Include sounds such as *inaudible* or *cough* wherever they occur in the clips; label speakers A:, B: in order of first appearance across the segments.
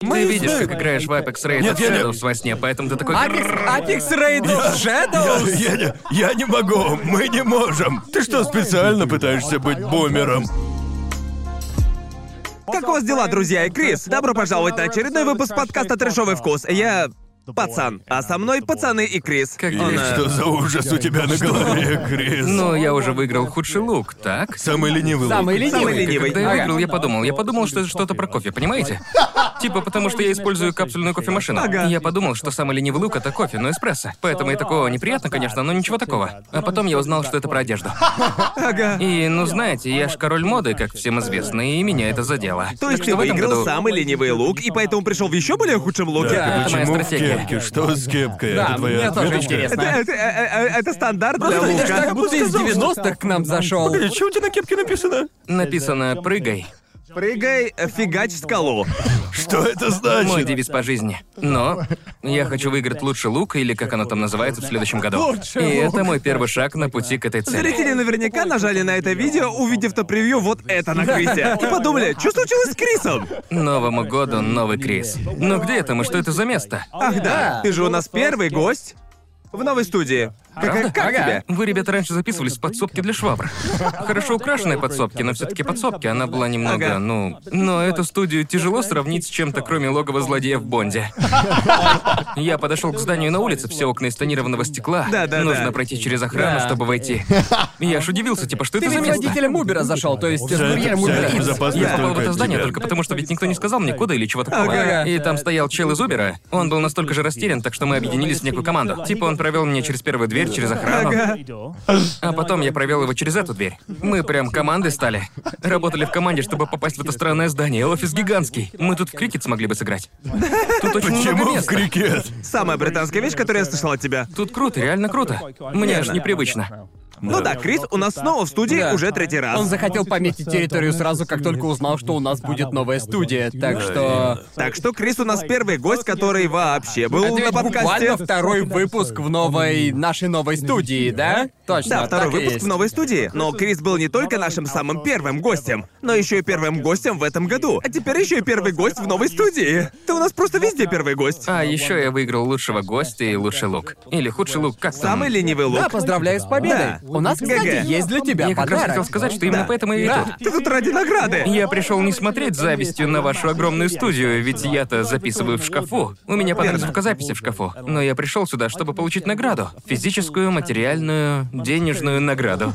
A: Ты
B: не
A: видишь,
B: знаю.
A: как играешь в Apex Raid
C: Нет,
A: of
C: я не-
A: Shadows во сне, поэтому ты такой...
B: Апекс, Апекс Raid of
C: Я,
B: Shadows?
C: я не, я не могу, мы не можем. Ты что, специально пытаешься быть бумером?
B: Как у вас дела, друзья и Крис? Добро пожаловать на очередной выпуск подкаста «Трешовый вкус». Я пацан, а со мной пацаны и Крис.
A: Как
B: Он,
A: есть,
B: э,
C: Что за ужас у тебя на голове, Крис?
A: Ну, я уже выиграл худший лук, так?
C: Самый ленивый лук.
D: Самый ленивый.
B: Самый
A: И
B: ленивый.
A: когда я
B: Ага.
A: выиграл, я подумал. Я подумал, что это что-то про кофе, понимаете? Типа потому, что я использую капсульную кофемашину.
B: Ага.
A: И Я подумал, что самый ленивый лук — это кофе, но эспрессо. Поэтому и такого неприятно, конечно, но ничего такого. А потом я узнал, что это про одежду.
B: Ага.
A: И, ну знаете, я ж король моды, как всем известно, и меня это задело.
B: То есть
A: Так
B: ты
A: что в этом
B: выиграл
A: году-
B: самый ленивый лук, и поэтому пришел в еще более худшем луке?
A: Да. это моя
C: Почему в
A: стратегия.
C: кепке? Что с кепкой?
D: Да,
C: это твоя
D: мне тоже
C: ответочка?
D: интересно.
B: Это, это- э, э, э, это стандарт для
D: Ты ж
B: лука.
D: как будто из 90-х к нам зашел.
C: Блин, Что у тебя на кепке написано?
A: Написано «прыгай».
B: Прыгай, э, фигач скалу.
C: Что это значит?
A: Мой девиз по жизни. Но я хочу выиграть лучше лук, или как оно там называется, в следующем году.
D: Лучше
A: и
D: лук.
A: это мой первый шаг на пути к этой цели.
B: Зрители наверняка нажали на это видео, увидев то превью вот это на Крисе. И подумали, что случилось с Крисом?
A: Новому году новый Крис. Но где это мы? Что это за место?
B: Ах да,
D: Да.
B: ты же у нас первый гость в новой студии. Как, как
D: Ага.
B: тебе?
A: Вы, ребята, раньше записывались в подсобке для швабр. Хорошо украшенные подсобки, но все-таки подсобки, она была немного,
B: Ага.
A: ну... Но эту студию тяжело сравнить с чем-то, кроме логова злодея в Бонде. Я подошел к зданию на улице, все окна из тонированного стекла.
B: Да-да-да.
A: Нужно пройти через охрану,
D: Да.
A: чтобы войти. Я ж удивился, типа, что
D: Ты
A: это за
D: ведь
A: место?
D: водителем Убера зашел, то есть с
C: Вся эта,
D: курьером
C: вся эта
D: Убера.
C: безопасность
A: Я попал в
C: только
A: это
C: от
A: здание
C: тебя.
A: только потому, что ведь никто не сказал мне кода или чего-то такого.
B: Ага.
A: И там стоял чел из Убера. Он был настолько же растерян, так что мы объединились в некую команду. Типа он провел меня через первую дверь, через охрану.
B: Ага.
A: А потом я провел его через эту дверь. Мы прям командой стали. Работали в команде, чтобы попасть в это странное здание. Офис гигантский. Мы тут в крикет смогли бы сыграть. Тут очень много
C: Почему в
A: места.
C: крикет?
B: Самая британская вещь, которую я слышал от тебя.
A: Тут круто, реально круто. Мне аж непривычно.
B: Ну да, Крис у нас снова в студии
D: Да.
B: уже третий раз.
D: Он захотел пометить территорию сразу, как только узнал, что у нас будет новая студия, так что...
B: Так что Крис у нас первый гость, который вообще был
D: Это
B: на
D: ведь
B: подкасте.
D: буквально второй выпуск в новой... нашей новой студии, да? Точно,
B: Да, второй
D: так и
B: выпуск
D: есть.
B: в новой студии. Но Крис был не только нашим самым первым гостем, но еще и первым гостем в этом году. А теперь еще и первый гость в новой студии. Ты у нас просто везде первый гость.
A: А еще я выиграл лучшего гостя и лучший лук. Или худший лук, как там?
B: Самый ленивый лук.
D: Да, поздравляю с победой.
B: Да.
D: У нас, кстати,
B: ГГ.
D: есть для тебя
A: Я как раз
D: подарок.
A: хотел сказать, что именно
B: Да.
A: поэтому я и
D: Да.
A: тут.
B: Ты тут ради награды.
A: Я пришел не смотреть с завистью на вашу огромную студию, ведь я-то записываю в шкафу. У меня панель
B: Верно.
A: звукозаписи в шкафу. Но я пришел сюда, чтобы получить награду. Физическую, материальную, денежную награду.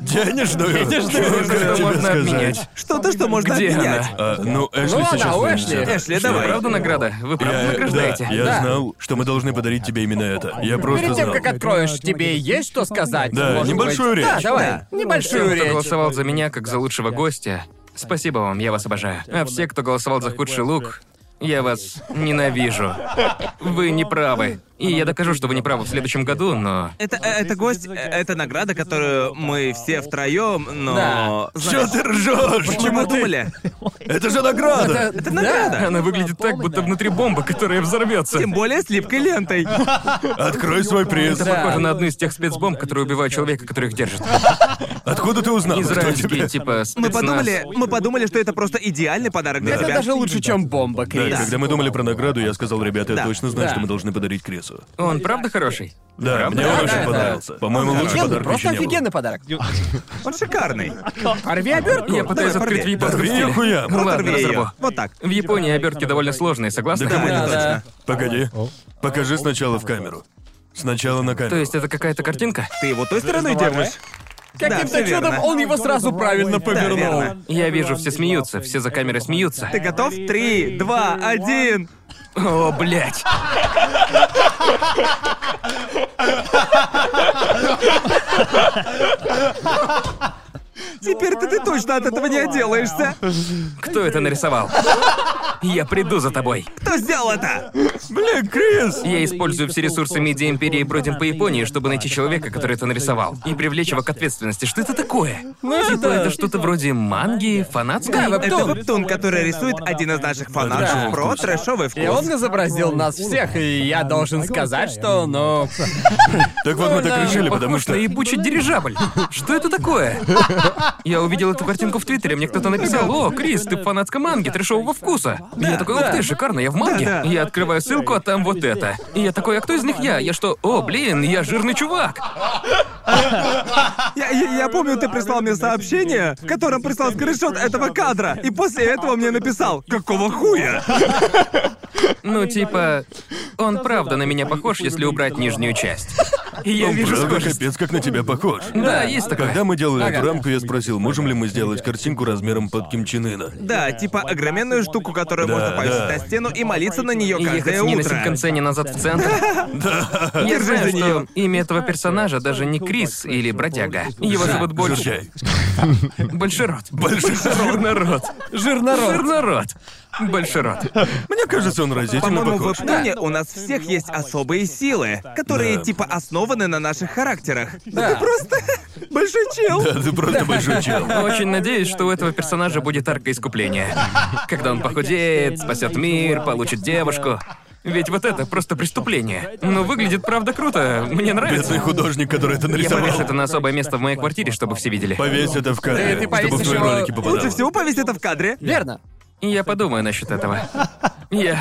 C: Денежную?
A: Денежную,
C: Что
A: что
C: тебе
A: можно
C: сказать?
A: обменять.
B: Что-то, что можно
A: Где
B: обменять.
A: она?
C: А, ну, Эшли
D: она,
C: сейчас
D: у
C: не
D: Эшли.
C: всё.
B: Эшли,
C: Что?
B: давай.
A: Правда награда? Вы правда
C: Я, да,
A: награждаете?
C: я
D: Да.
C: знал, что мы должны подарить тебе именно это. Я просто
D: Перед тем,
C: знал.
D: как откроешь, тебе есть что сказать?
C: Да,
D: может
C: небольшую
D: быть?
C: речь.
D: Да, давай,
B: Да.
D: небольшую
A: Всем, кто
D: речь.
A: голосовал за меня как за лучшего гостя, спасибо вам, я вас обожаю. А все, кто голосовал за худший лук, я вас ненавижу. Вы не правы. И я докажу, что вы не правы в следующем году, но...
B: Это, э, это гость, э, это награда, которую мы все втроем, но...
C: Чё ты ржешь?
B: Почему думали?
C: Это же награда!
D: Это
B: Ну награда.
A: Она выглядит так, будто внутри бомба, которая взорвется.
B: Тем более с липкой лентой.
C: Открой свой приз.
D: Да.
A: Похоже на одну из тех спецбомб, которые убивают человека, которых держат.
C: Откуда ты узнал? Кто тебе?
A: Израильские, типа,
B: Мы
A: спецназ.
B: подумали, мы подумали, что это просто идеальный подарок для
D: Это
B: тебя.
D: даже лучше, чем бомба,
C: Да,
D: Крис.
C: когда мы думали про награду, я сказал, ребята, я
B: Да.
C: точно знаю,
D: Да.
C: что мы должны подарить Крису.
A: Он правда хороший?
C: Да, мне он
D: Да,
C: очень
D: да, да.
C: понравился. По-моему, лучший
E: ну
D: Офигенный,
C: подарок
D: просто
C: еще не
D: офигенный
C: был.
D: подарок.
B: Он шикарный.
D: Порви обертку.
A: Я пытаюсь
B: давай,
A: открыть в
B: порви.
A: японском
C: Порви
A: стиле.
C: хуя.
A: Ну ладно,
B: Оторви её.
A: разорву.
B: Вот так.
A: В Японии обертки довольно сложные, согласны?
C: Да,
B: Да,
C: это
B: да.
C: Погоди. Покажи сначала в камеру. Сначала на камеру.
A: То есть это какая-то картинка?
B: Ты его той стороной держишь? всё
D: Каким-то чудом
B: верно.
D: он его сразу правильно
B: Да,
D: повернул.
B: верно.
A: Я вижу, все смеются, все за камерой смеются.
B: Ты готов? Три, два, один.
A: О, блядь.
B: Теперь-то ты точно от этого не отделаешься.
A: Кто это нарисовал? Я приду за тобой.
B: Кто сделал это?
C: Блин, Крис!
A: Я использую все ресурсы Медиа Империи и бродим по Японии, чтобы найти человека, который это нарисовал, и привлечь его к ответственности. Что это такое?
D: Ну
A: Типа
D: это-
A: это что-то вроде манги, фанатской?
D: Да, веб-
B: Это
D: Кто?
B: Вептун, который рисует один из наших
C: Да.
B: фанатов про трэшовый
D: И
B: вкус.
D: он изобразил нас всех, и я должен сказать, что, ну...
C: Так вот мы
D: да.
C: так решили,
A: Похож
C: потому что...
A: на ебучий дирижабль. Что это такое? Я увидел эту картинку в Твиттере, мне кто-то написал, «О, Крис, ты в фанатском манге трешового вкуса». И я такой, «Ух ты, шикарно, я в манге».
B: Да, да.
A: Я открываю ссылку, а там вот это. И я такой, «А кто из них я? Я что? О, блин, я жирный чувак».
B: Я, я- я помню, ты прислал мне сообщение, в котором прислал скриншот этого кадра, и после этого мне написал «Какого хуя?»
A: Ну, типа, он правда на меня похож, если убрать нижнюю часть. И я
C: Он
A: вижу
C: правда
A: схожесть.
C: капец как на тебя похож.
A: Да, есть такое.
C: Когда мы делали
A: Ага.
C: эту рамку, я спросил, можем ли мы сделать картинку размером под Ким Чен Ына.
B: Да, типа огроменную штуку, которую
C: Да,
B: можно
C: да.
B: повесить на стену и молиться на нее
A: И ехать
B: каждое
A: с ней на
B: утро.
A: синкансене назад в центр. *laughs* Я
B: Держись
A: знаю,
B: за
A: что
B: неё.
A: имя этого персонажа даже не Крис или Бродяга. Его зовут Больш...
C: Жирчай.
A: Большерот.
C: Большой
A: *laughs* Жирнород. Жирнород. Жирнород. Большерот.
C: Мне кажется, он разительно
B: По-моему, в
C: похож.
B: Японии у нас всех есть особые силы, которые
C: Да.
B: типа основаны на наших характерах. Да. Ты просто *laughs* большой чел.
C: Да, ты просто большой чел.
A: Очень надеюсь, что у этого персонажа будет арка искупления. Когда он похудеет, спасет мир, получит девушку. Ведь вот это просто преступление. Но выглядит правда круто. Мне нравится.
C: Бедный художник, который это
A: Я повешу
C: нарисовал.
A: это на особое место в моей квартире, чтобы все видели.
C: Повесь это в
E: Ты-
C: кадре,
E: ты
C: чтобы в
E: повесишь
C: твои
E: его-
C: ролики попадало.
B: Лучше всего повесить это в кадре.
E: Верно.
A: И Я подумаю насчет этого. Я...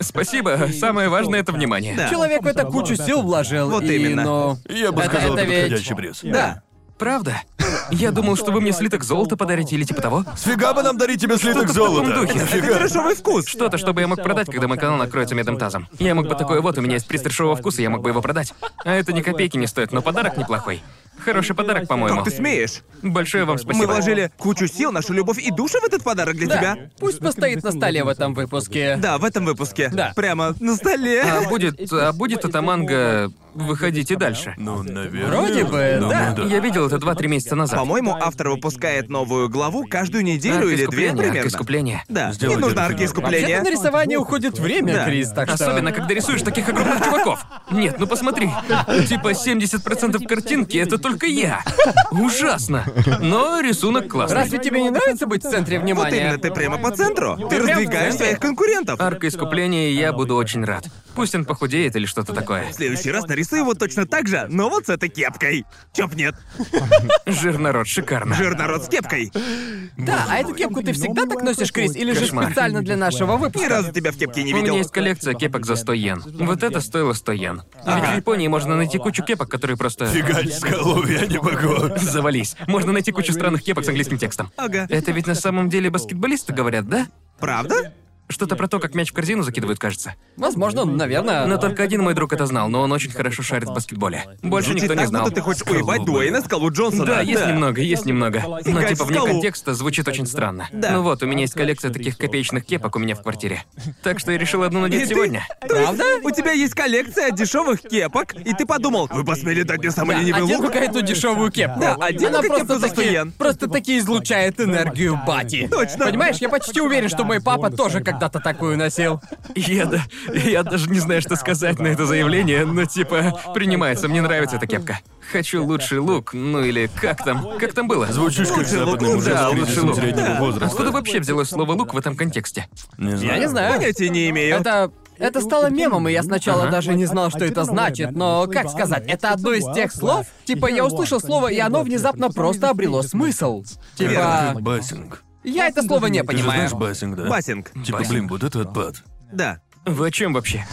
A: Спасибо. Самое важное — это внимание.
B: Да.
E: Человек в это кучу сил вложил.
B: Вот
E: и,
B: именно.
E: Но...
C: Я бы
E: Это-
C: сказал,
E: это
C: это
E: ведь-
C: подходящий приз.
B: Да.
A: Правда? Я думал, что вы мне слиток золота подарите или типа того.
C: Сфига бы нам дарить тебе слиток золота.
A: таком духе.
B: Это трешовый вкус.
A: Что-то, чтобы я мог продать, когда мой канал накроется медным тазом. Я мог бы такое, вот у меня есть пристрешового вкуса, я мог бы его продать. А это ни копейки не стоит, но подарок неплохой. Хороший подарок, по-моему.
B: Как ты смеешь?
A: Большое вам спасибо.
B: Мы вложили кучу сил, нашу любовь и душу в этот подарок для
E: Да.
B: тебя.
E: Пусть постоит на столе в этом выпуске.
B: Да, в этом выпуске.
E: Да.
B: Прямо на столе.
A: А будет, а будет эта манга «Выходите дальше».
C: Ну, наверное.
E: Вроде бы,
C: Думаю,
E: да.
A: Я видел это 2-3 месяца назад.
B: *laughs* Ну, По-моему, автор выпускает новую главу каждую неделю
A: Арка
B: или две
A: искупления, арка
B: примерно.
A: искупления.
B: Да,
C: Сделайте
B: не нужно
C: это.
B: арки
E: Вообще-то
B: искупления.
E: на рисование уходит время,
B: Да.
E: Крис, так что...
A: Особенно, когда рисуешь таких огромных чуваков. Нет, ну посмотри. Типа 70% картинки — это только я. Ужасно. Но рисунок классный.
E: Разве тебе не нравится быть в центре
B: Вот
E: внимания?
B: именно, ты прямо по центру. Ты
E: прям в
B: раздвигаешь
E: центре.
B: своих конкурентов.
A: Арка искупления, я буду очень рад. Пусть он похудеет или что-то такое.
B: В следующий раз нарисую его точно так же, но вот с этой кепкой. Чё б нет?
A: Жир народ, шикарно.
B: Жир народ с кепкой.
E: Да, а эту кепку ты всегда так носишь, Крис, или же
A: Кошмар.
E: специально для нашего
B: Ни
E: выпуска?
B: разу тебя в кепке не
A: У меня
B: видел.
A: есть
B: типа,
A: коллекция кепок за 100 йен. Вот это стоило 100 йен. Ведь в Японии можно найти кучу кепок, которые просто...
C: Фигач скалу, я не могу.
A: Завались. Можно найти кучу странных кепок с английским текстом.
B: Ага.
A: Это ведь на самом деле баскетболисты говорят, да?
B: Правда?
A: Что-то про то, как мяч в корзину закидывают, кажется.
E: Возможно, наверное.
A: Но только один мой друг это знал, но он очень хорошо шарит в баскетболе. Больше
B: Звучит
A: никто не
B: так,
A: знал.
B: будто а ну ты хочешь уебать Дуэйна Скалу Джонсона.
A: Да, есть немного, есть немного. Но
B: Фига
A: типа вне
B: скалу.
A: контекста звучит очень странно.
B: Да.
A: Ну вот, у меня есть коллекция таких копеечных кепок у меня в квартире. Так что я решил
B: *laughs*
A: одну
B: И
A: надеть
B: ты-
A: сегодня.
B: То есть У тебя есть коллекция дешевых кепок, и ты подумал, вы посмели дать мне самый ленивый
E: Одену
B: лук?
E: какую-то дешевую кепку.
B: Да, одену
E: Она
B: как
E: просто
B: кепку за 100
E: таки-
B: йен.
E: Просто таки излучает энергию бати.
B: Точно.
E: Понимаешь, я почти уверен, что мой папа тоже когда-то такую носил.
A: Я, да, я даже не знаю, что сказать на это заявление, но типа принимается, мне нравится эта кепка. Хочу лучший лук, ну или как там, как там было?
C: Звучишь как
B: Лучше
C: западный
B: лук,
C: мужик
A: да,
C: с
A: лучше
C: кризисом
A: лук.
C: среднего
A: Откуда
C: возраста.
A: вообще взялось слово лук в этом контексте?
C: Не знаю.
E: Я не знаю.
B: Понятия не имею.
E: Это... Это стало мемом, и я сначала
A: Ага.
E: даже не знал, что это значит, но как сказать, это одно из тех слов, типа я услышал слово, и оно внезапно просто обрело смысл. Типа,
D: Верно.
C: Басинг.
E: я это слово не
C: Ты же
E: понимаю.
C: знаешь басинг, да?
B: Басинг.
C: Типа,
A: Басинг.
C: блин, вот это отпад.
B: Да.
A: Вы о чем вообще?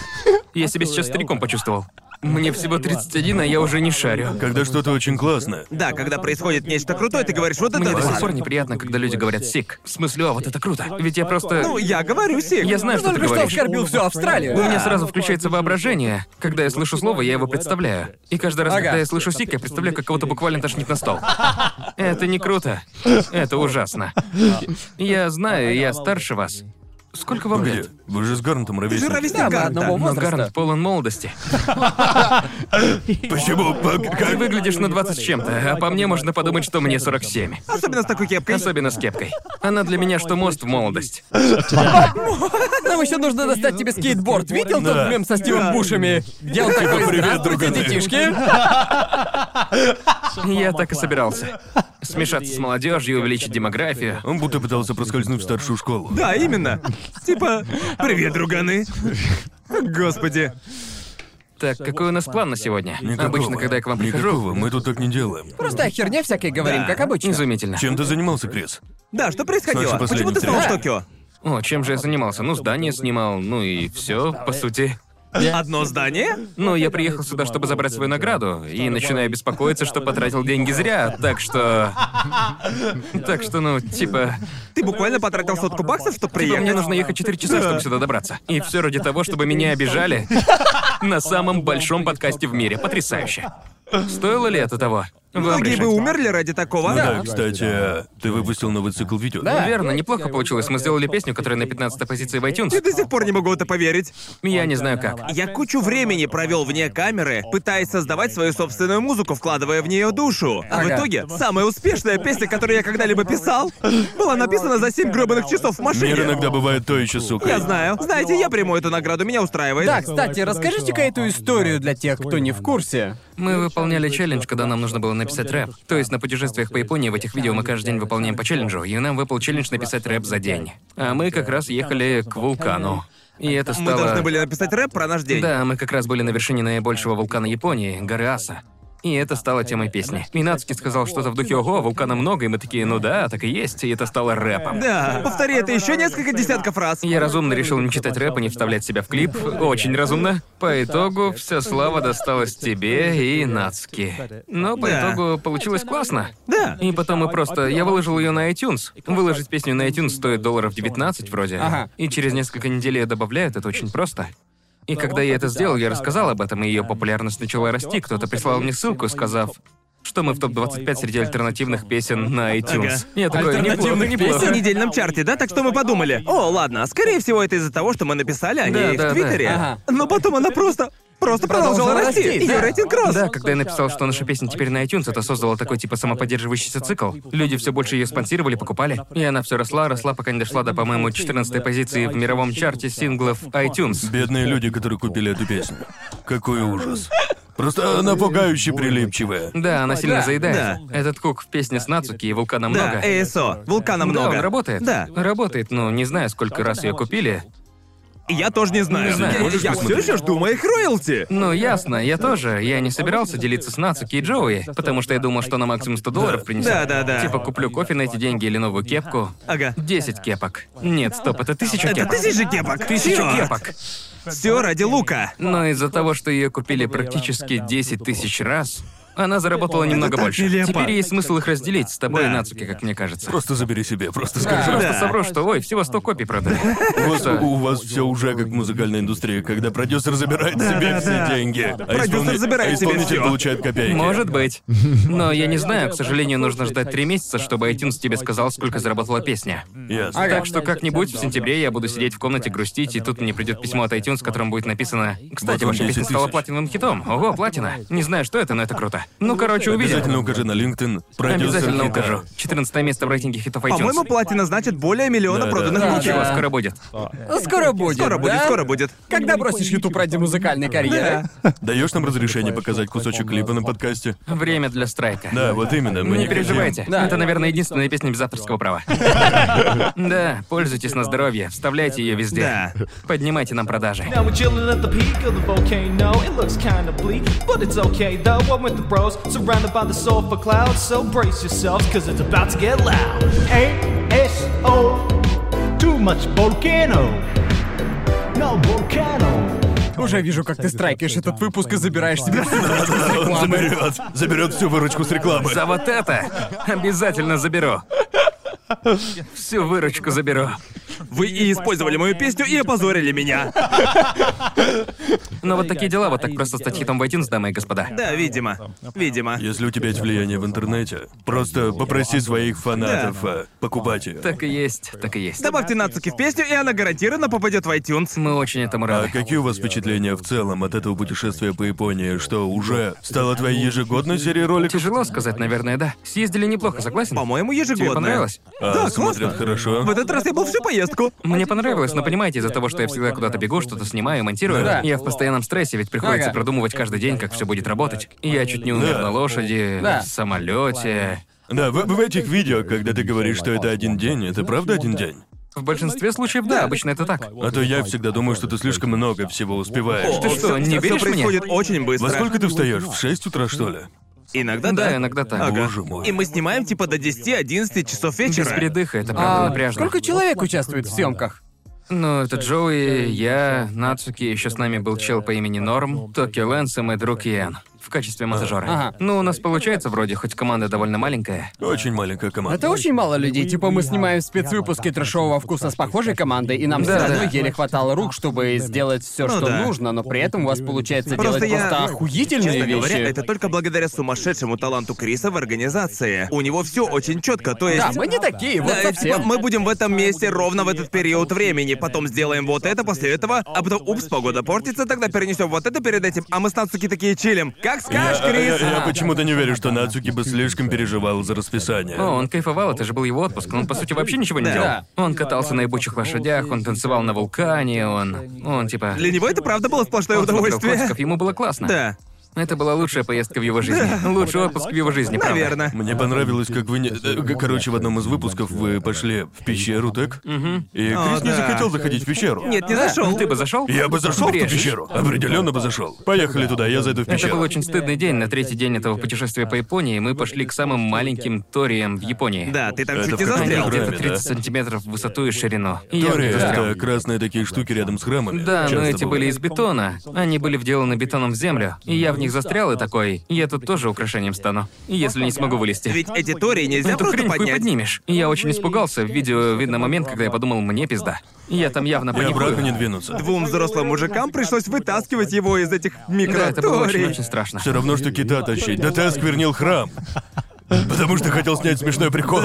A: Я себя сейчас стариком почувствовал. Мне всего 31, а я уже не шарю.
C: Когда что-то очень классное.
B: Да, когда происходит нечто крутое, ты говоришь, вот это
A: Мне до
B: да.
A: сих пор неприятно, когда люди говорят «сик». В смысле, а вот это круто. Ведь я просто...
B: Ну, я говорю Сик.
A: Я знаю, что ты
E: Только что
A: говоришь.
E: оскорбил всю Австралию.
A: У меня сразу включается воображение. Когда я слышу слово, я его представляю. И каждый раз,
E: Ага.
A: когда я слышу сик, я представляю, как кого-то буквально тошнит на стол. Это не круто. Это ужасно. Я знаю, я старше вас. Сколько вам
C: Где?
A: лет?
C: Вы же с Гарнтом
B: Ты
C: ровесник.
B: же ровесник
E: Да, мы
B: Гарнта.
E: одного
A: Но
E: возраста.
A: Гарнт полон молодости.
C: Почему? Пак-
A: Ты
C: как?
A: выглядишь на 20 с чем-то, а по мне можно подумать, что мне 47.
B: Особенно с такой кепкой.
A: Особенно с кепкой. Она для меня что мост в молодость.
E: Нам еще нужно достать тебе скейтборд. Видел
C: Да.
E: тот мем со Стивом Бушами? Где он такой,
C: «Привет,
E: здравствуйте,
C: друганы».
E: детишки?
A: Я так и собирался. Смешаться с молодежью, увеличить демографию.
C: Он будто пытался проскользнуть в старшую школу.
B: Да, именно. Типа, привет, друганы. Господи.
A: Так, какой у нас план на сегодня?
C: Никакого.
A: Обычно, когда я к вам прихожу,
C: Никакого, мы тут так не делаем.
E: Просто о херне всякой говорим, как обычно.
A: изумительно.
C: Чем ты занимался, Крис?
B: Да, что происходило?
C: Наша последняя
B: Почему ты снова в
C: встреча.
B: Токио?
A: О, чем же я занимался? Ну, здание снимал, ну и все, по сути.
B: Одно здание?
A: Ну, я приехал сюда, чтобы забрать свою награду, и начинаю беспокоиться, что потратил деньги зря, так что... Так что, ну, типа...
B: Ты буквально потратил сотку баксов, чтобы
A: типа,
B: приехать?
A: мне нужно ехать 4 часа, чтобы сюда добраться. И все ради того, чтобы меня обижали на самом большом подкасте в мире. Потрясающе. Стоило ли это того? Вам
B: Многие
A: решать.
B: бы умерли ради
A: Ну
B: такого.
C: Да, кстати, а, ты выпустил новый цикл видео.
A: Да, верно, неплохо получилось. Мы сделали песню, которая на 15 позиции в
B: Я
A: iTunes.
B: до сих пор не могу это поверить.
A: Я не знаю как.
B: Я кучу времени провел вне камеры, пытаясь создавать свою собственную музыку, вкладывая в нее душу. А в
A: Ага.
B: итоге, самая успешная песня, которую я когда-либо писал, была написана за 7 гребаных часов в машине.
C: Мир иногда бывает то еще, сука.
B: Я знаю. Знаете, я приму эту награду, меня устраивает.
E: Да,
D: Да,
E: кстати, расскажите-ка эту историю для тех, кто не в курсе.
A: Мы выполняли челлендж, когда нам нужно было написать рэп. То есть на путешествиях по Японии в этих видео мы каждый день выполняем по челленджу, и нам выпал челлендж написать рэп за день. А мы как раз ехали к вулкану. И это
B: Мы
A: стало...
B: должны были написать рэп про наш день.
A: Да, мы как раз были на вершине наибольшего вулкана Японии, горы Аса. И это стало темой песни. Минацкий сказал что-то в духе «Ого, вулкана много», и мы такие «Ну да, так и есть», и это стало рэпом.
B: Да, повтори это еще несколько десятков раз.
A: Я разумно решил не читать рэп и не вставлять себя в клип. Очень разумно. По итогу вся слава досталась тебе и Нацки. Но по
B: Да.
A: итогу получилось классно.
B: Да.
A: И потом мы просто... Я выложил ее на iTunes. Выложить песню на iTunes стоит долларов 19 вроде.
E: Ага.
A: И через несколько недель ее добавляют, это очень просто. И когда я это сделал, я рассказал об этом, и ее популярность начала расти. Кто-то прислал мне ссылку, сказав, что мы в топ-25 среди альтернативных песен на iTunes.
B: Ага.
A: Я такой, неплохо,
E: Альтернативных
A: неплохо.
B: Песня в недельном чарте, да? Так что мы подумали. О, ладно, скорее всего, это из-за того, что мы написали о ней
A: Да, да,
B: в Твиттере.
E: да. Ага.
B: Но потом она просто. Просто продолжала
E: Продолжала
B: расти.
E: расти,
B: Ее
E: да.
B: рейтинг рос.
A: Да, когда я написал, что наша песня теперь на iTunes, это создало такой типа самоподдерживающийся цикл. Люди все больше ее спонсировали, покупали. И она все росла, росла, пока не дошла до, по-моему, 14 позиции в мировом чарте синглов iTunes.
C: Бедные люди, которые купили эту песню. Какой ужас. Просто она пугающе прилипчивая.
A: Да, она сильно
E: Да,
A: заедает. Этот кук в песне с Нацуки и вулкана
B: Да,
A: много.
B: ЭСО. Вулкана
A: Да,
B: много.
A: он работает.
B: Да.
A: Работает, но не знаю, сколько раз ее купили.
B: И Я тоже не знаю.
A: Не знаю,
B: Я-
A: можешь
B: Я, все
C: посмотреть?
B: еще жду моих роялти.
A: Ну, ясно, я тоже. Я не собирался делиться с Нацуки и Джоуи, потому что я думал, что на максимум 100 долларов принесет.
B: Да, да, да.
A: Типа куплю кофе на эти деньги или новую кепку.
B: Ага.
A: 10 кепок. Нет, стоп, это тысяча
B: Это
A: кепок.
B: тысяча кепок.
A: Тысяча кепок.
B: Все ради лука.
A: Но из-за того, что ее купили практически 10 тысяч раз, она заработала немного
B: так
A: больше.
B: нелепо.
A: Теперь есть смысл их разделить с тобой
B: Да.
A: и Нацуки, как мне кажется.
C: Просто забери себе, просто
A: Просто
C: скажи.
B: Да.
A: совру, что ой, всего 100 копий продали.
C: У вас,
A: Да.
C: у вас все уже как музыкальная индустрия, когда продюсер забирает себе
B: да,
C: все
B: да.
C: деньги. А
B: Продюсер
C: исполни-
B: забирает
C: а
B: себе
C: исполнитель
B: всё.
C: получает копейки.
A: Может быть. Но я не знаю, к сожалению, нужно ждать 3 месяца, чтобы iTunes тебе сказал, сколько заработала песня.
C: Ясно.
A: Так что как-нибудь в сентябре я буду сидеть в комнате грустить, и тут мне придет письмо от iTunes, в котором будет написано... Кстати,
C: Вот он,
A: ваша песня
C: 10
A: стала
C: тысяч.
A: платиновым хитом. Ого, платина. Не знаю, что это, но это круто. Ну, короче, увидим.
C: Обязательно укажи на LinkedIn. Продюсер
A: Обязательно
C: хита.
A: укажу. 14 место в рейтинге хитов iTunes.
B: По-моему, платина значит более миллиона
C: Да, да.
B: проданных
E: Да,
B: лучей.
A: Ничего,
E: да.
A: скоро будет.
E: Скоро будет,
B: Скоро будет,
E: да?
B: скоро будет.
E: Когда бросишь YouTube ради музыкальной карьеры?
C: Даешь нам разрешение показать кусочек клипа на подкасте?
A: Время для страйка.
C: Да, вот именно. Мы
A: Не
C: не хотим.
A: переживайте.
E: Да.
A: Это, наверное, единственная песня без авторского права. Да, пользуйтесь на здоровье, вставляйте ее везде.
B: Да.
A: Поднимайте нам продажи.
F: Now we're chilling at the peak of the volcano. It looks kinda bleak, but it's okay though. I'm with the bros, surrounded by the sulfur clouds. So brace yourselves, cause it's about to get loud.
G: ASO. Too much volcano. No volcano.
E: Уже вижу, как ты страйкаешь этот выпуск и забираешь себе всю выручку с
C: Он
E: рекламы.
C: заберет. Заберет всю выручку с рекламы.
A: За вот это обязательно заберу. Всю выручку заберу.
B: Вы и использовали мою песню и опозорили меня.
A: Но вот такие дела, вот так просто стать хитом в iTunes, дамы и господа.
B: Да, видимо. Видимо.
C: Если у тебя есть влияние в интернете, просто попроси своих фанатов э, покупать ее.
A: Так и есть, так и есть.
B: Добавьте нацики в песню, и она гарантированно попадет в iTunes.
A: Мы очень этому
C: А
A: рады.
C: какие у вас впечатления в целом от этого путешествия по Японии, что уже стала твоей ежегодной серией роликов?
A: Тяжело сказать, наверное, да. Съездили неплохо, согласен?
B: По-моему, ежегодно.
A: Тебе понравилось?
C: А,
B: Да,
C: смотрят
B: классно.
C: хорошо.
B: В этот раз я был всю поездку.
A: Мне понравилось, но понимаете, из-за того, что я всегда куда-то бегу, что-то снимаю, монтирую,
E: Ну Да.
A: я в постоянном стрессе, ведь приходится
E: Ага.
A: продумывать каждый день, как все будет работать. Я чуть не умер
C: Да.
A: на лошади,
E: Да.
A: в самолете.
C: Да, в, в этих видео, когда ты говоришь, что это один день, это правда один день?
A: В большинстве случаев, да, обычно это так.
C: А то я всегда думаю, что ты слишком много всего успеваешь.
A: Ты что, не
B: Все
A: веришь мне?
B: происходит очень быстро.
C: Во сколько ты встаешь? В 6 утра, что ли?
B: Иногда да.
A: Да, иногда так.
B: Ага.
C: Боже мой.
B: И мы снимаем типа до 10-11 часов
A: Без
B: вечера.
A: придыха, это правда
E: А
A: напряжно.
E: сколько человек участвует в съемках?
A: Ну, это Джоуи, я, Нацуки, еще с нами был чел по имени Норм, Токи Лэнс и мой друг Иэн в качестве монтажера.
E: Ага.
A: Ну, у нас получается вроде, хоть команда довольно маленькая.
C: Очень маленькая команда.
E: Это очень мало людей. Типа мы снимаем спецвыпуски трэшового вкуса с похожей командой, и нам все
A: Да,
E: равно
A: да.
E: еле хватало рук, чтобы сделать все,
B: Ну
E: что
B: да.
E: нужно, но при этом у вас получается
B: Просто
E: делать
B: я-
E: просто охуительные
B: Честно
E: вещи.
B: говоря, это только благодаря сумасшедшему таланту Криса в организации. У него все очень четко, то есть.
E: Да, мы не такие, вот
B: Да,
E: совсем.
B: типа, мы будем в этом месте ровно в этот период времени, потом сделаем вот это, после этого, а потом, упс, погода портится, тогда перенесем вот это перед этим, а мы с Нацуки такие чилим. Как
C: Я, а,
B: скажешь,
C: я-
A: э,
C: я-
B: Крис?
C: я почему-то не верю, что Нацуки бы слишком переживал за расписание.
A: О, он кайфовал, это же был его отпуск, но он, по сути, вообще ничего не
B: Да.
A: делал. Он катался на ебучих лошадях, он танцевал на вулкане, он... Он, типа...
B: Для него это правда было сплошное
A: Он смотрел
B: удовольствие.
A: котиков, ему было классно.
B: Да,
A: Это была лучшая поездка в его жизни. Лучший отпуск в его жизни, правда.
B: наверное.
C: Мне понравилось, как вы... не- э, к- Короче, в одном из выпусков вы пошли в пещеру, так? И Крис
B: О,
C: не
B: да.
C: захотел заходить в пещеру.
B: Нет, не зашел.
A: Ну, ты бы зашел?
C: Я бы зашел в ту
A: Брежешь.
C: пещеру. Определенно бы зашел. Поехали туда, я зайду в
A: Это был
C: пещеру.
A: очень стыдный день. На третий день этого путешествия по Японии мы пошли к самым маленьким ториям в Японии.
B: Да, ты там
C: Это
B: чуть
C: в
B: не
C: каком
A: Они
B: застрял.
C: храме,
A: где-то
C: да?
A: 30 сантиметров в высоту и ширину. И я
C: Тори —
A: где-то застрял.
C: это красные такие штуки рядом с храмами.
A: Да, но
C: Часто
A: эти были
C: бывает.
A: из бетона. Они были вделаны бетоном в землю. И я в них застрял и такой, я тут тоже украшением стану. Если не смогу вылезти. Ну,
B: Ведь эти тории нельзя
A: Эту
B: просто
A: хрень хуй
B: поднять.
A: поднимешь. И я очень испугался. В видео видно момент, когда я подумал, мне пизда. Я там явно
C: Я
A: паникую.
C: браку не двинуться.
B: Двум взрослым мужикам пришлось вытаскивать его из этих
A: Да, это было
B: микроторий.
A: очень-очень страшно.
C: Все равно, что кита тащить. Да ты осквернил храм. Потому что хотел снять смешной прикол.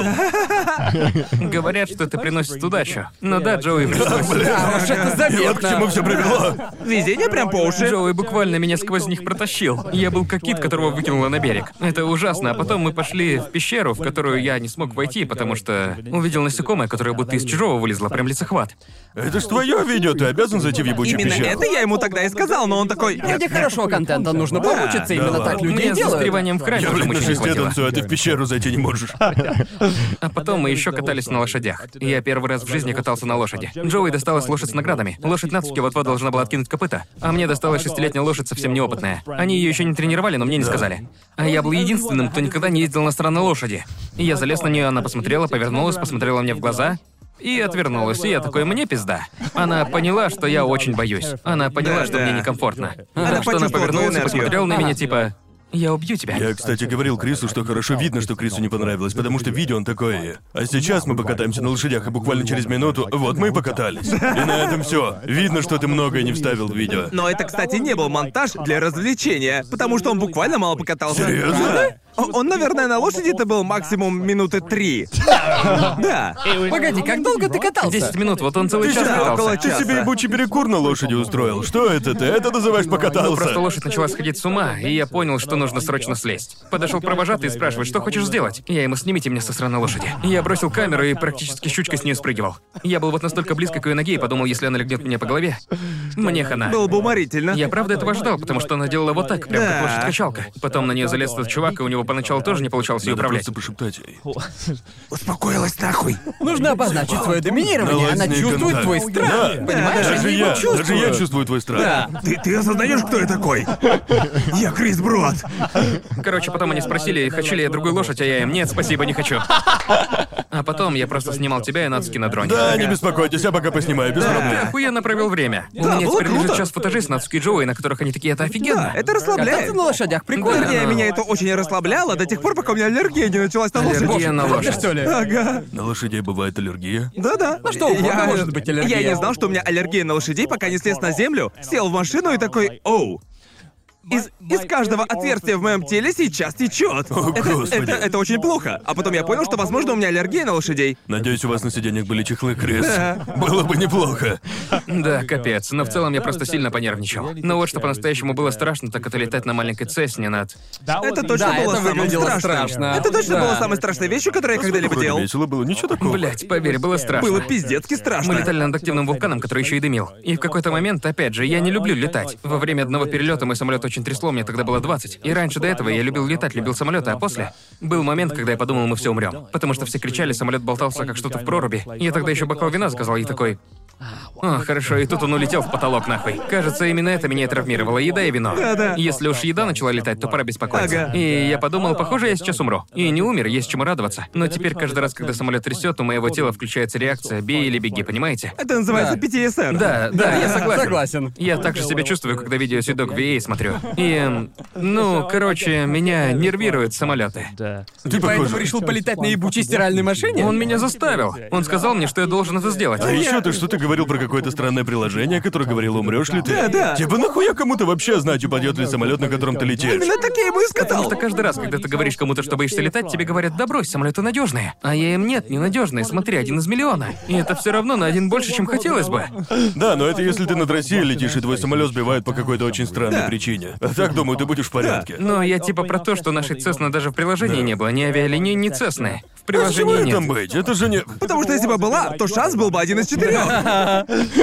A: Говорят, что это приносит удачу. Но да, Джоуи пришлось.
E: А уж это
C: И вот к чему
E: заметно.
C: все привело.
B: Везение прям по уши.
A: Джоуи буквально меня сквозь них протащил. Я был как кит, которого выкинуло на берег. Это ужасно. А потом мы пошли в пещеру, в которую я не смог войти, потому что увидел насекомое, которое будто из чужого вылезло, прям лицехват.
C: Это ж твое видео, ты обязан зайти в ебучую
B: Именно
C: пещеру.
B: это я ему тогда и сказал, но он такой... «Нет,
E: Ради хорошего контента нужно поучиться, именно
C: да
E: так
C: ладно.
E: люди
A: Мне
E: и
A: с
E: делают.
A: застреванием в кране
C: Я,
A: уже
C: блин, на
A: мочи не
C: шесте
A: хватило.
C: танцую, а ты в пещеру зайти не можешь.
A: А потом мы еще катались на лошадях. И Я первый раз в жизни катался на лошади. Джоуи досталась лошадь с наградами. Лошадь Нацуки вот-вот должна была откинуть копыта. А мне досталась шестилетняя лошадь совсем неопытная. Они ее еще не тренировали, но мне не сказали. А я был единственным, кто никогда не ездил на сторону лошади. И я залез на нее, она посмотрела, повернулась, посмотрела мне в глаза. И отвернулась, и я такой, мне пизда. Она поняла, что я очень боюсь. Она поняла,
B: Да,
A: что
B: да.
A: мне некомфортно.
B: Она
A: Так что она
B: почувствовала твою
A: повернулась и
B: энергию.
A: посмотрела на меня, типа, я убью тебя.
C: Я, кстати, говорил Крису, что хорошо видно, что Крису не понравилось, потому что видео он такое. А сейчас мы покатаемся на лошадях, и буквально через минуту, вот мы и покатались. И на этом все. Видно, что ты многое не вставил в видео.
B: Но это, кстати, не был монтаж для развлечения, потому что он буквально мало покатался.
C: Серьезно?
B: Да. Он, он, наверное, на лошади это был максимум минуты три. Да.
E: Погоди, как долго ты катался?
A: 10 минут, вот он целый
B: Ты
A: час
B: сюда
A: катался.
B: около
C: Ты себе ебучий перекур на лошади устроил. Что это ты? Это называешь
A: Просто
C: покатался?
A: лошадь начала сходить с ума, и я понял, что нужно срочно слезть. Подошел провожатый и спрашивает, что хочешь сделать? Я ему, снимите меня со сраной лошади. Я бросил камеру и практически щучкой с нее спрыгивал. Я был вот настолько близко к ее ноге и подумал, если она легнет меня по голове, мне хана.
B: Было бы уморительно.
A: Я правда этого ждал, потому что она делала вот так, прям
B: Да.
A: как лошадь-качалка. Потом на нее залез этот чувак, и у него поначалу тоже не получалось ее
C: Надо
A: управлять.
C: просто пошептать ей.
B: Успокоилась нахуй.
E: Нужно обозначить свое доминирование, она
C: Налазь на
E: чувствует
C: контакт.
E: твой страх.
C: Да.
B: Понимаешь,
C: Даже
E: они его
C: я, даже я
E: чувствуют.
C: чувствую твой страх.
B: Ты, ты осознаешь, кто я такой? Я Крис Брод.
A: Короче, потом они спросили, хочу ли я другую лошадь, а я им, нет, спасибо, не хочу. А потом я просто снимал тебя и Нацуки на дроне.
C: Да, не беспокойтесь, я пока поснимаю, без
A: Ты
C: проблем.
A: охуенно провел время. У
B: Да,
A: меня
B: было
A: теперь лежит
B: круто.
A: час футажей с Нацуки и Джоуи, на которых они такие, это
B: Да,
A: офигенно.
B: это расслабляет.
E: Кататься на лошадях прикольно.
B: Вернее, меня это очень расслабляло до тех пор, пока у меня аллергия не началась на лошадь.
A: Аллергия на
E: Правда,
A: лошадь.
E: что ли?
B: Ага.
C: На лошадей бывает аллергия.
B: Да-да. Ну
E: что угодно может быть аллергия.
B: Я не знал, что у меня аллергия на лошадей, пока не слез на землю, сел в машину и такой, оу. Из, из каждого отверстия в моем теле сейчас течет.
C: О,
B: это,
C: Господи.
B: это, это очень плохо. А потом я понял, что, возможно, у меня аллергия на лошадей.
C: Надеюсь, у вас на сиденьях были чехлы, Крис. Было бы неплохо.
A: Да, капец. Но в целом я просто сильно понервничал. Но вот что по-настоящему было страшно, так это летать на маленькой цесне над...
B: Это точно
E: Да,
B: было
E: это
B: самым
E: выглядело
B: страшным.
E: страшно.
B: Это точно
E: Да.
B: было самой страшной вещью, которую я А когда-либо
C: Вроде
B: делал.
C: Весело было, ничего такого.
A: Блять, поверь, было страшно.
B: Было пиздецки страшно.
A: Мы летали над активным вулканом, который еще и дымил. И в какой-то момент, опять же, я не люблю летать. Во время одного перелета мой самолет очень очень трясло, мне тогда было 20. И раньше до этого я любил летать, любил самолеты, а после был момент, когда я подумал, мы все умрем. Потому что все кричали, самолет болтался как что-то в проруби. Я тогда еще бокал вина сказал, и такой, о, хорошо, и тут он улетел в потолок нахуй. Кажется, именно это меня и травмировало, еда и вино.
B: Да-да.
A: Если уж еда начала летать, то пора беспокоиться.
B: Ага.
A: И я подумал, похоже, я сейчас умру. И не умер, есть чему радоваться. Но теперь каждый раз, когда самолет трясет, у моего тела включается реакция «бей или беги», понимаете?
B: Это называется
E: Да.
B: PTSR.
A: *laughs* Да, да, я согласен.
E: Согласен.
A: Я так же себя чувствую, когда видео видеосвидок VA смотрю. И, *laughs* эм, ну, короче, меня нервируют самолеты.
C: Ты
E: Поэтому
C: похож.
E: решил полетать на ебучей стиральной машине?
A: Он меня заставил. Он сказал мне, что я должен это сделать.
C: А еще ты что-то говорил про какое-то странное приложение, которое говорило, умрешь ли ты?
B: Да, да.
C: Типа нахуя кому-то вообще знать, упадет ли самолет, на котором ты летишь?
B: Именно так я ему и
A: Потому
B: сказал.
A: что каждый раз, когда ты говоришь кому-то, что боишься летать, тебе говорят, да брось, самолеты надежные. А я им нет, ненадежные, смотри, один из миллиона. И это все равно на один больше, чем хотелось бы.
C: Да, но это если ты над Россией летишь, и твой самолет сбивают по какой-то очень странной причине. А так, думаю, ты будешь в порядке.
A: Но я типа про то, что нашей Цесны даже в приложении не было, ни авиалинии, ни Цесны. В
C: А с чего
A: приложении
C: ей там
A: нет.
C: быть? Это же не...
B: Потому что если бы была, то шанс был бы один из четырех.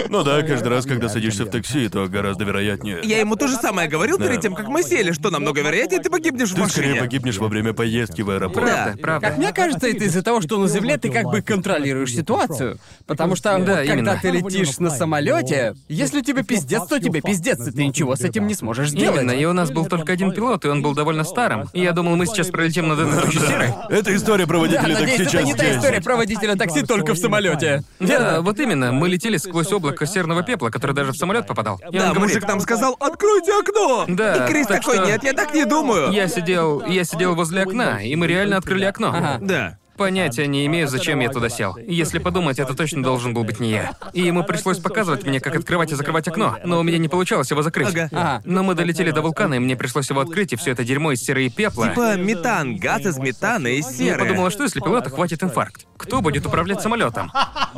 C: Ну да, каждый раз, когда садишься в такси, то гораздо вероятнее.
B: Я ему то же самое говорил
C: Да.
B: перед тем, как мы сели, что намного вероятнее ты погибнешь в
C: Ты скорее
B: машине.
C: погибнешь во время поездки в аэропорт.
B: Да.
A: Правда, правда.
E: Как мне кажется, это из-за того, что на Земле ты как бы контролируешь ситуацию. Потому что,
A: Да,
E: вот когда
A: именно.
E: ты летишь на самолете, если тебе пиздец, то тебе пиздец, и ты ничего с этим не сможешь
A: Именно,
E: сделать.
A: и у нас был только один пилот, и он был довольно старым. И я думал, мы сейчас пролетим над этой тучей серой.
C: Это история про
E: Да,
C: водителя
E: надеюсь,
C: такси
E: это
C: час
E: не та история
C: 10.
E: про водителя такси только в самолете.
A: Да, вот именно, мы летели сквозь облако серного пепла, который даже в самолет попадал. И
B: Да,
A: он говорит,
B: мужик нам сказал, откройте окно!
A: Да,
B: И Крис
A: так
B: такой,
A: что-
B: нет, я так не думаю.
A: Я сидел, я сидел возле окна, и мы реально открыли окно.
B: Да.
A: Понятия не имею, зачем я туда сел. Если подумать, это точно должен был быть не я. И ему пришлось показывать мне, как открывать и закрывать окно, но у меня не получалось его закрыть.
B: Ага.
E: Ага.
A: Но мы долетели до вулкана, и мне пришлось его открыть, и все это дерьмо из серы и пепла.
B: Типа метан, газ из метана и
A: И Ну, Я
B: серы.
A: подумала, что если пилота хватит инфаркт, кто будет управлять самолетом?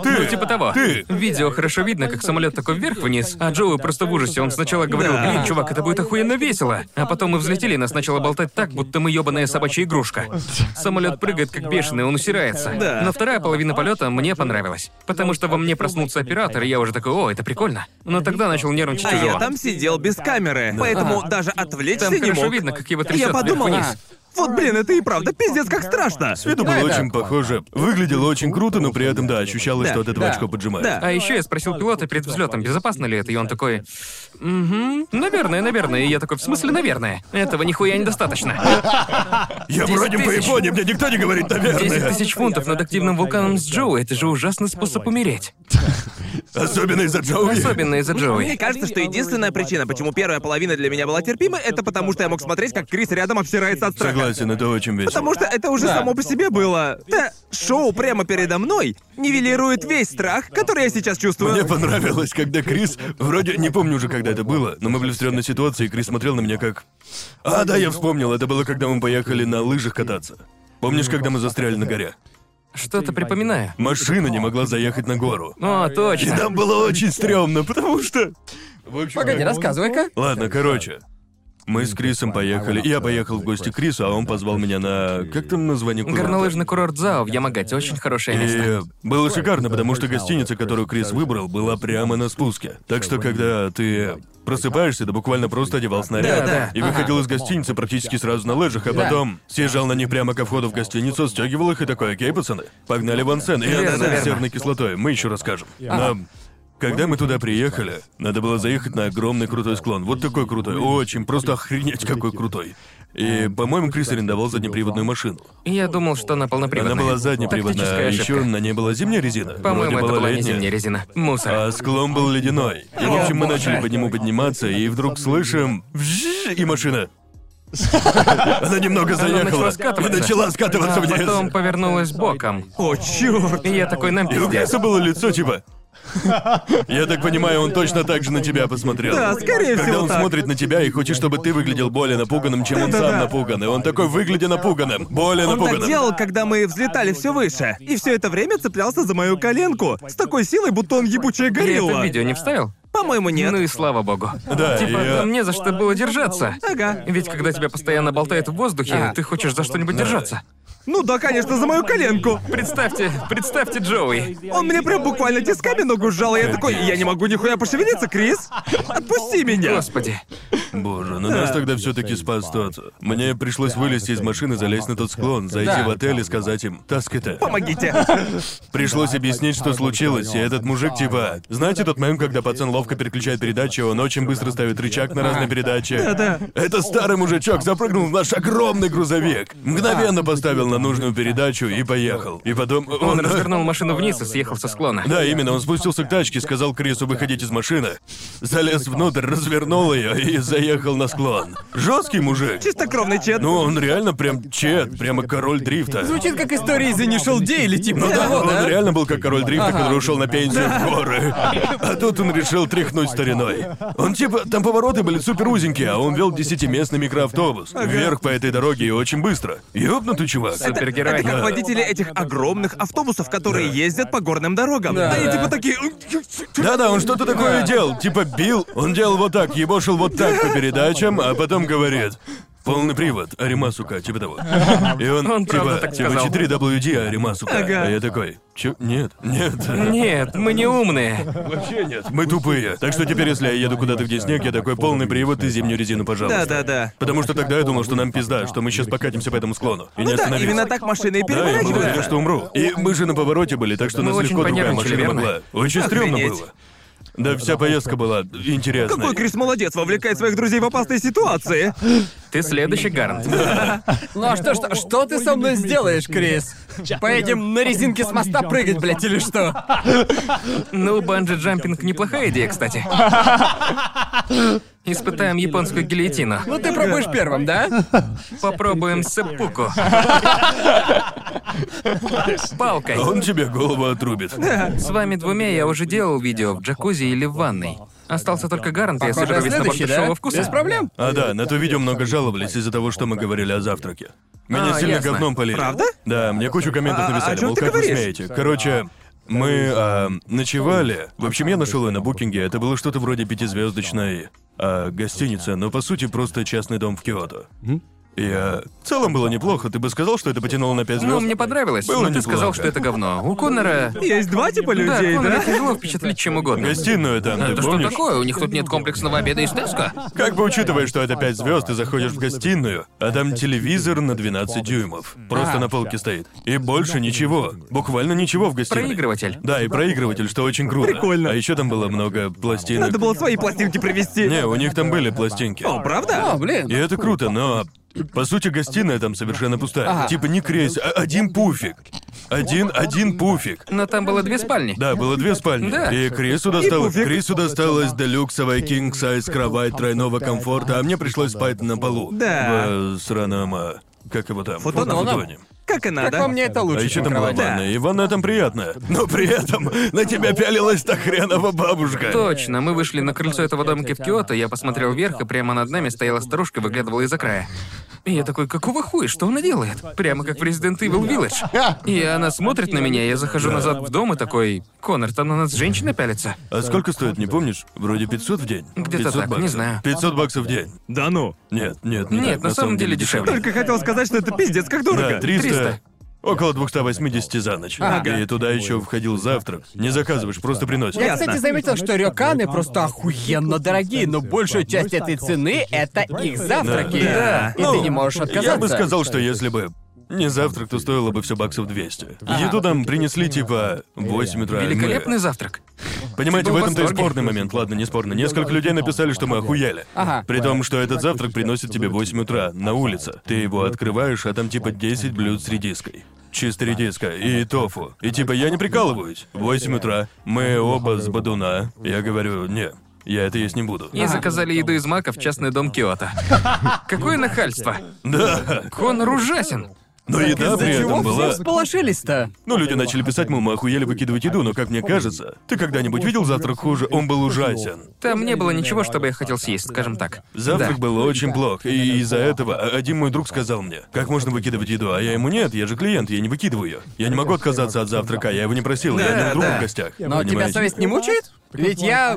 A: Ты! Ну, типа того. Ты! В видео хорошо видно, как самолет такой вверх-вниз, а Джоуи просто в ужасе. Он сначала говорил,
B: Да.
A: блин, чувак, это будет охуенно весело. А потом мы взлетели, и нас начало болтать так, будто мы ебаная собачья игрушка. Самолет прыгает как бешеный, он усирается.
B: Да.
A: Но вторая половина полета мне понравилась. Потому что во мне проснулся оператор, и я уже такой, о, это прикольно. Но тогда начал нервничать
B: А
A: тяжело.
B: я там сидел без камеры, поэтому даже отвлечься
A: Там
B: не
A: хорошо
B: мог.
A: видно, как его трясет
B: Я подумал,
A: вверх-вниз.
B: вот блин, это и правда пиздец как страшно.
C: С виду было
E: Да, да.
C: очень похоже. Выглядело очень круто, но при этом, да, ощущалось,
B: Да.
C: что от этого
E: Да.
C: очко поджимает.
B: Да.
A: А еще я спросил пилота перед взлетом, безопасно ли это, и он такой, угу, наверное, наверное. И я такой, в смысле, наверное? Этого нихуя недостаточно.
C: Я
A: 10
C: вроде по
A: тысяч.
C: Японии, мне никто не говорит,
A: 10
C: наверное.
A: тысяч фунтов над активным вулканом с Джоуи, это же ужасный способ умереть.
C: Особенно из-за Джоуи.
A: Особенно из-за
B: Мне
A: Джоуи.
B: кажется, что единственная причина, почему первая половина для меня была терпима, это потому что я мог смотреть, как Крис рядом обсирается от страха.
C: Согласен, это очень весело.
B: Потому что это уже само по себе было. Да, шоу прямо передо мной нивелирует весь страх, который я сейчас чувствую.
C: Мне понравилось, когда Крис, вроде не помню уже, когда это было, но мы были в стрёмной ситуации, и Крис смотрел на меня как... А, да, я вспомнил, это было, когда мы поехали на лыжах кататься. Помнишь, когда мы застряли на горе?
A: Что-то припоминаю.
C: Машина не могла заехать на гору.
A: О,
C: И
A: точно.
C: там было очень стрёмно, потому что... В общем,
E: Погоди, рассказывай-ка.
C: Ладно, короче. Мы с Крисом поехали. Я поехал в гости к Крису, а он позвал меня на... Как там название курорта?
A: Горнолыжный курорт Зао в Ямагате очень хорошее место.
C: И было шикарно, потому что гостиница, которую Крис выбрал, была прямо на спуске. Так что, когда ты просыпаешься, ты буквально просто одевал
A: Да,
C: снаряд
A: да.
C: и выходил из гостиницы практически сразу на лыжах, а потом съезжал на них прямо ко входу в гостиницу, стягивал их и такой, окей, пацаны, погнали в ансен. И
A: Верно,
C: она с
A: верно.
C: серной кислотой, мы еще расскажем. Но когда мы туда приехали, надо было заехать на огромный крутой склон. Вот такой крутой. Очень, просто охренеть, какой крутой. И, по-моему, Крис арендовал заднеприводную машину.
A: И Я думал, что она полноприводная.
C: Она была заднеприводная, а
A: Тактическая
C: еще
A: ошибка.
C: на ней была зимняя резина.
A: По-моему,
C: Вроде
A: это была не
C: летняя.
A: зимняя резина. Мусор.
C: А склон был ледяной. И, в общем, мы начали по нему подниматься, и вдруг слышим... «Вжж» И машина. Она немного заехала.
A: начала
C: И
A: скатываться.
C: начала скатываться
A: А
C: вниз.
A: потом повернулась боком.
B: О, чёрт!
A: И я такой, нам
C: И у
A: пиздец.
C: Криса было лицо типа... Я так понимаю, он точно так же на тебя посмотрел.
B: Да, скорее
C: Когда
B: всего,
C: он
B: так.
C: смотрит на тебя и хочет, чтобы ты выглядел более напуганным, чем он сам напуган. И он такой, выглядя напуганным, более
B: Он
C: напуганным.
B: так делал, когда мы взлетали все выше, и все это время цеплялся за мою коленку с такой силой, будто он ебучая
A: Я это в
B: горилла.
A: видео не вставил?
B: По-моему, нет.
A: Ну и слава богу.
C: Да,
A: Типа,
C: я-
A: там не за что было держаться.
B: Ага.
A: Ведь когда тебя постоянно болтает в воздухе,
E: Ага.
A: ты хочешь за что-нибудь держаться.
B: Ну да, конечно, за мою коленку.
A: Представьте, представьте Джоуи.
B: Он мне прям буквально тисками ногу сжал, и я такой, я не могу нихуя пошевелиться, Крис. Отпусти меня.
A: Господи.
C: Боже, ну нас тогда все-таки спас тот. Мне пришлось вылезти из машины, залезть на тот склон, зайти
E: Да.
C: в отель и сказать им, таскайте.
B: Помогите.
C: Пришлось объяснить, что случилось, и этот мужик типа... Знаете тот мем, когда пацан ловко переключает передачи, он очень быстро ставит рычаг на разные передачи? Да-да. Это старый мужичок запрыгнул в наш огромный грузовик, мгновенно поставил на нужную передачу и поехал. И потом...
A: Он развернул машину вниз и съехал со склона.
C: Да, именно, он спустился к тачке, сказал Крису выходить из машины, залез внутрь, развернул ее и заехал на склон. Жесткий мужик.
B: Чистокровный чет.
C: Ну, он реально прям чет, прямо король дрифта.
E: Звучит как история из Initial Day или типа
C: Ну да,
E: того,
C: он
E: да?
C: реально был как король дрифта, который ушел на пенсию в горы. А тут он решил тряхнуть стариной. Он типа, там повороты были супер узенькие, а он вел десятиместный микроавтобус. Вверх по этой дороге и очень быстро. Ёбнутый чувак.
A: Супергерой.
B: Это как
C: Да.
B: водители этих огромных автобусов, которые ездят по горным дорогам.
E: Да.
B: Они типа такие...
C: Да-да, он что-то такое делал, типа бил. Он делал вот так, ебошил вот так по передачам, а потом говорит... Полный привод, Арима, сука, типа того. И он,
A: Он
C: типа,
A: правда так
C: типа
A: сказал.
C: 4WD, Арима, сука.
B: Ага.
C: А я такой, чё? Нет, нет.
A: Нет, мы не умные.
C: Вообще нет. Мы тупые. Так что теперь, если я еду куда-то, где снег, я такой полный привод и зимнюю резину, пожалуйста.
B: Да-да-да.
C: Потому что тогда я думал, что нам пизда, что мы сейчас покатимся по этому склону. И не
B: Ну да, Ну,
C: остановимся.
B: именно так машины и
C: Да, я был уверен,
B: переворачиваются.
C: что умру. И мы же на повороте были, так что
A: Мы
C: нас
A: очень
C: легко другая
A: понервничали,
C: машина
A: верно?
C: могла. Очень стрёмно
B: Охренеть.
C: было. Да, вся поездка была интересная.
B: Какой Крис молодец, вовлекает своих друзей в опасные ситуации.
A: Ты следующий, Гарнт.
E: Ну а что, что, что ты со мной сделаешь, Крис? Поедем на резинке с моста прыгать, блядь, или что?
A: Ну, банджи-джампинг неплохая идея, кстати. Испытаем японскую гильотину.
E: Ну ты пробуешь первым, да?
A: Попробуем сэппуку. Палкой.
C: Он тебе голову отрубит.
A: С вами двумя я уже делал видео в джакузи или в ванной. Остался только Гарнт, я
E: Похоже,
A: соберу весь набор
E: следующий, да?
A: дешевого
E: Без
A: вкуса.
E: проблем.
C: А да, на то видео много жаловались из-за того, что мы говорили о завтраке. Меня
A: А,
C: сильно
A: ясно.
C: говном полили.
B: Правда?
C: Да, мне кучу комментов
B: А- а
C: написали,
B: о чём
C: мол,
B: ты
C: как вы
B: говоришь?
C: смеете. Короче, мы а, ночевали. В общем, я нашел ее на букинге. Это было что-то вроде пятизвездочной а, гостиницы, но по сути просто частный дом в Киото. И а, в целом было неплохо. Ты бы сказал, что это потянуло на пять звезд?
A: Ну, мне понравилось,
C: Было
A: но ты
C: неплохо.
A: сказал, что это говно. У Коннора...
B: Есть два типа людей,
A: да, Коннора
B: да?
A: тяжело впечатлить чем угодно.
C: Гостиную там, ты
A: Это что
C: помнишь?
A: такое? У них тут нет комплексного обеда из Теско?
C: Как бы учитывая, что это 5 звезд, ты заходишь в гостиную, а там телевизор на 12 дюймов. Просто на полке стоит. И больше ничего. Буквально ничего в гостиной.
A: Проигрыватель.
C: Да, и проигрыватель, что очень круто.
B: Прикольно.
C: А еще там было много пластинок.
B: Надо было свои пластинки привезти.
C: Не, у них там были пластинки.
B: О, правда?
E: О, блин.
C: И это круто, но по сути гостиная там совершенно пустая. Типа не крейс, а один пуфик. Один, один пуфик.
A: Но там было две спальни.
C: Да, было две спальни.
A: Да.
C: И Крису досталось,
B: пуфик.
C: Крису досталась делюксовая king size кровать тройного комфорта, а мне пришлось спать на полу.
B: Да.
C: В э, сраном, а, как его там?
B: Футоном.
C: Футоне.
B: Как и
E: Как
B: надо.
E: по мне, это
C: А
E: лучше,
C: еще
E: чем
C: там была
E: кровать.
B: Да.
C: ванная, и ванная там приятная. Но при этом на тебя пялилась та хренова бабушка.
A: Точно, мы вышли на крыльцо этого домика в Киото, я посмотрел вверх, и прямо над нами стояла старушка, выглядывала из-за края. И я такой, какого хуя, что она делает? Прямо как в Resident Evil Village. И она смотрит на меня, я захожу назад в дом и такой, Конор, там на нас женщина пялится.
C: А сколько стоит, не помнишь? Вроде 500 в день.
A: Где-то
C: 500
A: так, не
C: баксов.
A: знаю.
C: 500 баксов в день.
B: Да ну.
C: Нет, нет, не
A: Нет,
C: так.
A: на самом деле дешевле.
B: Только хотел сказать, что это пиздец, как
C: Да,
B: дорого.
C: 300.
A: 300.
C: Около 280 за ночь. И туда еще входил завтрак. Не заказываешь, просто приносишь.
E: Я,
B: Ясно.
E: кстати, заметил, что рёканы просто охуенно дорогие, но большая часть этой цены — это их завтраки.
B: Да.
E: И ты не можешь отказаться.
C: Ну, Я бы сказал, что если бы не завтрак, то стоило бы все баксов 200. Еду нам принесли типа в 8 утра.
E: Э,
C: Мы-
A: Великолепный завтрак.
C: Понимаете,
A: был
C: в
A: в
C: этом-то и
A: восторге.
C: спорный момент. Ладно, не спорно. Несколько людей написали, что мы охуели.
E: Ага.
C: При том, что этот завтрак приносит тебе в 8 утра на улице. Ты его открываешь, а там типа 10 блюд с редиской. Чисто редиска и тофу. И типа я не прикалываюсь. В 8 утра. Мы оба с бадуна. Я говорю, не, я это есть не буду.
A: И заказали еду из мака в частный дом Киото. Какое нахальство.
C: Да.
A: Конор ужасен.
C: Но еда при этом
E: Чего все
C: была.
E: всполошились-то?
C: Ну, люди начали писать, мол, мы охуели выкидывать еду, но, как мне кажется, ты когда-нибудь видел завтрак хуже? Он был ужасен.
A: Там не было ничего, чтобы я хотел съесть, скажем так.
C: Завтрак был очень плох, и из-за этого о- один мой друг сказал мне, как можно выкидывать еду, а я ему нет, я же клиент, я не выкидываю ее. Я не могу отказаться от завтрака, я его не просил, я у него друг в гостях.
E: Но тебя
C: понимаете?
E: совесть не мучает? Ведь я...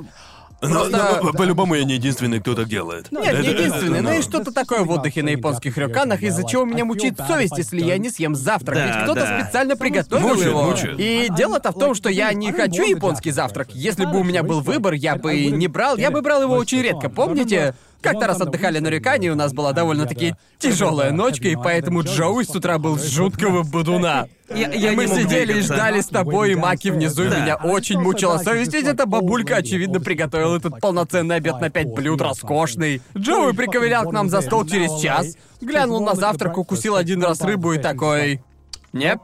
C: Но- но
E: просто-
C: по- по-любому я не единственный, кто так делает.
E: Нет,
C: Это-
E: не единственный, но
C: ну,
E: и что-то такое в отдыхе на японских рёканах, из-за чего меня мучит совесть, если я не съем завтрак.
B: Да,
E: Ведь кто-то
B: да.
E: специально приготовил
C: Мучает,
E: его.
C: мучает.
E: И дело-то в том, что я не хочу японский завтрак. Если бы у меня был выбор, я бы не брал. Я бы брал его очень редко, помните? Как-то раз отдыхали на Рюкане, и у нас была довольно-таки тяжелая ночка, и поэтому Джоуи с утра был с жуткого бодуна.
B: Я- я
E: Мы
B: не мог
E: сидели и
B: двигаться.
E: ждали с тобой и Маки внизу, и
B: Да.
E: меня очень мучила совесть, ведь эта бабулька, очевидно, приготовила этот полноценный обед на пять блюд, роскошный. Джоуи приковылял к нам за стол через час, глянул на завтрак, укусил один раз рыбу и такой... Нет,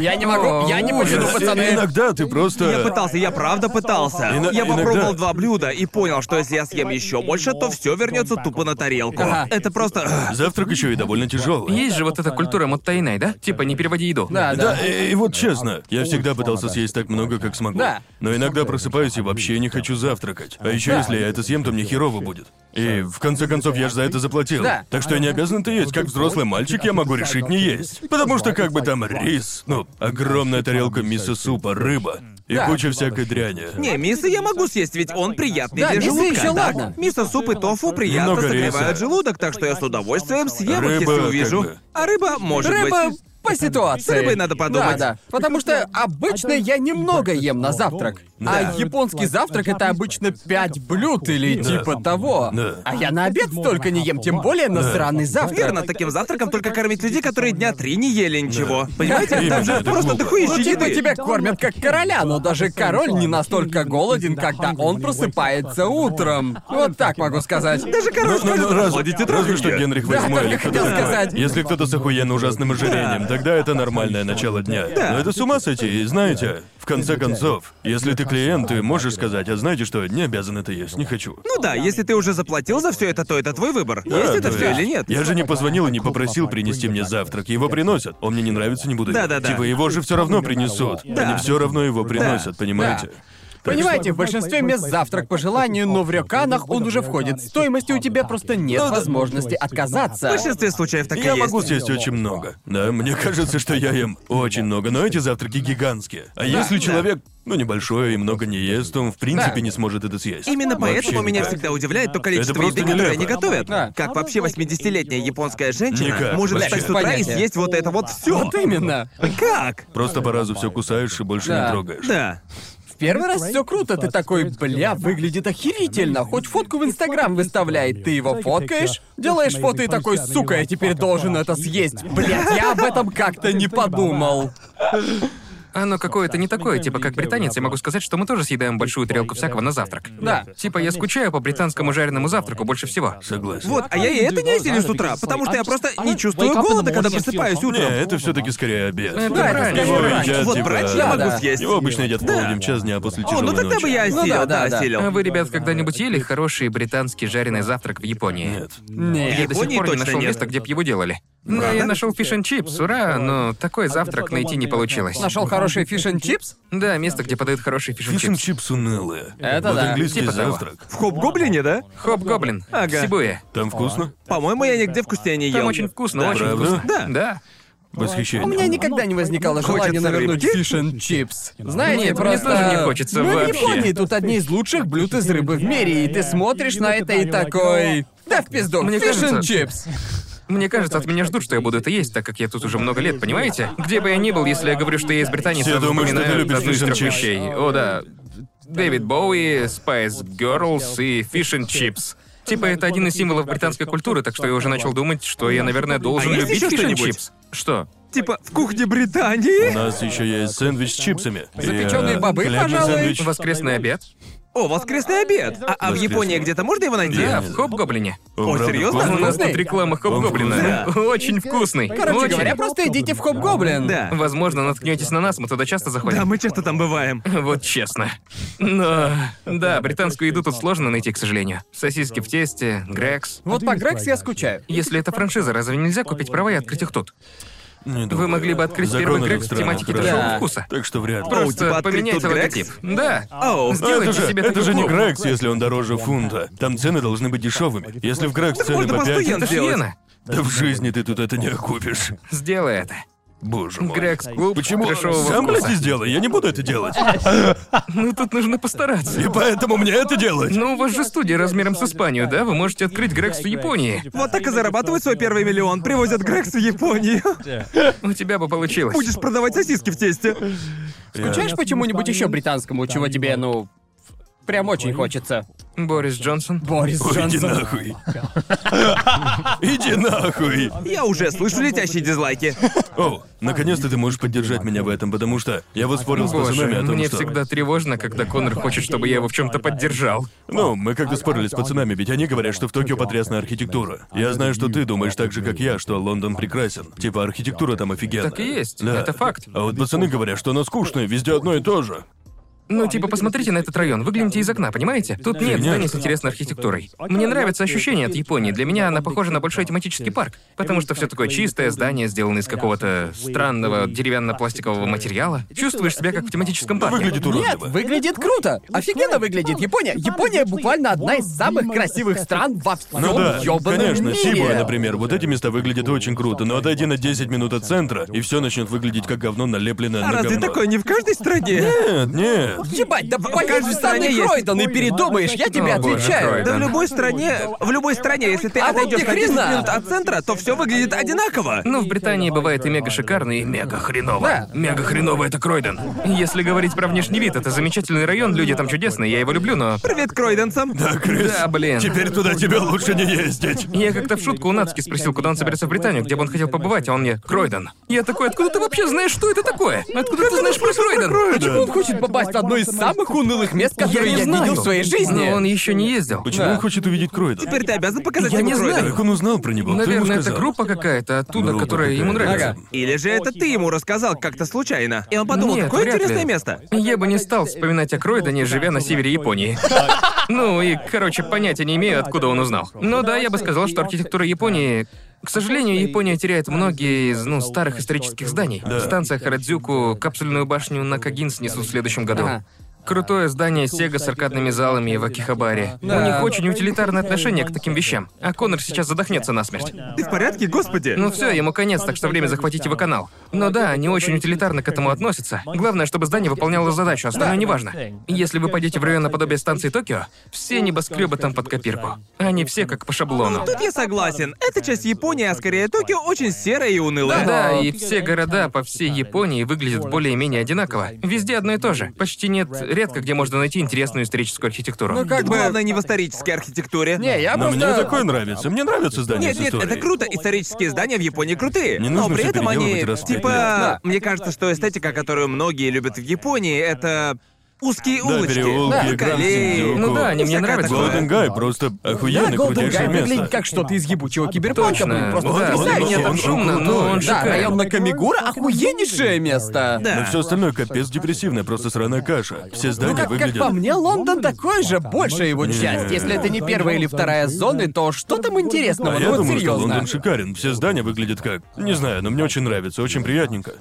E: я не могу, я не потяну, пацаны.
C: Э, Иногда ты просто...
B: Я пытался, я правда пытался.
C: Ино-
B: я
C: иногда-
B: попробовал два блюда и понял, что если я съем еще больше, то все вернется тупо на тарелку.
E: Ага.
B: Это просто. *sniffs*
C: Завтрак еще и довольно тяжелый.
A: Есть же вот эта культура Моттайнай, да? Типа, не переводи еду.
E: Да, да.
C: Да, и, и вот честно, я всегда пытался съесть так много, как смогу.
E: Да.
C: Но иногда просыпаюсь и вообще не хочу завтракать. А еще если я это съем, то мне херово будет. И в конце концов я же за это заплатил.
E: Да.
C: Так что я не обязан это есть. Как взрослый мальчик я могу решить не есть. Потому что как бы там рис, ну, огромная тарелка мисо супа, рыба и
E: Да.
C: куча всякой дряни.
B: Не, мисо я могу съесть, ведь он приятный
E: Да,
B: для
E: мисо
B: желудка.
E: ещё
B: да.
E: ладно.
B: Мисо, а суп и тофу приятно
C: Немного риса.
B: согревают желудок, так что я с удовольствием съем их,
C: Рыба,
B: если
C: как
B: увижу.
C: бы.
B: А рыба может
E: Рыба
B: быть.
E: по ситуации.
B: С рыбой надо подумать.
E: Да, да. Потому что обычно я немного ем на завтрак.
D: Да.
E: А японский завтрак это обычно пять блюд или
D: Да.
E: типа того.
C: Да.
E: А я на обед столько не ем, тем более на сраный завтрак.
B: Верно, таким завтраком только кормить людей, которые дня три не ели ничего. Понимаете?
C: Именно,
B: Там же
C: это
B: просто
C: глупо.
E: Ну,
B: дохуище
E: типа
B: еды.
E: тебя кормят как короля, но даже король не настолько голоден, когда он просыпается утром. Вот так могу сказать.
B: Даже короче,
C: Ну, ну, раз-
B: ходите
C: разве что Генрих
E: только
C: Восьмой или кто-то
E: хотел
C: такой.
E: сказать.
C: Если кто-то с охуенно ужасным ожирением, тогда это нормальное начало дня. Но это с ума сойти, и знаете, в конце концов, если ты клиент, ты можешь сказать, а знаете что, не обязан это есть, не хочу.
B: Ну да, если ты уже заплатил за все это, то это твой выбор. Ну, есть это
C: то
B: все
C: есть.
B: или нет?
C: Я же не позвонил и не попросил принести мне завтрак. Его приносят. Он мне не нравится, не буду. есть.
B: Да-да-да.
C: Типа его же все равно принесут.
B: Да.
C: Они все равно его приносят, понимаете?
E: Да.
C: Так что-
E: Понимаете, в большинстве мест завтрак по желанию, но в рёканах он уже входит в стоимость, и у тебя просто нет
D: Ну да.
E: возможности
B: В
E: отказаться.
B: большинстве случаев так и
C: Я
B: есть.
C: могу съесть очень много. Да, мне кажется, что я ем очень много, но эти завтраки гигантские. А если человек, ну, небольшой и много не ест, он в принципе не сможет это съесть.
B: Именно поэтому
C: Вообще
B: меня
C: никак.
B: всегда удивляет то количество
C: Это просто
B: еды, которое они
C: нелепо.
B: готовят.
E: Да.
B: Как вообще 80-летняя японская женщина
C: Никак,
B: может
C: вообще.
B: встать с утра и
E: Понятия.
B: съесть вот это вот все?
E: Вот именно.
B: Как?
C: Просто по разу все кусаешь и больше
E: Да.
C: не трогаешь.
B: Да.
E: В первый раз все круто, ты такой, бля, выглядит охерительно. Хоть фотку в Инстаграм выставляет, ты его фоткаешь, делаешь фото и такой, сука, я теперь должен это съесть. Блядь, я об этом как-то не подумал.
A: Оно какое-то не такое, типа как британец, я могу сказать, что мы тоже съедаем большую тарелку всякого на завтрак.
E: Да.
A: Типа я скучаю по британскому жареному завтраку больше всего.
C: Согласен.
B: Вот, а я и это не осилю с утра, потому что я просто не чувствую голода, когда просыпаюсь
C: Не,
B: утром.
C: Э, это все-таки скорее обед.
B: Ну,
A: Это
E: Да, это
A: правильно.
E: скорее
C: Его
E: раньше.
C: едят,
B: Вот
C: типа,
B: брать я
E: Да,
B: могу
E: да.
B: съесть.
C: Его обычно едят в полдень час дня после
B: О,
C: тяжелой
B: ну тогда бы я
C: ночи.
B: осилил, да,
E: да, да, да.
A: А
B: осилил.
A: вы, ребят, когда-нибудь ели хороший британский жареный завтрак в Японии?
C: Нет.
E: Нет.
A: Я до сих
B: Японии
A: пор не
B: точно
A: нашел
B: нет.
A: места, где бы его делали. Ну,
B: Правда?
A: я нашел фиш and чипс, ура, но такой
B: А
A: завтрак найти не получилось.
E: Нашел хороший фиш чипс?
A: Да, место, где подают хороший фиш and
C: Фишн
A: чипс.
C: чипс унылые.
E: Это
C: вот
E: да.
C: английский
A: Типа того.
C: завтрак.
B: В Хоп-Гоблине, да?
A: Хоп Гоблин, в
B: Ага.
A: Сибуе.
C: Там вкусно?
B: По-моему, я нигде вкуснее не ел.
A: Там очень вкусно, очень
C: Правда?
A: вкусно.
B: Да.
A: Да.
C: Восхищение.
E: У меня никогда не возникало
B: Хочется
E: желания навернуть
B: рыбки?
E: фиш чипс. Знаете,
A: Мне
E: просто...
A: тоже не хочется
E: ну, в
A: вообще.
E: Японии тут одни из лучших блюд из рыбы в мире, и ты смотришь на это и такой... Да в пизду,
A: Мне
E: фиш
A: кажется-
E: чипс.
A: Мне кажется, от меня ждут, что я буду это есть, так как я тут уже много лет, понимаете? Где бы я ни был, если я говорю, что я из Британии,
C: Все
A: сразу
C: думают, что ты
A: вспоминаю
C: любишь
A: одну из
C: fish and
A: трех
C: chips.
A: вещей. О, да. Дэвид Боуи, Spice Girls и Fish and Chips. Типа, это один из символов британской культуры, так что я уже начал думать, что я, наверное, должен
B: А есть
A: любить
B: ещё
A: Fish and
B: что-нибудь?
A: Chips. Что?
B: Типа, в кухне Британии?
C: У нас еще есть сэндвич с чипсами. И,
E: Запечённые
C: э,
E: бобы,
C: хлебный
E: пожалуй.
C: сэндвич.
A: Воскресный обед?
B: О, воскресный обед. А, а в
C: Воскресный.
B: Японии где-то можно его найти?
A: Да, в Хоб-Гоблине.
B: О,
C: правда,
B: серьезно?
A: У
C: вкусно?
A: нас
E: А, вкусный?
A: тут реклама
C: Да.
A: Хоб-Гоблина. Очень вкусный.
E: Короче
A: Очень.
E: говоря, просто идите в Хоп-Гоблин.
B: Да.
A: Возможно, наткнетесь на нас, мы туда часто заходим.
B: Да, мы часто там бываем.
A: Вот честно. Но... Да, британскую еду тут сложно найти, к сожалению. Сосиски в тесте, грекс.
E: Вот по Грекс я скучаю.
A: Если это франшиза, разве нельзя купить права и открыть их тут?
C: Не думаю.
A: Вы могли бы открыть
C: Законы
A: первый грекс в
C: иностранных
A: тематике
C: стран.
A: дешевого
E: Да.
A: вкуса.
C: Так что вряд ли.
B: Просто
A: Просто
B: открыть
A: поменять
B: тут Грекс?
A: логотип. Да.
C: А
B: Оу,
C: это
A: Сделайте
C: же,
A: себе
C: это
A: такой
C: же не
A: клуб.
C: Грекс, если он дороже фунта. Там цены должны быть дешевыми. Если в Грекс цены
B: можно
C: по
B: просто
C: 5,
B: йен
A: Это ж
B: сделать.
A: Йена.
C: да в жизни ты тут это не окупишь.
A: Сделай это.
C: Боже мой.
A: Грекс клуб
C: Почему?
A: дешевого
C: Сам,
A: вкуса.
C: блядь, не сделай, я не буду это делать.
A: Ну тут нужно постараться.
C: И поэтому мне это делать.
A: Но у вас же студия размером с Испанию, да? Вы можете открыть Грекс в Японии.
B: Вот так и зарабатывают свой первый миллион. Привозят Грекс в Японию.
A: У тебя бы получилось.
B: Будешь продавать сосиски в тесте.
E: Скучаешь почему-нибудь еще британскому, чего тебе, ну, прям очень хочется.
A: Борис Джонсон?
E: Борис
C: Иди
E: Джонсон.
C: нахуй. *laughs* Иди нахуй.
B: Я уже слышу летящие дизлайки.
C: О, наконец-то ты можешь поддержать меня в этом, потому что я поспорил с
A: Боже,
C: пацанами о том,
A: мне
C: что...
A: всегда тревожно, когда Конор хочет, чтобы я его в чем-то поддержал.
C: Ну, мы как-то спорили с пацанами, ведь они говорят, что в Токио потрясная архитектура. Я знаю, что ты думаешь так же, как я, что Лондон прекрасен. Типа архитектура там офигенная.
A: Так и есть,
C: Да.
A: это факт.
C: А вот пацаны говорят, что она скучная, везде одно и то же.
A: Ну, типа, посмотрите на этот район, выгляните из окна, понимаете? Тут нет
C: Фигня.
A: зданий с интересной архитектурой. Мне нравится ощущение от Японии, для меня она похожа на большой тематический парк. Потому что все такое чистое, здание сделано из какого-то странного деревянно-пластикового материала. Чувствуешь себя как в тематическом парке.
C: Ну, Выглядит уродливо.
E: Выглядит круто! Офигенно выглядит Япония! Япония буквально одна из самых красивых стран во всем
C: Ну да,
E: ёбаном
C: конечно,
E: мире!
C: Сибуя, например, вот эти места выглядят очень круто, но отойди на 10 минут от центра, и все начнет выглядеть как говно, налепленное
B: А
C: на
B: разве
C: говно.
B: такое не в каждой стране?
C: Нет, нет.
E: Ебать, да пока
B: каждой
E: же
B: стране
E: страны
B: есть-
E: Кройдон и передумаешь, я тебе
A: О, боже,
E: отвечаю.
A: Кройдон.
B: Да в любой стране, в любой стране, если ты
E: А вот
B: отойдешь
E: ни
B: на 10
E: хрена.
B: минут от центра, то все выглядит одинаково.
A: Ну, в Британии бывает и мега шикарно, и мега хреново.
E: Да.
A: Мега хреново это Кройден. Если говорить про внешний вид, это замечательный район, люди там чудесные, я его люблю, но...
B: Привет, Кройденсам.
C: Да, Крис,
A: Да, блин.
C: теперь туда тебе лучше не ездить.
A: Я как-то в шутку у Нацки спросил, куда он собирается в Британию, где бы он хотел побывать, а он мне «Кройден». Я такой, откуда ты вообще знаешь, что это такое? Откуда ты знаешь про Кройден?
E: Почему он хочет попасть в одно из самых унылых мест, которые я, видел в своей жизни?
A: Но он еще не ездил.
C: Почему он хочет увидеть Кройда?
B: Теперь ты обязан показать
A: Я
B: ему
A: не
B: Кройден.
A: знаю.
C: Как он узнал про него? Кто Ну, ему
A: Наверное, это
C: сказал?
A: группа какая-то оттуда,
C: Группа
A: которая ему
C: какая-то.
A: нравится.
E: Ага.
B: Или же это ты ему рассказал как-то случайно. И он подумал,
A: Нет,
B: какое
A: вряд ли.
B: интересное место.
A: Я бы не стал вспоминать о Кройдоне, живя на севере
E: *laughs*
A: Японии. Ну и, короче, понятия не имею, откуда он узнал. Но да, я бы сказал, что архитектура Японии... К сожалению, Япония теряет многие из, ну, старых исторических зданий. Станция Харадзюку, капсульную башню Накагин снесут в следующем году.
E: Ага.
A: Крутое здание Сега с аркадными залами в Акихабаре. У
E: Да.
A: них очень утилитарное отношение к таким вещам. А Конор сейчас задохнется насмерть.
B: Ты в порядке, господи?
A: Ну все, ему конец, так что время захватить его канал. Но да, они очень утилитарно к этому относятся. Главное, чтобы здание выполняло задачу, остальное неважно. Если вы пойдете в район наподобие станции Токио, все небоскребы там под копирку. Они все как по шаблону.
B: Ну, Тут я согласен. Эта часть Японии, а скорее Токио, очень серая и унылая.
A: Да, и все города по всей Японии выглядят более-менее одинаково. Везде одно и то же. Почти нет, редко где можно найти интересную историческую архитектуру.
E: Ну как бы...
B: Главное, не в исторической архитектуре.
E: Не, я
C: Но
E: просто...
C: мне такое нравится. Мне нравятся здания
B: Нет,
C: с
B: нет,
C: историей.
B: это круто. Исторические здания в Японии крутые.
C: Не
B: но
C: нужно
B: при
C: всё
B: этом они,
C: переделывать раз в пять
B: типа,
C: лет.
E: Да.
B: мне кажется, что эстетика, которую многие любят в Японии, это узкие
C: Да,
B: улочки,
C: переулки,
B: да,
C: Гранд Синдзюку.
A: Ну да, они мне
B: всякое
A: нравятся.
B: такое.
C: Голден Гай просто
E: Да,
C: охуенно
E: Голден Гай
C: крутейшее
E: выглядит
C: место.
E: как что-то из ебучего киберпанка, блин, просто
A: да,
E: потрясающе.
A: он-
E: там
A: он
E: шумно,
A: крутой.
E: но он
A: Да,
E: шикарен.
A: район
E: на Камигура охуеннейшее место.
B: Да.
C: Но все остальное капец депрессивное, просто сраная каша. Все здания
E: Ну, как, как
C: выглядят.
E: по мне, Лондон такой же, большая его часть. Если это не первая или вторая зоны, то что там интересного?
C: А
E: ну
C: я
E: вот
C: думаю,
E: серьезно.
C: что Лондон шикарен. Все здания выглядят как... Не знаю, но мне очень нравится, очень приятненько.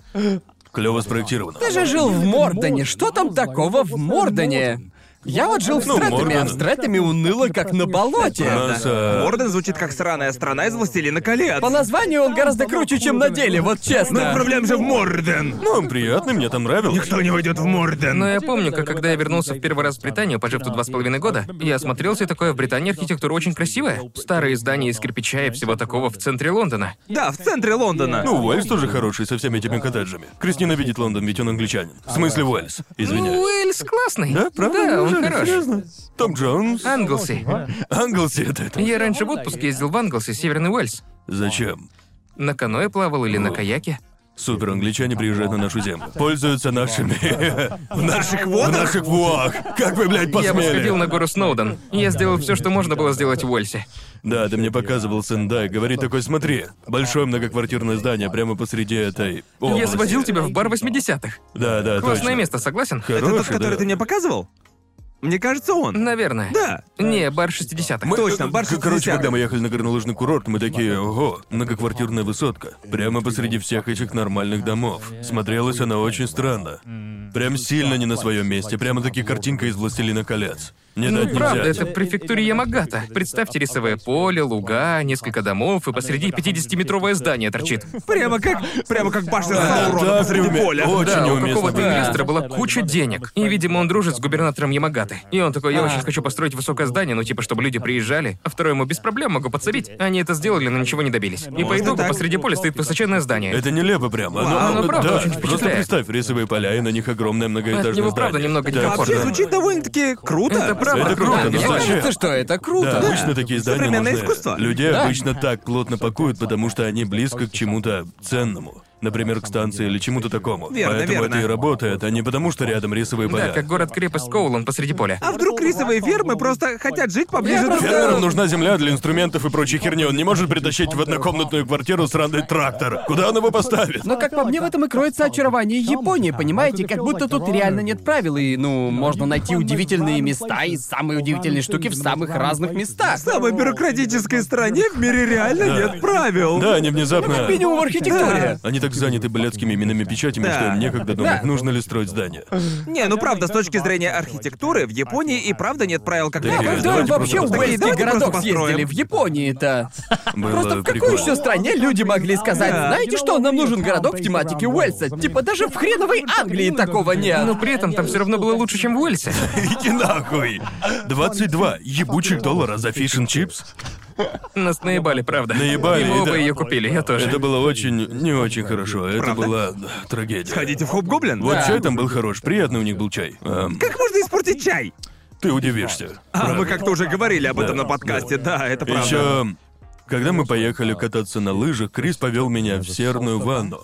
C: Клево спроектировано.
E: Ты же жил в Мордоне. Что там такого в Мордоне? Я вот жил в
C: Ну,
E: Стрэттами, а
C: Мордон.
E: в Стрэттами уныло, как на болоте.
C: У нас, а,
B: Морден звучит как сраная страна из «Властелина колец».
E: По названию он гораздо круче, чем на деле, вот
B: Мы
E: честно.
B: отправляемся в Морден!
C: Ну, он приятный, мне там нравилось.
B: Никто не уйдет в Морден!
E: Ну,
A: Но я помню, как когда я вернулся в первый раз в Британию, пожив тут два с половиной года, я осмотрелся и такое, в Британии архитектура очень красивая. Старые здания из кирпича и всего такого в центре Лондона.
B: Да, в центре Лондона.
C: Ну, Уэльс тоже хороший со всеми этими коттеджами. Крис ненавидит Лондон, ведь он англичанин. В смысле Уэльс?
A: Ну,
C: Извиняюсь.
A: Уэльс классный.
C: Да, правда?
A: Да, он
C: Неужели?
A: хорош.
C: Серьезно? Том Джонс.
A: Англси.
C: Англси это, это.
A: Я раньше в отпуск ездил в Англс и Северный Уэльс.
C: Зачем?
A: На каноэ плавал или на каяке.
C: Супер, англичане приезжают на нашу землю. Пользуются нашими... В наших
B: водах?
C: В наших вуах. Как вы, блядь,
A: Я бы сходил
C: посмели?
A: на гору Сноуден. Я сделал все, что можно было сделать в Уэльсе.
C: Да, ты мне показывал Сендай. Говорит такой, смотри, большое многоквартирное здание прямо посреди этой области.
A: Я сводил тебя в бар 80-х.
C: Да, да,
A: Классное
C: точно.
A: место, согласен?
B: Это тот,
C: Хороший,
B: который
C: да.
B: ты мне показывал? Мне кажется, он.
A: Наверное.
B: Да.
A: Не, бар 60-х.
B: Точно,
C: Э,
B: бар
C: к- Короче,
B: 60.
C: когда мы ехали на горнолыжный курорт, мы такие, ого, многоквартирная высотка. Прямо посреди всех этих нормальных домов. Смотрелась она очень странно. Прям сильно не на своем месте, прямо таки картинка из «Властелина колец». Не
A: Ну,
C: дать нельзя.
A: правда, это в префектуре Ямагата. Представьте рисовое поле, луга, несколько домов, и посреди 50-метровое здание торчит.
B: Прямо как... Прямо как башня
C: Да,
B: Саурона
C: да,
B: посреди
C: ребят,
B: поля.
C: очень
A: да, у
C: неуместно
A: какого-то
C: было.
A: инвестора была куча денег. И, видимо, он дружит с губернатором Ямагаты. И он такой, я очень хочу построить высокое здание, ну типа, чтобы люди приезжали. А второй ему без проблем могу подсобить. Они это сделали, но ничего не добились. И по
C: Можно
A: итогу
B: так?
A: посреди поля стоит высоченное здание.
C: Это нелепо прямо. Но-
A: Вау. Оно А, ну, правда
C: да,
A: очень
C: просто
A: впечатляет.
C: представь рисовые поля, и на них огромное многоэтажное
A: От него,
C: здание.
A: правда, немного
C: Да,
A: дискомфортно.
B: Вообще
C: абсолютно.
B: звучит довольно-таки круто.
A: Это правда
C: Это круто,
A: круто,
C: но
A: не
E: Мне
A: знаю.
C: зачем?
E: кажется, что это
C: Да,
E: круто.
C: обычно такие здания
B: Современное
C: нужны.
B: искусство.
C: Людей обычно так плотно пакуют, потому что они близко к чему-то ценному. Например, к станции или чему-то такому.
B: Верно,
C: Поэтому
B: верно.
C: это и работает, а не потому, что рядом рисовые поля.
A: Да, как город-крепость Коулон посреди поля.
B: А вдруг рисовые фермы просто хотят жить поближе друг к
C: Фермеру
B: другу?
C: нужна земля для инструментов и прочей херни. Он не может притащить в однокомнатную квартиру сраный трактор. Куда он его поставит?
D: Ну,
E: Но, как по мне, в этом и кроется очарование Японии, понимаете? Как будто тут реально нет правил, и, ну, можно найти удивительные места и самые удивительные штуки в самых разных местах.
D: В
B: самой бюрократической стране в мире реально нет правил.
C: Да, они внезапно...
E: Минимум в архитектуре.
C: Они так заняты блядскими именами печатями,
B: Да.
C: что им некогда думать, нужно ли строить здание.
B: Не, ну правда, с точки зрения архитектуры, в Японии и правда нет правил как
C: Да,
E: Да,
B: таковых.
E: вы
C: Давайте
E: вдвоем вообще
C: просто-
E: в Уэйский
B: Давайте просто
E: городок
B: построим.
E: съездили, в Японии-то.
C: Было
E: Просто в какой
C: прикольно.
E: еще стране люди могли сказать,
B: Да.
E: знаете что, нам нужен городок в тематике Уэльса? Типа даже в хреновой Англии такого
A: Но
E: нет.
A: при этом там все равно было лучше, чем в Уэльсе.
C: Иди нахуй! 22 ебучих доллара за фишн чипс?
A: Нас наебали, правда.
C: Наебали,
A: И мы оба
C: да.
A: ее купили, я тоже.
C: Это было очень... не очень хорошо. Это была да, трагедия.
B: Сходите в Хоп Гоблин?
C: Вот чай там был хорош, приятный у них был чай. Эм,
B: Как можно испортить чай?
C: ты удивишься.
B: А, мы как-то уже говорили об этом на подкасте, да, это правда.
C: Еще, когда мы поехали кататься на лыжах, Крис повел меня в серную ванну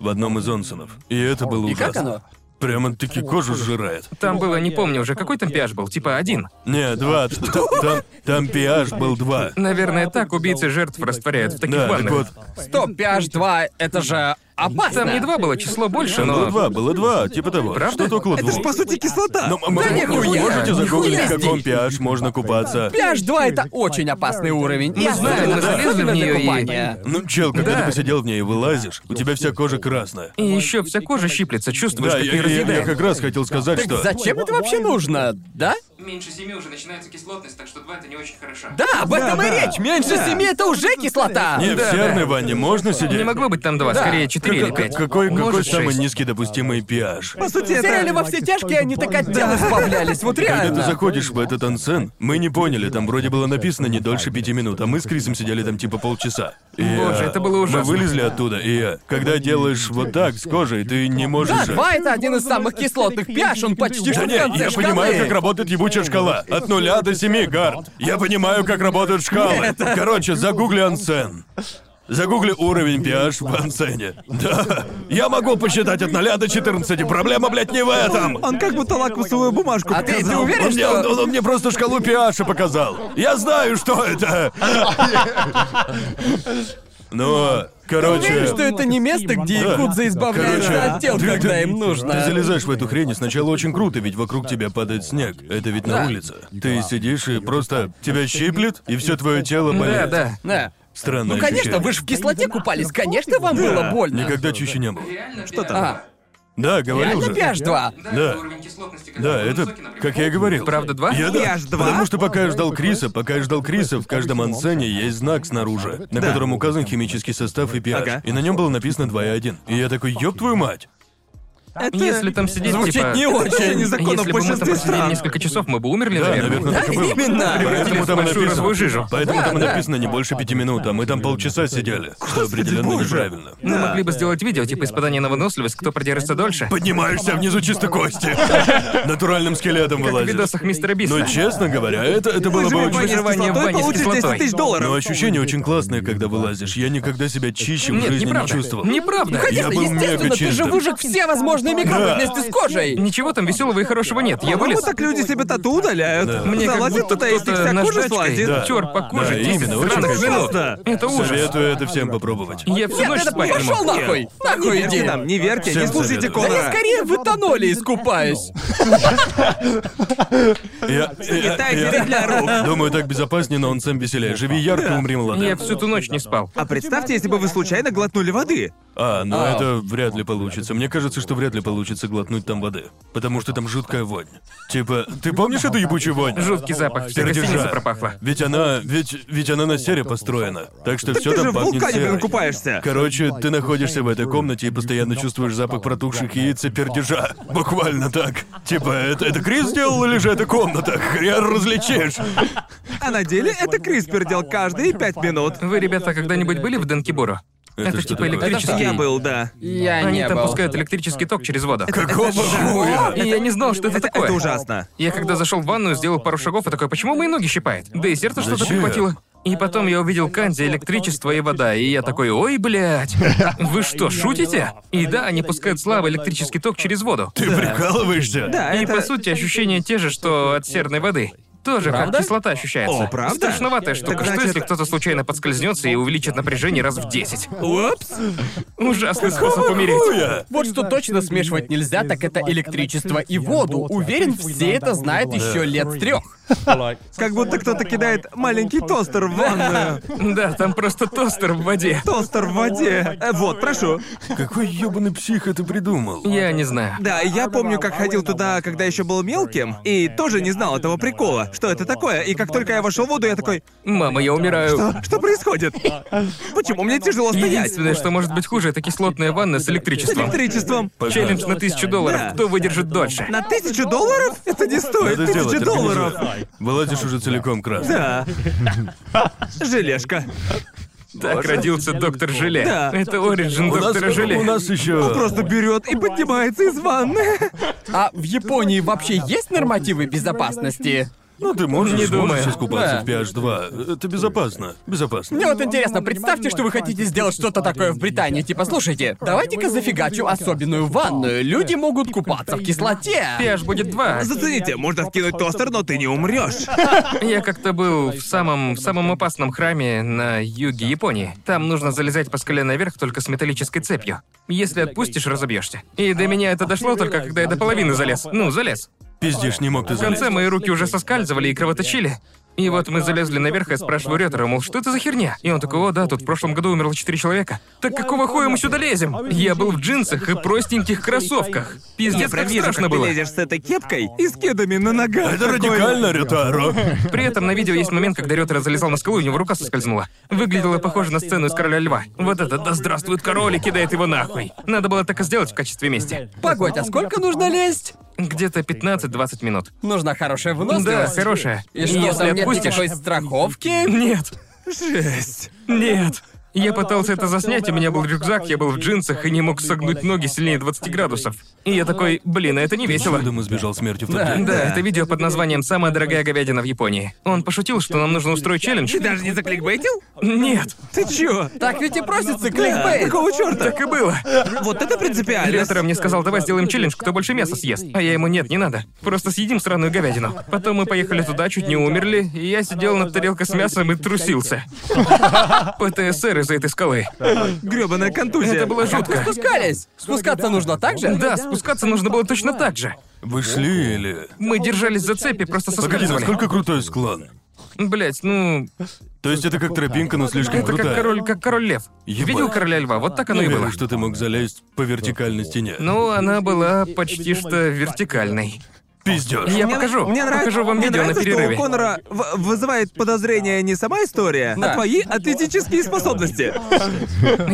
C: в одном из онсонов. И это было
E: И
C: ужасно.
E: как оно?
C: Прямо таки кожу сжирает.
A: Там было, не помню уже, какой там пиаж был, типа один.
C: Не, два. т- т- Там, там pH был два.
A: Наверное, так убийцы жертв растворяют в таких
C: типа, Да, так
A: ваннах.
C: вот,
E: Стоп, pH 2, это же опасно.
A: Там не два было, число больше,
C: там было
A: но...
C: Ну, два, было два, типа того.
A: Правда?
C: Что-то около
B: Это ж
C: двух.
B: по сути кислота.
C: Но м-
E: Да
C: м-
E: нихуя!
C: можете загуглить, в
E: Нихуя
C: каком
E: здесь!
C: pH можно купаться.
E: Пляж 2 это очень опасный уровень.
D: Мы
E: Я
A: знаем,
E: особенно
A: мы залезли
E: для
A: в неё и-
E: купания.
C: Ну, чел, когда
A: Да.
C: ты посидел в ней и вылазишь, у тебя вся кожа красная.
A: И еще вся кожа щиплется, чувствуешь,
C: Да,
A: как
C: я,
A: ее
C: я- я
A: разъедает.
C: как раз хотел сказать, что...
E: Зачем это вообще нужно? Да?
A: Меньше семи уже начинается кислотность, так что два это не очень хорошо.
E: Да, об этом и
B: да.
E: речь. Меньше семи это уже кислота.
C: Не,
A: Да,
C: в серной ванне можно сидеть?
A: Не могло быть там два, скорее четыре или
C: Как-
A: пять.
C: Какой, какой
A: Может,
C: самый
A: шесть.
C: низкий допустимый pH?
B: По сути,
E: Сериале
B: это...
E: во все тяжкие они так от тел избавлялись, вот
C: Когда ты
E: реально.
C: заходишь в этот ансен, мы не поняли, там вроде было написано не дольше пяти минут, а мы с Крисом сидели там типа полчаса. И,
A: Боже,
C: э,
A: это было ужасно.
C: Мы вылезли оттуда, и э, когда делаешь вот так с кожей, ты не можешь...
E: Да,
C: же-
E: два это один из самых кислотных пяж, он почти что
C: Да
E: в
C: нет,
E: конце
C: я
E: шкалы.
C: понимаю, как работает ебучая шкала. От нуля до семи, Гард. Я понимаю, как работают шкалы. Короче, загугли ансен. Загугли уровень pH в ансене. Да, я могу посчитать от нуля до 14. Проблема, блядь, не в этом.
B: Он как будто лакмусовую бумажку
E: А ты, ты
B: показал.
E: уверен,
C: Он мне, он-
E: что...
C: он мне просто шкалу пиаша показал. Я знаю, что
E: *laughs*
C: это. Ну,
E: Уверен, что
C: короче...
E: это не место, где
C: Да.
E: якудза избавляются от тел,
C: ты-
E: когда
C: ты-
E: им
C: Ты
E: нужно.
C: залезаешь в эту хрень, и сначала очень круто, ведь вокруг тебя падает снег. Это ведь на
E: Да.
C: улице. Ты сидишь и просто тебя щиплет, и все твое тело
A: Да,
C: болит.
A: да.
E: Да.
C: Странно.
E: Ну, конечно, вы же в кислоте купались, конечно, вам было больно.
C: Никогда чучи не было.
A: Что
E: А,
C: Да, говорил же.
E: реально pH 2.
C: Да. Да, это, как я и говорил.
A: Правда, два?
C: Я да.
B: Я ж два.
C: Потому что пока я ждал Криса, пока я ждал Криса, в каждом ансене есть знак снаружи, на котором указан химический состав и pH.
B: Ага.
C: И на нем было написано 2 и 1. И я такой, ёб твою мать!
B: Это...
A: Если там сидеть,
E: Звучит
A: типа...
E: не
B: тоже
E: очень.
B: незаконно в
A: Если бы мы там
B: большинстве
A: посидели
B: стран.
A: несколько часов, мы бы умерли,
C: Да,
A: наверное.
C: наверное, так и было.
E: Именно.
C: Поэтому там
A: Большую
C: и написано.
A: розовую жижу.
C: Поэтому там и
E: да.
C: написано не больше пяти минут, а мы там полчаса сидели. Что определенно
B: боже.
C: неправильно.
A: Мы могли бы сделать видео, типа испытание на выносливость, кто продержится дольше.
C: Поднимаешься а внизу чисто кости. *laughs* Натуральным скелетом
A: Как в
C: вылазишь. Ну
A: видосах мистера Биста.
C: Но, честно говоря, это, это было бы
B: Выживание
C: очень...
B: с
A: Выживание в
B: кислотой
A: бане с
B: получишь 10
A: кислотой.
B: тысяч долларов.
C: Но ощущение очень классное, когда вылазишь. Я никогда себя чище в
A: Нет,
C: жизни не
A: неправда.
C: чувствовал.
A: Неправда.
E: Конечно,
C: Я был мега
E: естественно, ты же
C: чистым.
E: выжег все возможные микробы
C: Да.
E: вместе с кожей.
B: Ну,
A: Ничего там веселого и хорошего нет. Я
B: По-моему,
A: вылез.
B: А так люди себе тату удаляют.
A: Мне как
B: Залазит
A: будто
B: туда, и с них
A: кто-то
B: вся кожа
A: наждачкой
B: слазит.
C: Да.
A: тер по коже.
C: Да,
A: 10
C: именно, очень
A: сраных
C: красиво.
A: минут.
B: Да.
A: Это ужас.
C: Советую это всем попробовать.
A: Я всю
E: Нет,
A: ночь
E: это
A: спать не
E: пошел
A: мог.
E: нахуй! Нахуй
B: Не
E: иди!
B: верьте нам, не верьте,
C: Всем
B: не слушайте
C: советую.
E: Да я
B: Конора.
E: скорее в этаноле искупаюсь!
C: Я, я,
B: Китай
C: я-
B: для рук.
C: думаю, так безопаснее, но он сам веселее. Живи ярко, умри молодым.
A: Я всю ту ночь не спал.
B: А представьте, если бы вы случайно глотнули воды.
C: А, ну это вряд ли получится. Мне кажется, что вряд ли ли получится глотнуть там воды. Потому что там жуткая вонь. Типа, ты помнишь эту ебучую вонь?
A: Жуткий запах, вся
C: Сердежа.
A: гостиница пропахла.
C: Ведь она, ведь, ведь она на сере построена. Так что
B: Так
C: все
B: ты же
C: там
B: в
C: пахнет
B: вулкане,
C: серой.
B: блин, купаешься.
C: Короче, ты находишься в этой комнате и постоянно чувствуешь запах протухших яиц и пердежа. Буквально так. Типа, это, это Крис сделал или же это комната? Хрен различишь.
B: А на деле это Крис пердел каждые пять минут.
A: Вы, ребята, когда-нибудь были в Денкибуру?
C: Это
A: Это
C: что
A: типа
C: такое?
A: электрический.
B: Я был, да.
E: Я
A: Они
E: не
A: там
E: был.
A: пускают электрический ток через воду.
C: Какого хуя?
A: И я не знал, что это такое.
B: Это ужасно.
A: Я когда зашел в ванную, сделал пару шагов и такой, почему мои ноги щипает? Да и сердце что-то
C: Зачем?
A: прихватило. И потом я увидел Канди, электричество и вода, и я такой, ой, блядь, вы что, шутите? И да, они пускают слабый электрический ток через воду.
C: Ты прикалываешься?
B: Да,
A: И
B: это...
A: по сути ощущения те же, что от серной воды. Тоже
E: Правда?
A: как кислота ощущается.
B: О, правда?
A: Страшноватая штука.
B: Так
A: Что
B: значит-
A: если кто-то случайно подскользнется и увеличит напряжение раз в 10?
B: Упс.
A: Ужасный способ умереть.
C: Хуя?
E: Вот что точно смешивать нельзя, так это электричество и воду. Уверен, все это знают еще лет с трех.
B: Как будто кто-то кидает маленький тостер в ванную.
A: Да, там просто тостер в воде.
B: Тостер в воде. Э, Вот, прошу.
C: Какой ебаный псих это придумал?
A: Я не знаю.
B: Да, я помню, как ходил туда, когда еще был мелким, и тоже не знал этого прикола, что это такое. И как только я вошел в воду, я такой,
A: Мама, я умираю.
B: «А, что происходит? Почему мне тяжело стоять?
A: Единственное, что может быть хуже, это кислотная ванна с
B: С
A: электричеством.
B: электричеством.
A: Челлендж на тысячу
B: Да.
A: долларов. Кто выдержит дольше?
B: На тысячу долларов? Это не стоит
C: Надо сделать,
B: тысячи долларов.
C: организуй. Вылазишь уже целиком крас.
B: Да. Желешка.
A: Так родился доктор Желе.
B: Да.
A: Это Ориджин
C: У нас,
A: доктора Желе.
C: у нас еще.
B: Просто берет и поднимается из ванны.
E: А в Японии вообще есть нормативы безопасности?
C: Ну ты можешь,
A: Не думаю.
C: можешь искупаться
E: Да.
C: в PH2. Это безопасно. Безопасно.
E: Мне вот интересно, представьте, что вы хотите сделать что-то такое в Британии. Типа, слушайте, давайте-ка зафигачу особенную ванную. Люди могут купаться в кислоте.
A: Пиаж будет два.
B: Зацените, можно вкинуть тостер, но ты не умрешь.
A: Я как-то был в самом, в самом опасном храме на юге Японии. Там нужно залезать по скале наверх только с металлической цепью. Если отпустишь, разобьешься. И до меня это дошло только когда я до половины залез. Ну, залез.
C: Пиздишь, не мог ты
A: В конце
C: залезть.
A: мои руки уже соскальзывали и кровоточили. И вот мы залезли наверх, и я спрашиваю Рётера, мол, что это за херня? И он такой, о, да, тут в прошлом году умерло четыре человека. Так какого хуя мы сюда лезем? Я был в джинсах и простеньких кроссовках. Пиздец, как
B: Провижу,
A: страшно
B: как ты
A: было.
B: лезешь с этой кепкой и с кедами на ногах.
C: Это
B: Такой,
C: радикально, Ритаро.
A: При этом на видео есть момент, когда Рётер залезал на скалу, и у него рука соскользнула. Выглядело похоже на сцену из «Короля льва». Вот это «Да здравствует король» и кидает его нахуй. Надо было так и сделать в качестве мести.
E: Погодь, а сколько нужно лезть?
A: Где-то 15-20 минут.
E: Нужна хорошая
A: Да,
E: выносливость.
A: хорошая.
E: И что,
A: Если
E: там нет
A: отпустишь...
E: никакой страховки?
A: Нет,
B: Жесть.
A: нет. Я пытался это заснять, у меня был рюкзак, я был в джинсах и не мог согнуть ноги сильнее 20 градусов. И я такой, блин, а это не весело.
C: Чудом избежал смерти в тот
A: Да,
C: день.
A: это видео под названием «Самая дорогая говядина в Японии». Он пошутил, что нам нужно устроить челлендж.
B: Ты даже не закликбейтил?
A: Нет,
B: Ты чё?
E: Так ведь и просится
B: Да,
E: кликбейт.
B: Какого черта?
A: так и было.
B: Вот это принципиально.
A: Летера мне сказал, давай сделаем челлендж, кто больше мяса съест. А я ему, нет, не надо. Просто съедим сраную говядину. Потом мы поехали туда, чуть не умерли, и я сидел над тарелкой с мясом и
B: *laughs*
A: трусился. ПТСР из-за этой скалы.
B: Грёбаная контузия.
A: Это было жутко.
E: Спускались. Спускаться нужно так же?
A: Да, спускаться нужно было точно так же.
C: Вы шли или...
A: Мы держались за цепи, просто
C: Погоди,
A: соскальзывали.
C: насколько крутой склон?
A: Блять, ну,
C: То есть это как тропинка, но слишком
A: это
C: крутая.
A: как король, как король лев.
C: Ебать.
A: Видел короля льва? Вот так оно
C: Не
A: и
C: верю,
A: было.
C: что ты мог залезть по вертикальной стене.
A: Ну, она была почти что вертикальной.
C: Пиздёж.
A: Я
B: Мне-
A: покажу.
B: Мне нравится,
A: покажу вам
B: мне
A: видео на
B: нравится, что у
A: перерыве.
B: Конора в- вызывает подозрение не сама история, а
E: Да.
B: твои атлетические способности.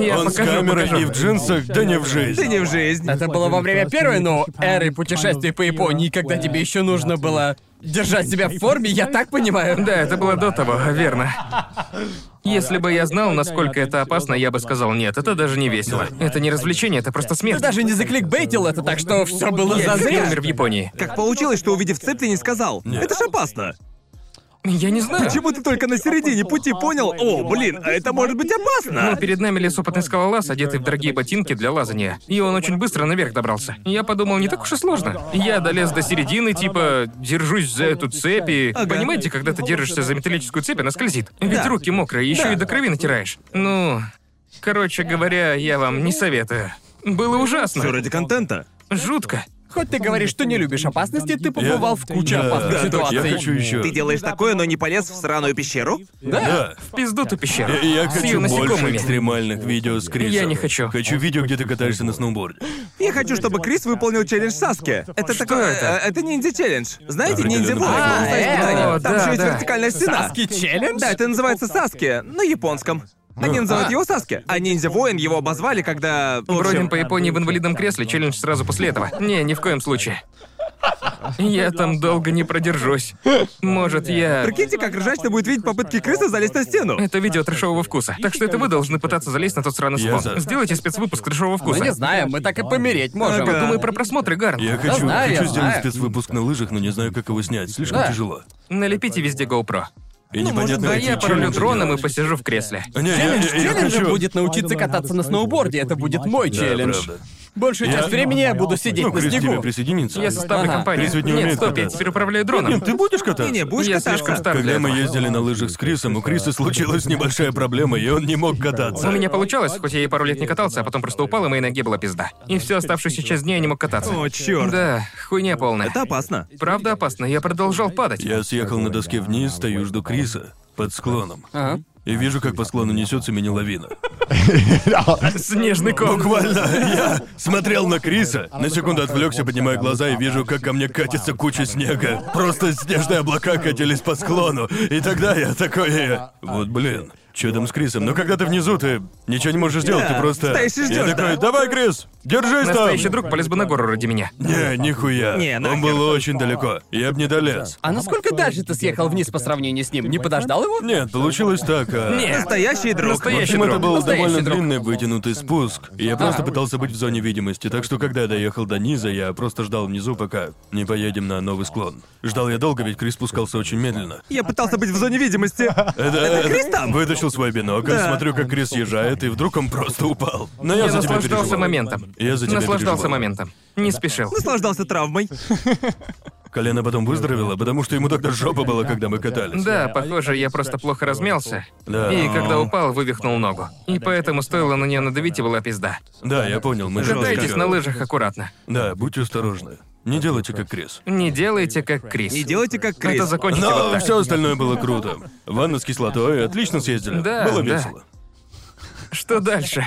A: Я
C: Он с
A: покажу,
C: камерой
A: покажу.
C: и в джинсах, да не в
B: Ты
C: жизнь.
B: не в жизнь.
E: Это было во время первой, ну, эры путешествий по Японии, когда тебе еще нужно было держать себя *laughs* в форме, я так понимаю.
A: Да, это было до того, верно. Если бы я знал, насколько это опасно, я бы сказал, нет, это даже не весело. Это не развлечение, это просто
E: Ты
A: смерть.
E: даже не закликбейтил это, так что все было
A: Я чуть не
E: зазря.
A: умер в Японии.
B: Как получилось, что увидев цепь, ты не сказал? Это ж опасно.
A: Я не знаю.
B: Почему ты только на середине пути понял? О, блин, а это может быть
A: Но
B: опасно.
A: перед нами лес опытный скалолаз, одетый в дорогие ботинки для лазания. И он очень быстро наверх добрался. Я подумал, не так уж и сложно. Я долез до середины, типа, держусь за эту цепь и...
B: Ага.
A: Понимаете, когда ты держишься за металлическую цепь, она скользит. Ведь
B: Да.
A: руки мокрые, еще
B: Да.
A: и до крови натираешь. Ну... Короче говоря, я вам не советую. Было ужасно.
B: Все ради контента.
A: Жутко.
E: Хоть ты говоришь, что не любишь опасности, ты побывал в куче
C: Да,
E: опасных
C: да, точно,
E: ситуаций.
C: я хочу еще.
B: Ты делаешь такое, но не полез в сраную пещеру?
C: Да.
A: В пизду ту пещеру.
C: Я, я
A: С
C: хочу
A: её
C: больше
A: насекомыми.
C: экстремальных видео с Крисом.
A: Я не хочу.
C: Хочу видео, где ты катаешься на сноуборде.
B: Я хочу, чтобы Крис выполнил челлендж Саски. Это такое...
A: это?
B: э, Это ниндзя-челлендж. Знаете,
C: Определенно.
B: ниндзя-блок?
C: А,
B: он ставит
A: э,
B: испытания.
A: о,
B: Там
A: да,
B: же есть
A: да.
B: вертикальная стена.
E: Саски-челлендж?
B: Да, это называется Саски, на японском. Они называют его Саски, а ниндзя-воин его обозвали, когда... в общем,
A: Бродим по Японии в инвалидном кресле, челлендж сразу после этого. Не, ни в коем случае. Я там долго не продержусь. Может, я...
B: Прикиньте, как ржачно будет видеть попытки крысы залезть на стену.
A: Это видео трешового вкуса. Так что это вы должны пытаться залезть на тот сраный
C: Я
A: склон.
C: за.
A: Сделайте спецвыпуск трешового
E: Мы
A: вкуса.
E: Ну, не знаем, мы так и помереть можем.
B: Ага.
A: Думаю про просмотры, Гарн.
C: Я хочу,
E: знаю,
C: хочу
E: я
C: сделать
E: знаю.
C: спецвыпуск на лыжах, но не знаю, как его снять. Слишком
E: Да.
C: тяжело.
A: Налепите везде GoPro.
C: И непонятно,
A: Ну, Да
C: какие
A: я порулю
C: челленджи
A: дроном и
C: делать.
A: посижу в кресле.
C: Не, я-
E: Челлендж
C: я- я
E: челленджа
C: хочу-
E: будет научиться кататься на сноуборде, это будет мой
D: Да,
E: челлендж.
C: правда.
E: Большую часть времени я буду сидеть
C: Ну,
E: на
C: Крис к тебе
E: снегу.
C: присоединится.
A: Я составлю
E: Ага.
A: компанию.
C: Крис ведь не
A: Нет,
C: умеет
A: стоп, я
C: кататься.
A: теперь управляю дроном.
C: Ты будешь кататься?
B: Не, будешь
A: Я слишком
B: кататься?
A: стар для
C: Когда мы
A: этого.
C: ездили на лыжах с Крисом, у Криса случилась небольшая проблема, и он не мог
A: У
C: кататься.
A: меня получалось, хоть я и пару лет не катался, а потом просто упал, и моей ноге была пизда. И всю оставшуюся часть дня я не мог кататься.
B: О, черт.
A: Да, хуйня полная.
B: Это опасно.
A: Правда опасно, я продолжал падать.
C: Я съехал на доске вниз, стою, жду Криса под склоном.
E: Ага.
C: И вижу, как по склону несется мини-лавина.
A: Снежный ком.
C: Буквально я смотрел на Криса, на секунду отвлекся, поднимаю глаза и вижу, как ко мне катится куча снега. Просто снежные облака катились по склону. И тогда я такой... э, Вот блин. Че там с Крисом? Но когда ты внизу, ты ничего не можешь сделать, ты
B: Да,
C: просто...
B: стоишь и ждёшь,
C: я такой, давай, Крис, держись там!
A: Настоящий друг полез бы на гору ради меня.
C: Не, нихуя.
B: Не, ну,
C: Он
B: *laughs* нахер.
C: был очень далеко. Я бы не долез.
E: А насколько дальше ты съехал вниз по сравнению с ним? Не подождал его?
C: Нет, получилось так. а-
A: Нет.
B: Настоящий
C: В
B: друг.
A: Настоящий
C: общем, это
A: друг.
C: был довольно
A: Настоящий друг.
C: длинный вытянутый спуск. и Я просто пытался быть в зоне видимости, так что когда я доехал до низа, я просто ждал внизу, пока не поедем на новый склон. Ждал я долго, ведь Крис спускался очень медленно.
B: Я пытался быть в зоне видимости.
C: Это,
B: Крис там?
C: Вытащил свой бинокль,
B: Да.
C: смотрю, как Крис съезжает, и вдруг он просто упал. Но я,
A: Я
C: за тебя
A: наслаждался
C: переживал.
A: моментом.
C: Я за тебя
A: Наслаждался
C: переживал.
A: моментом. Не спешил.
B: Наслаждался травмой.
C: Колено потом выздоровело, потому что ему тогда жопа была, когда мы катались.
A: Да, похоже, я просто плохо размялся.
C: Да.
A: И когда упал, вывихнул ногу. И поэтому стоило на нее надавить, и была пизда.
C: Да, я понял, мы жестко.
A: Катайтесь на лыжах аккуратно.
C: Да, будьте осторожны. Не делайте как Крис.
A: Не делайте как Крис.
B: Не делайте как
A: Ну, Это
B: Крис.
A: закончите
C: Но
A: вот так.
C: все остальное было круто. Ванна с кислотой, отлично съездили.
A: Да,
C: было
A: да.
C: весело.
A: Что дальше?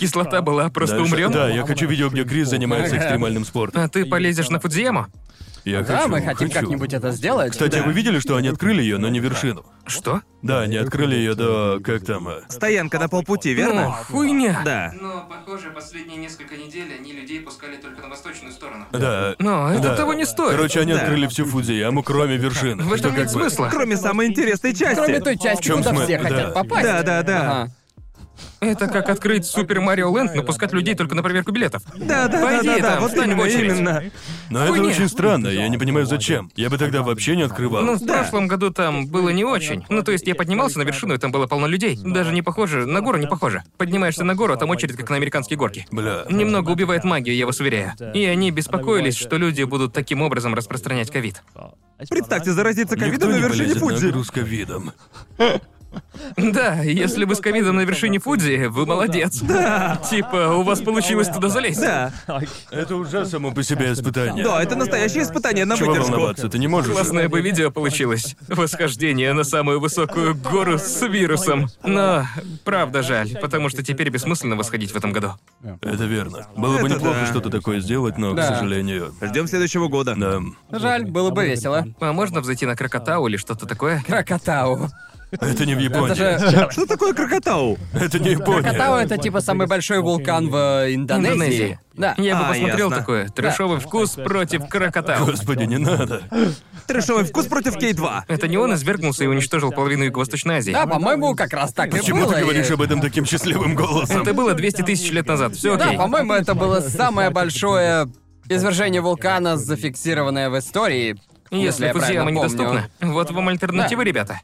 A: Кислота была, просто
C: Дальше-
A: умрем?
C: Да, я хочу видео, где Крис занимается экстремальным спортом.
A: А ты полезешь на Фудзияму?
C: Я хочу,
E: Да, А мы хотим
C: хочу.
E: как-нибудь это сделать.
C: Кстати, вы видели, что они открыли ее, но не вершину?
A: Что?
C: Да, они открыли ее до... как там... э,
B: Стоянка на полпути,
A: Ну,
B: верно?
A: хуйня.
B: Да.
A: Но, похоже, последние несколько недель они людей пускали только на восточную сторону.
C: Да.
A: Но это
C: да.
A: того не стоит.
C: Короче, они
B: Да.
C: открыли всю Фудзияму, кроме вершины.
A: в этом
C: Что
A: нет
C: как бы-
A: смысла.
B: Кроме самой интересной части.
E: Кроме той
C: В
E: части,
C: чём
E: куда
C: смысл?
E: все
C: Да.
E: хотят попасть.
B: Да, да, да.
E: Ага.
A: Это как открыть Супер Марио Лэнд, но пускать людей только на проверку билетов.
B: Да, да, да,
A: Пойди
B: да, да,
A: там,
B: вот
A: встань в
B: именно,
A: очередь.
B: именно.
C: Но это
A: Хуйня.
C: очень странно, я не понимаю, зачем. Я бы тогда вообще не открывал.
A: Ну, в прошлом году там было не очень. Ну, то есть я поднимался на вершину, и там было полно людей. Даже не похоже, на гору не похоже. Поднимаешься на гору, а там очередь, как на американские горки.
C: Бля.
A: Немного убивает магию, я вас уверяю. И они беспокоились, что люди будут таким образом распространять ковид.
B: Представьте, заразиться
C: Никто
B: ковидом на
C: не
B: вершине
C: полезет на
B: Фудзи.
C: гору с ковидом.
A: Да, если вы с ковидом на вершине Фудзи,
E: Ну
A: вы молодец. Да. Типа, у вас получилось туда залезть.
B: Да.
C: Это уже само по себе испытание.
B: Да, это настоящее испытание на
C: Чего
B: выдержку.
C: волноваться, ты не можешь.
A: Классное бы видео получилось. Восхождение на самую высокую гору с вирусом. Но, правда, жаль, потому что теперь бессмысленно восходить в этом году.
C: Это верно. Было бы
B: Это
C: неплохо
B: да.
C: что-то такое сделать, но,
E: Да.
C: к сожалению... э,
B: Ждем следующего года.
C: Да.
E: Жаль, было бы весело.
A: А можно взойти на Крокотау или что-то такое?
E: Крокотау.
C: Это не в Японии. *laughs*
E: Это же...
B: Что такое крокотау?
C: Это не Япония.
E: Крокотау — это типа самый большой вулкан в Индонезии.
A: Индонезии.
E: Да.
A: Я бы
B: А,
A: посмотрел
B: ясно.
A: такое. Трешовый вкус против Крокотау.
C: Господи, не надо.
B: Трешовый вкус против Кей-2.
A: Это не он извергнулся и уничтожил половину Юго-Восточной Азии.
E: Да, по-моему, как раз так и
C: ну, Почему
E: было.
C: ты
E: и-
C: говоришь об этом таким
A: *laughs*
C: счастливым голосом?
A: Это было 200 тысяч лет назад. Все
E: Да,
A: окей.
E: по-моему, это было самое большое извержение вулкана, зафиксированное в истории.
A: Если
E: я
A: Фудзияма
E: правильно помню.
A: недоступна, вот вам альтернатива, ребята.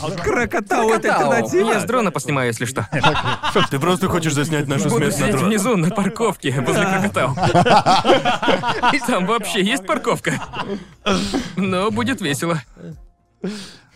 B: Крокотау это
E: Крокотау.
A: Я с
B: альтернатива.
A: дрона поснимаю, если что.
C: Ты просто хочешь заснять нашу
A: Буду
C: смерть на
A: сидеть
C: трон.
A: внизу на парковке возле Крокотау. И там вообще есть парковка. Но будет весело.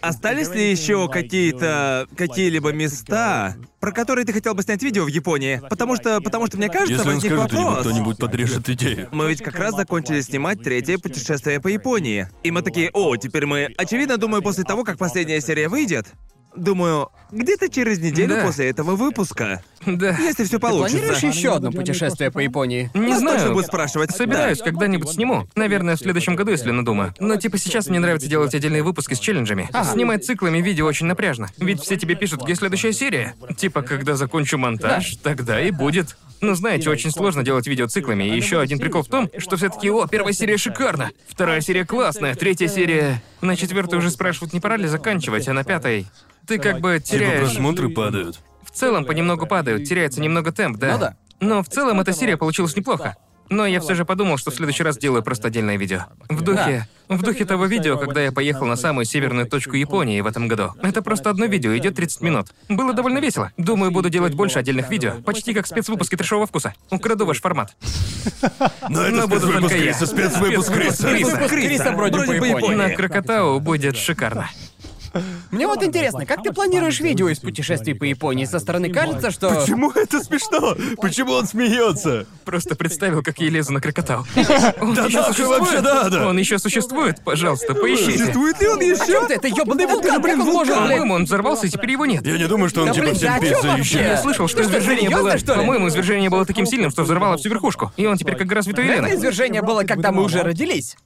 B: Остались ли еще какие-то какие-либо места, про которые ты хотел бы снять видео в Японии? Потому что, потому что мне кажется,
C: Если он
B: возник
C: скажет,
B: вопрос.
C: кто-нибудь, кто-нибудь подрежет идею.
B: Мы ведь как раз закончили снимать третье путешествие по Японии. И мы такие, о, теперь мы... Очевидно, думаю, после того, как последняя серия выйдет, думаю, где-то через неделю
A: Да.
B: после этого выпуска,
A: Да.
B: если все
E: Планируешь
B: получится.
E: еще одно путешествие по Японии?
A: Не
B: Нас
A: знаю.
B: точно будут спрашивать.
A: Собираюсь,
B: Да.
A: когда-нибудь сниму. Наверное, в следующем году, если надумаю. Но типа сейчас мне нравится делать отдельные выпуски с челленджами. Снимать циклами видео очень напряжно. Ведь все тебе пишут, где следующая серия. Типа, когда закончу монтаж, тогда и будет. Ну, знаете, очень сложно делать видео циклами. И еще один прикол в том, что все таки о, первая серия шикарна, вторая серия классная, третья серия... На четвертой уже спрашивают, не пора ли заканчивать, а на пятой... Ты как бы
C: Типа
A: теряешь...
C: просмотры падают.
A: В целом понемногу падают, теряется немного темп, да?
E: Ну да.
A: Но в целом эта серия получилась неплохо. Но я все же подумал, что в следующий раз делаю просто отдельное видео. В духе... В духе того видео, когда я поехал на самую северную точку Японии в этом году. Это просто одно видео, идет 30 минут. Было довольно весело. Думаю, буду делать больше отдельных видео. Почти как спецвыпуски трешового вкуса. Украду ваш формат.
C: Но это
A: Но буду
C: спецвыпуск
A: только я.
C: Криса, спецвыпуск Криса.
E: Выпуск Криса вроде по Японии.
A: На Крокотау будет шикарно.
E: Мне вот интересно, как ты планируешь видео из путешествий по Японии? Со стороны кажется, что...
C: Почему это смешно? Почему он смеется?
A: Просто представил, как я лезу на Крокотау. Он еще
C: нахуй вообще
A: существует?
C: надо?
A: Он еще существует? Пожалуйста, поищите.
B: Существует ли он
E: О
B: еще?
E: чем ты? Это ёбаный вулкан, как он может, блядь?
A: По-моему, он взорвался, и теперь его нет.
C: Я не думаю, что он
E: Да,
C: типа
E: блин, да
C: всем
E: о чём
C: пицца
E: вообще?
A: Я
C: еще.
A: слышал, что
E: Ты Э, что,
A: извержение
E: серьёзно,
A: было...
E: что ли?
A: По-моему, извержение было таким сильным, что взорвало всю верхушку. И он теперь как гора Святой
E: Это
A: Елены.
E: извержение было, когда мы уже родились.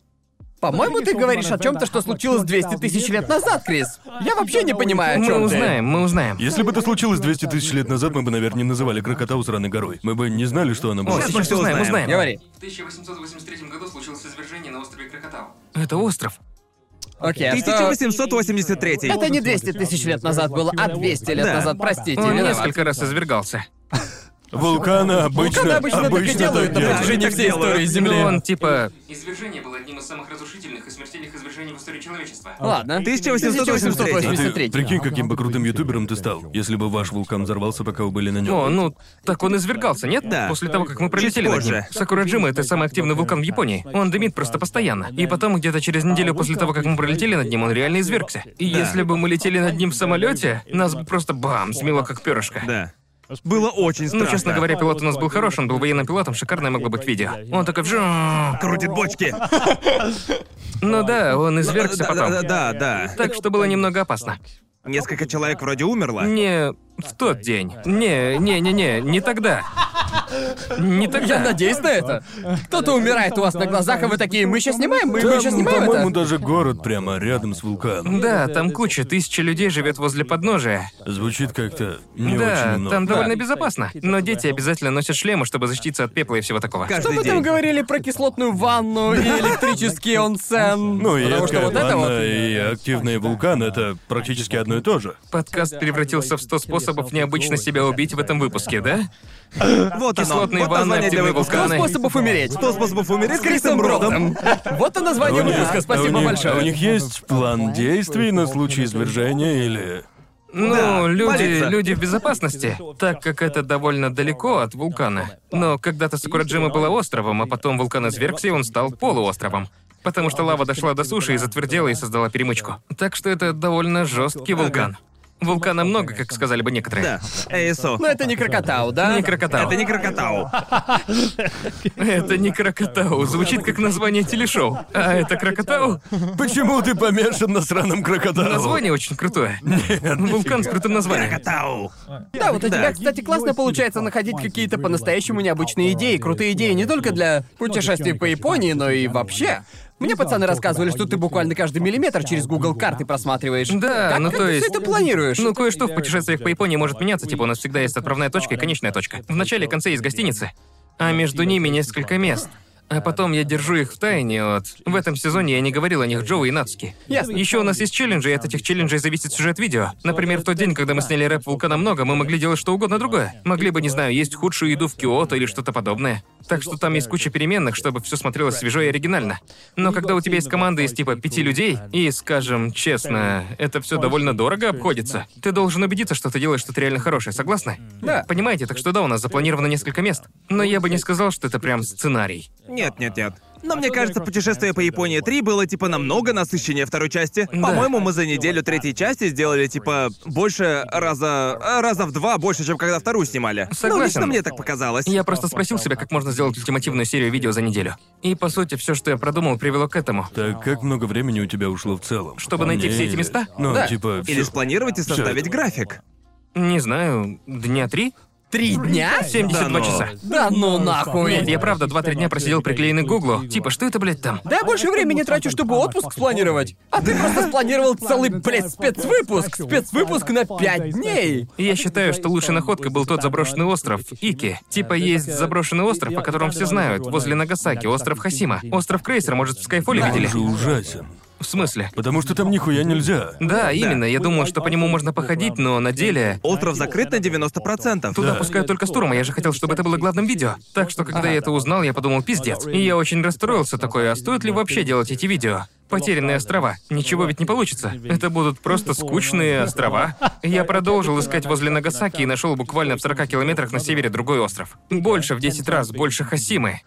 E: По-моему, ты говоришь о чем-то, что случилось 200 тысяч лет назад, Крис. Я вообще не понимаю, А о чем
A: Мы
E: ты.
A: узнаем, мы узнаем.
C: Если бы это случилось 200 тысяч лет назад, мы бы, наверное, не называли крокотау сраной горой. Мы бы не знали, что она была.
A: Сейчас мы
B: мы
A: все
B: всё
A: узнаем,
B: узнаем.
A: узнаем.
E: Говори.
A: В 1883 году случилось извержение на острове Крокотау. Это остров.
E: Окей, а что-
B: 1883.
E: Это не 200 тысяч лет назад было, а 200 лет
B: Да.
E: назад, простите,
A: Он
E: виноват.
A: несколько раз извергался.
C: Вулканы
E: Вулканы
C: обычно,
E: обычно, так и делают на
C: делают.
E: протяжении всей истории Земли.
A: Но он типа...
H: Извержение было одним из самых разрушительных и смертельных извержений в истории человечества.
E: Ладно.
B: 1883.
C: А ты
E: 1883.
C: прикинь, каким бы крутым ютубером ты стал, если бы ваш вулкан взорвался, пока вы были на нем.
A: О, ну, так он извергался, нет?
B: Да.
A: После того, как мы пролетели над ним.
B: позже.
A: Сакураджима — это самый активный вулкан в Японии. Он дымит просто постоянно. И потом, где-то через неделю после того, как мы пролетели над ним, он реально извергся. И если бы мы летели над ним в самолете, нас бы просто бам, смело как перышко.
B: Да. Было очень
A: Ну,
B: страшно.
A: честно говоря, пилот у нас был хорош, он был военным пилотом, шикарное могло быть видео. Он такой вжу.
B: крутит бочки.
A: Ну да, он извергся
B: Да, да,
A: потом.
B: да, да.
A: Так что было немного опасно.
B: Несколько человек вроде умерло.
A: Не в тот день. Не, не, не, не, не тогда. Не
E: Я
A: тогда.
E: надеюсь на это. Кто-то умирает у вас на глазах, а вы такие, мы еще снимаем, мы, мы еще
C: Там,
E: снимаем
C: по-моему,
E: это.
C: даже город прямо рядом с вулканом.
A: Да, там куча, тысячи людей живет возле подножия.
C: Звучит как-то не
A: да,
C: очень много.
A: там довольно безопасно. Но дети обязательно носят шлемы, чтобы защититься от пепла и всего такого.
B: Каждый
E: Что вы А там
B: день.
E: говорили про кислотную ванну и электрический онсен?
C: Ну, и
E: Потому
C: это
E: что вот это вот...
C: и активный вулкан — это практически одно и то же.
A: Подкаст превратился в 100 способов необычно себя убить в этом выпуске, да?
B: Вот оно.
A: Кислотные
B: вот
A: ванны,
B: название для
A: активные
B: выпуска.
E: Сто
A: вулканы.
E: способов умереть.
B: Сто способов умереть
E: С Крисом Бродом. Вот и название
C: У них-
E: выпуска,
C: а у
E: спасибо
C: них-
E: большое.
C: У них есть план действий на случай извержения или...
A: Ну,
B: Да,
A: люди,
B: молиться.
A: люди в безопасности, так как это довольно далеко от вулкана. Но когда-то Сакураджима была островом, а потом вулкан извергся, и он стал полуостровом. Потому что лава дошла до суши и затвердела и создала перемычку. Так что это довольно жесткий вулкан. Вулкана много, как сказали бы некоторые.
B: Да. ЭСО.
E: Но Ну, это не крокотау, да?
A: Не крокотау.
B: Это не крокотау.
A: Это не крокотау. Звучит как название телешоу. А это крокотау?
C: Почему ты помешан на сраном крокодиле?
A: Название очень крутое. Вулкан с крутым названием.
B: Крокотау.
E: Да, вот у
B: Да.
E: тебя, кстати, классно получается находить какие-то по-настоящему необычные идеи, крутые идеи не только для путешествий по Японии, но и вообще. Мне пацаны рассказывали, что ты буквально каждый миллиметр через Google карты просматриваешь.
A: Да,
E: Как-
A: ну
E: как
A: то
E: ты
A: есть...
E: все это планируешь?
A: Ну кое-что в путешествиях по Японии может меняться, типа у нас всегда есть отправная точка и конечная точка. В начале и конце есть гостиницы, а между ними несколько мест. А потом я держу их в тайне от... В этом сезоне я не говорил о них Джоу и Нацки.
E: Ясно.
A: Еще у нас есть челленджи, и от этих челленджей зависит сюжет видео. Например, в тот день, когда мы сняли рэп «Вулкана много», мы могли делать что угодно другое. Могли бы, не знаю, есть худшую еду в Киото или что-то подобное. Так что там есть куча переменных, чтобы все смотрелось свежо и оригинально. Но когда у тебя есть команда из типа пяти людей, и, скажем честно, это все довольно дорого обходится, ты должен убедиться, что ты делаешь что-то реально хорошее, согласны?
E: Да.
A: Понимаете, так что да, у нас запланировано несколько мест. Но я бы не сказал, что это прям сценарий.
B: Нет, нет, нет. Но мне кажется, путешествие по Японии 3 было типа намного насыщеннее второй части.
A: Да.
B: По-моему, мы за неделю третьей части сделали типа больше раза э, раза в два больше, чем когда вторую снимали. Ну,
A: Согласен.
B: лично мне так показалось.
A: Я просто спросил себя, как можно сделать ультимативную серию видео за неделю. И, по сути, все, что я продумал, привело к этому.
C: Так как много времени у тебя ушло в целом?
A: Чтобы
C: По
A: найти
C: мне-
A: все эти места?
C: Ну,
A: Да.
C: типа,
B: Или
C: всё.
B: спланировать и составить
C: это.
B: график.
A: Не знаю, дня три?
E: Три дня?
A: 72
B: Да ну.
A: часа.
E: Да ну
A: Нет,
E: нахуй.
A: я правда 2-3 дня просидел приклеенный к Гуглу. Типа, что это, блядь, там?
E: Да я больше времени трачу, чтобы отпуск спланировать. А ты просто спланировал целый, блядь, спецвыпуск. Спецвыпуск на пять дней.
A: Я считаю, что лучшей находкой был тот заброшенный остров, Ики. Типа есть заброшенный остров, о котором все знают, возле Нагасаки, остров Хасима. Остров Крейсер, может, в Скайфоле
C: Он
A: видели?
C: же ужасен.
A: В смысле?
C: Потому что там нихуя нельзя.
A: Да, именно, я думал, что по нему можно походить, но на деле...
B: Остров закрыт на 90%.
A: Туда
C: Да.
A: пускают только с туром, а я же хотел, чтобы это было главным видео. Так что, когда я это узнал, я подумал, пиздец. И я очень расстроился такой, а стоит ли вообще делать эти видео? Потерянные острова. Ничего ведь не получится. Это будут просто скучные острова. Я продолжил искать возле Нагасаки и нашел буквально в 40 километрах на севере другой остров. Больше в 10 раз, больше Хасимы.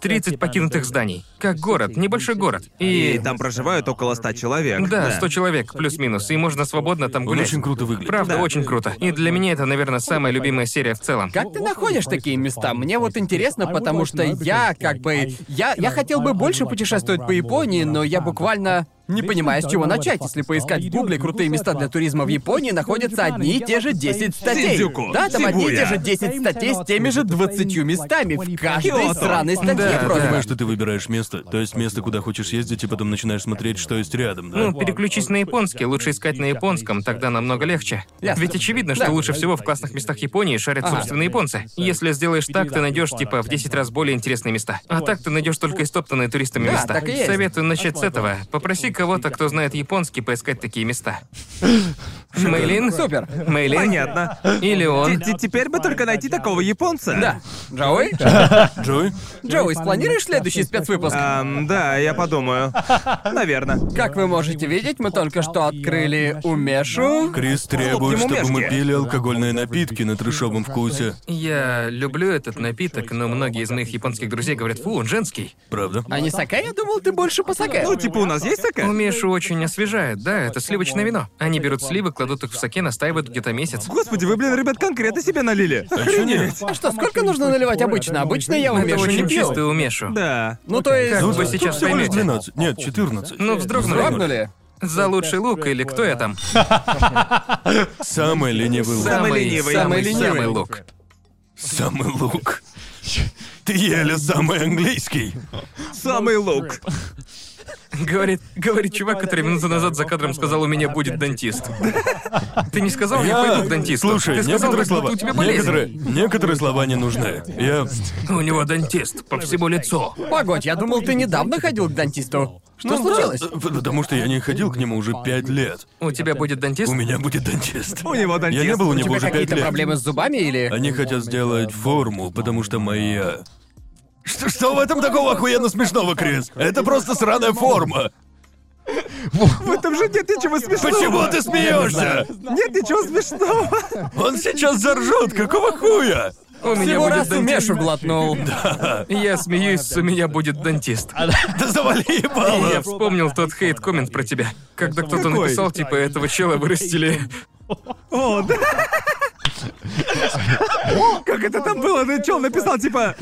A: 30 покинутых зданий. Как город, небольшой город.
B: И
A: И...
B: там проживают около 100 человек.
A: Да, 100 человек, плюс-минус, и можно свободно там
C: Он
A: гулять.
C: очень круто выглядит.
A: Правда, очень круто. И для меня это, наверное, самая любимая серия в целом.
E: Как ты находишь такие места? Мне вот интересно, потому что я как бы... Я, я хотел бы больше путешествовать по Японии, но я буквально не понимаю, с чего начать. Если поискать в гугле, крутые места для туризма в Японии находятся одни и те же 10 статей.
B: Синдзюку,
E: Да, там одни и те
B: Сибуя.
E: же 10 статей с теми же 20 местами в каждой
B: Киото.
E: сраной статье
A: Да,
C: Ты
A: да.
E: просто.
C: понимаешь, что ты выбираешь место, то есть место, куда хочешь ездить, и потом начинаешь смотреть, что есть рядом, да?
A: Ну, переключись на японский, лучше искать на японском, тогда намного легче.
E: Ясно.
A: Ведь очевидно,
E: Да.
A: что лучше всего в классных местах Японии шарят
E: Ага.
A: собственные японцы. Если сделаешь так, ты найдешь типа в 10 раз более интересные места. А так ты найдешь только истоптанные туристами
E: Да,
A: места.
E: так и есть.
A: Советую начать с этого. Попроси кого-то, кто знает японский, поискать такие места. Мейлин?
E: *laughs* Супер.
A: Мейлин?
B: Понятно.
A: Или
B: Т-
A: он?
B: т- Теперь бы только найти такого японца.
E: Да. Джоуи?
C: Джой?
E: Джоуи, спланируешь следующий спецвыпуск?
B: Эм, да, я подумаю. Наверное.
E: Как вы можете видеть, мы только что открыли Умешу.
C: Крис требует,
B: ему
C: чтобы мы
B: мешки.
C: пили алкогольные напитки на трешовом вкусе.
A: Я люблю этот напиток, но многие из моих японских друзей говорят, фу, он женский.
C: Правда?
E: А не саке? Я думал, ты больше по саке.
B: Ну, типа, у нас есть такая?
A: Умешу очень освежает, да, это сливочное вино. Они берут сливы, кладут их в соке, настаивают где-то месяц.
B: Господи, вы, блин, ребят, конкретно себе налили.
C: нет?
E: А что, сколько нужно наливать обычно? Обычно
A: Это
E: я умешу не
A: ну, очень
E: пью.
A: чистую умешу.
B: Да.
E: Ну то есть...
A: Как
C: Ну,
A: вы
C: тут
A: сейчас
C: всего лишь
A: поймете.
C: 12. Нет, 14.
A: Ну, вздрогнули.
E: Дрогнули?
A: За лучший лук или кто я там? *laughs*
C: Самый ленивый лук.
B: Самый ленивый.
A: Самый,
E: Самый ленивый.
A: самый лук.
C: Самый лук. Ты еле самый английский.
B: Самый лук.
A: Говорит, говорит чувак, который минуту назад за кадром сказал, у меня будет дантист. Ты не сказал, я пойду к дантисту.
C: Слушай,
A: Ты сказал,
C: некоторые
A: как будто
C: слова...
A: у тебя болезнь.
C: Некоторые, некоторые слова не нужны. Я...
A: У него дантист по всему лицу.
E: Погодь, я думал, ты недавно ходил к дантисту. Что случилось?
C: Э, Потому что я не ходил к нему уже пять лет.
A: У тебя будет дантист?
C: У меня будет дантист.
B: У него
C: Я
B: Ну, дантист.
C: не был у него
E: У тебя
C: уже пять
E: какие-то
C: лет.
E: проблемы с зубами или...
C: Они хотят сделать форму, потому что моя... Что, что в этом такого охуенно смешного, Крис? Это просто сраная форма.
B: В этом же нет ничего смешного.
C: Почему ты смеешься?
B: Нет ничего смешного.
C: Он сейчас заржет, какого хуя?
A: А У меня
E: Всего
A: будет
E: раз
A: дантист.
E: Умешу
A: *laughs*
E: глотнул.
A: Я смеюсь, у меня будет дантист.
C: А Да завали
A: И Я
C: ебало.
A: вспомнил тот хейт-коммент про тебя. Когда кто-то
B: Какой?
A: написал, типа, этого чела вырастили.
B: О, да. Как это там было? Ну, чел написал, типа...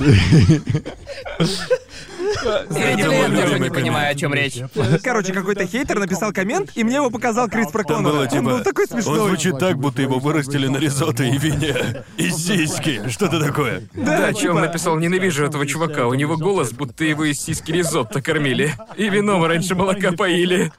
E: Зрители,
C: мой
E: я тоже
C: любимый
E: не понимаю, о
C: коммент.
E: чем речь.
B: Короче, какой-то хейтер написал коммент, и мне его показал Крис
C: Там
B: Проктон.
C: было
B: Он
C: типа...
B: был такой
C: Он
B: смешной.
C: звучит так, будто его вырастили на ризотто и вине. И сиськи. Что-то такое.
A: Да, чем
C: типа,
A: написал, ненавижу этого чувака. У него голос, будто его из сиськи ризотто
C: *laughs*
A: кормили. И вином раньше молока поили.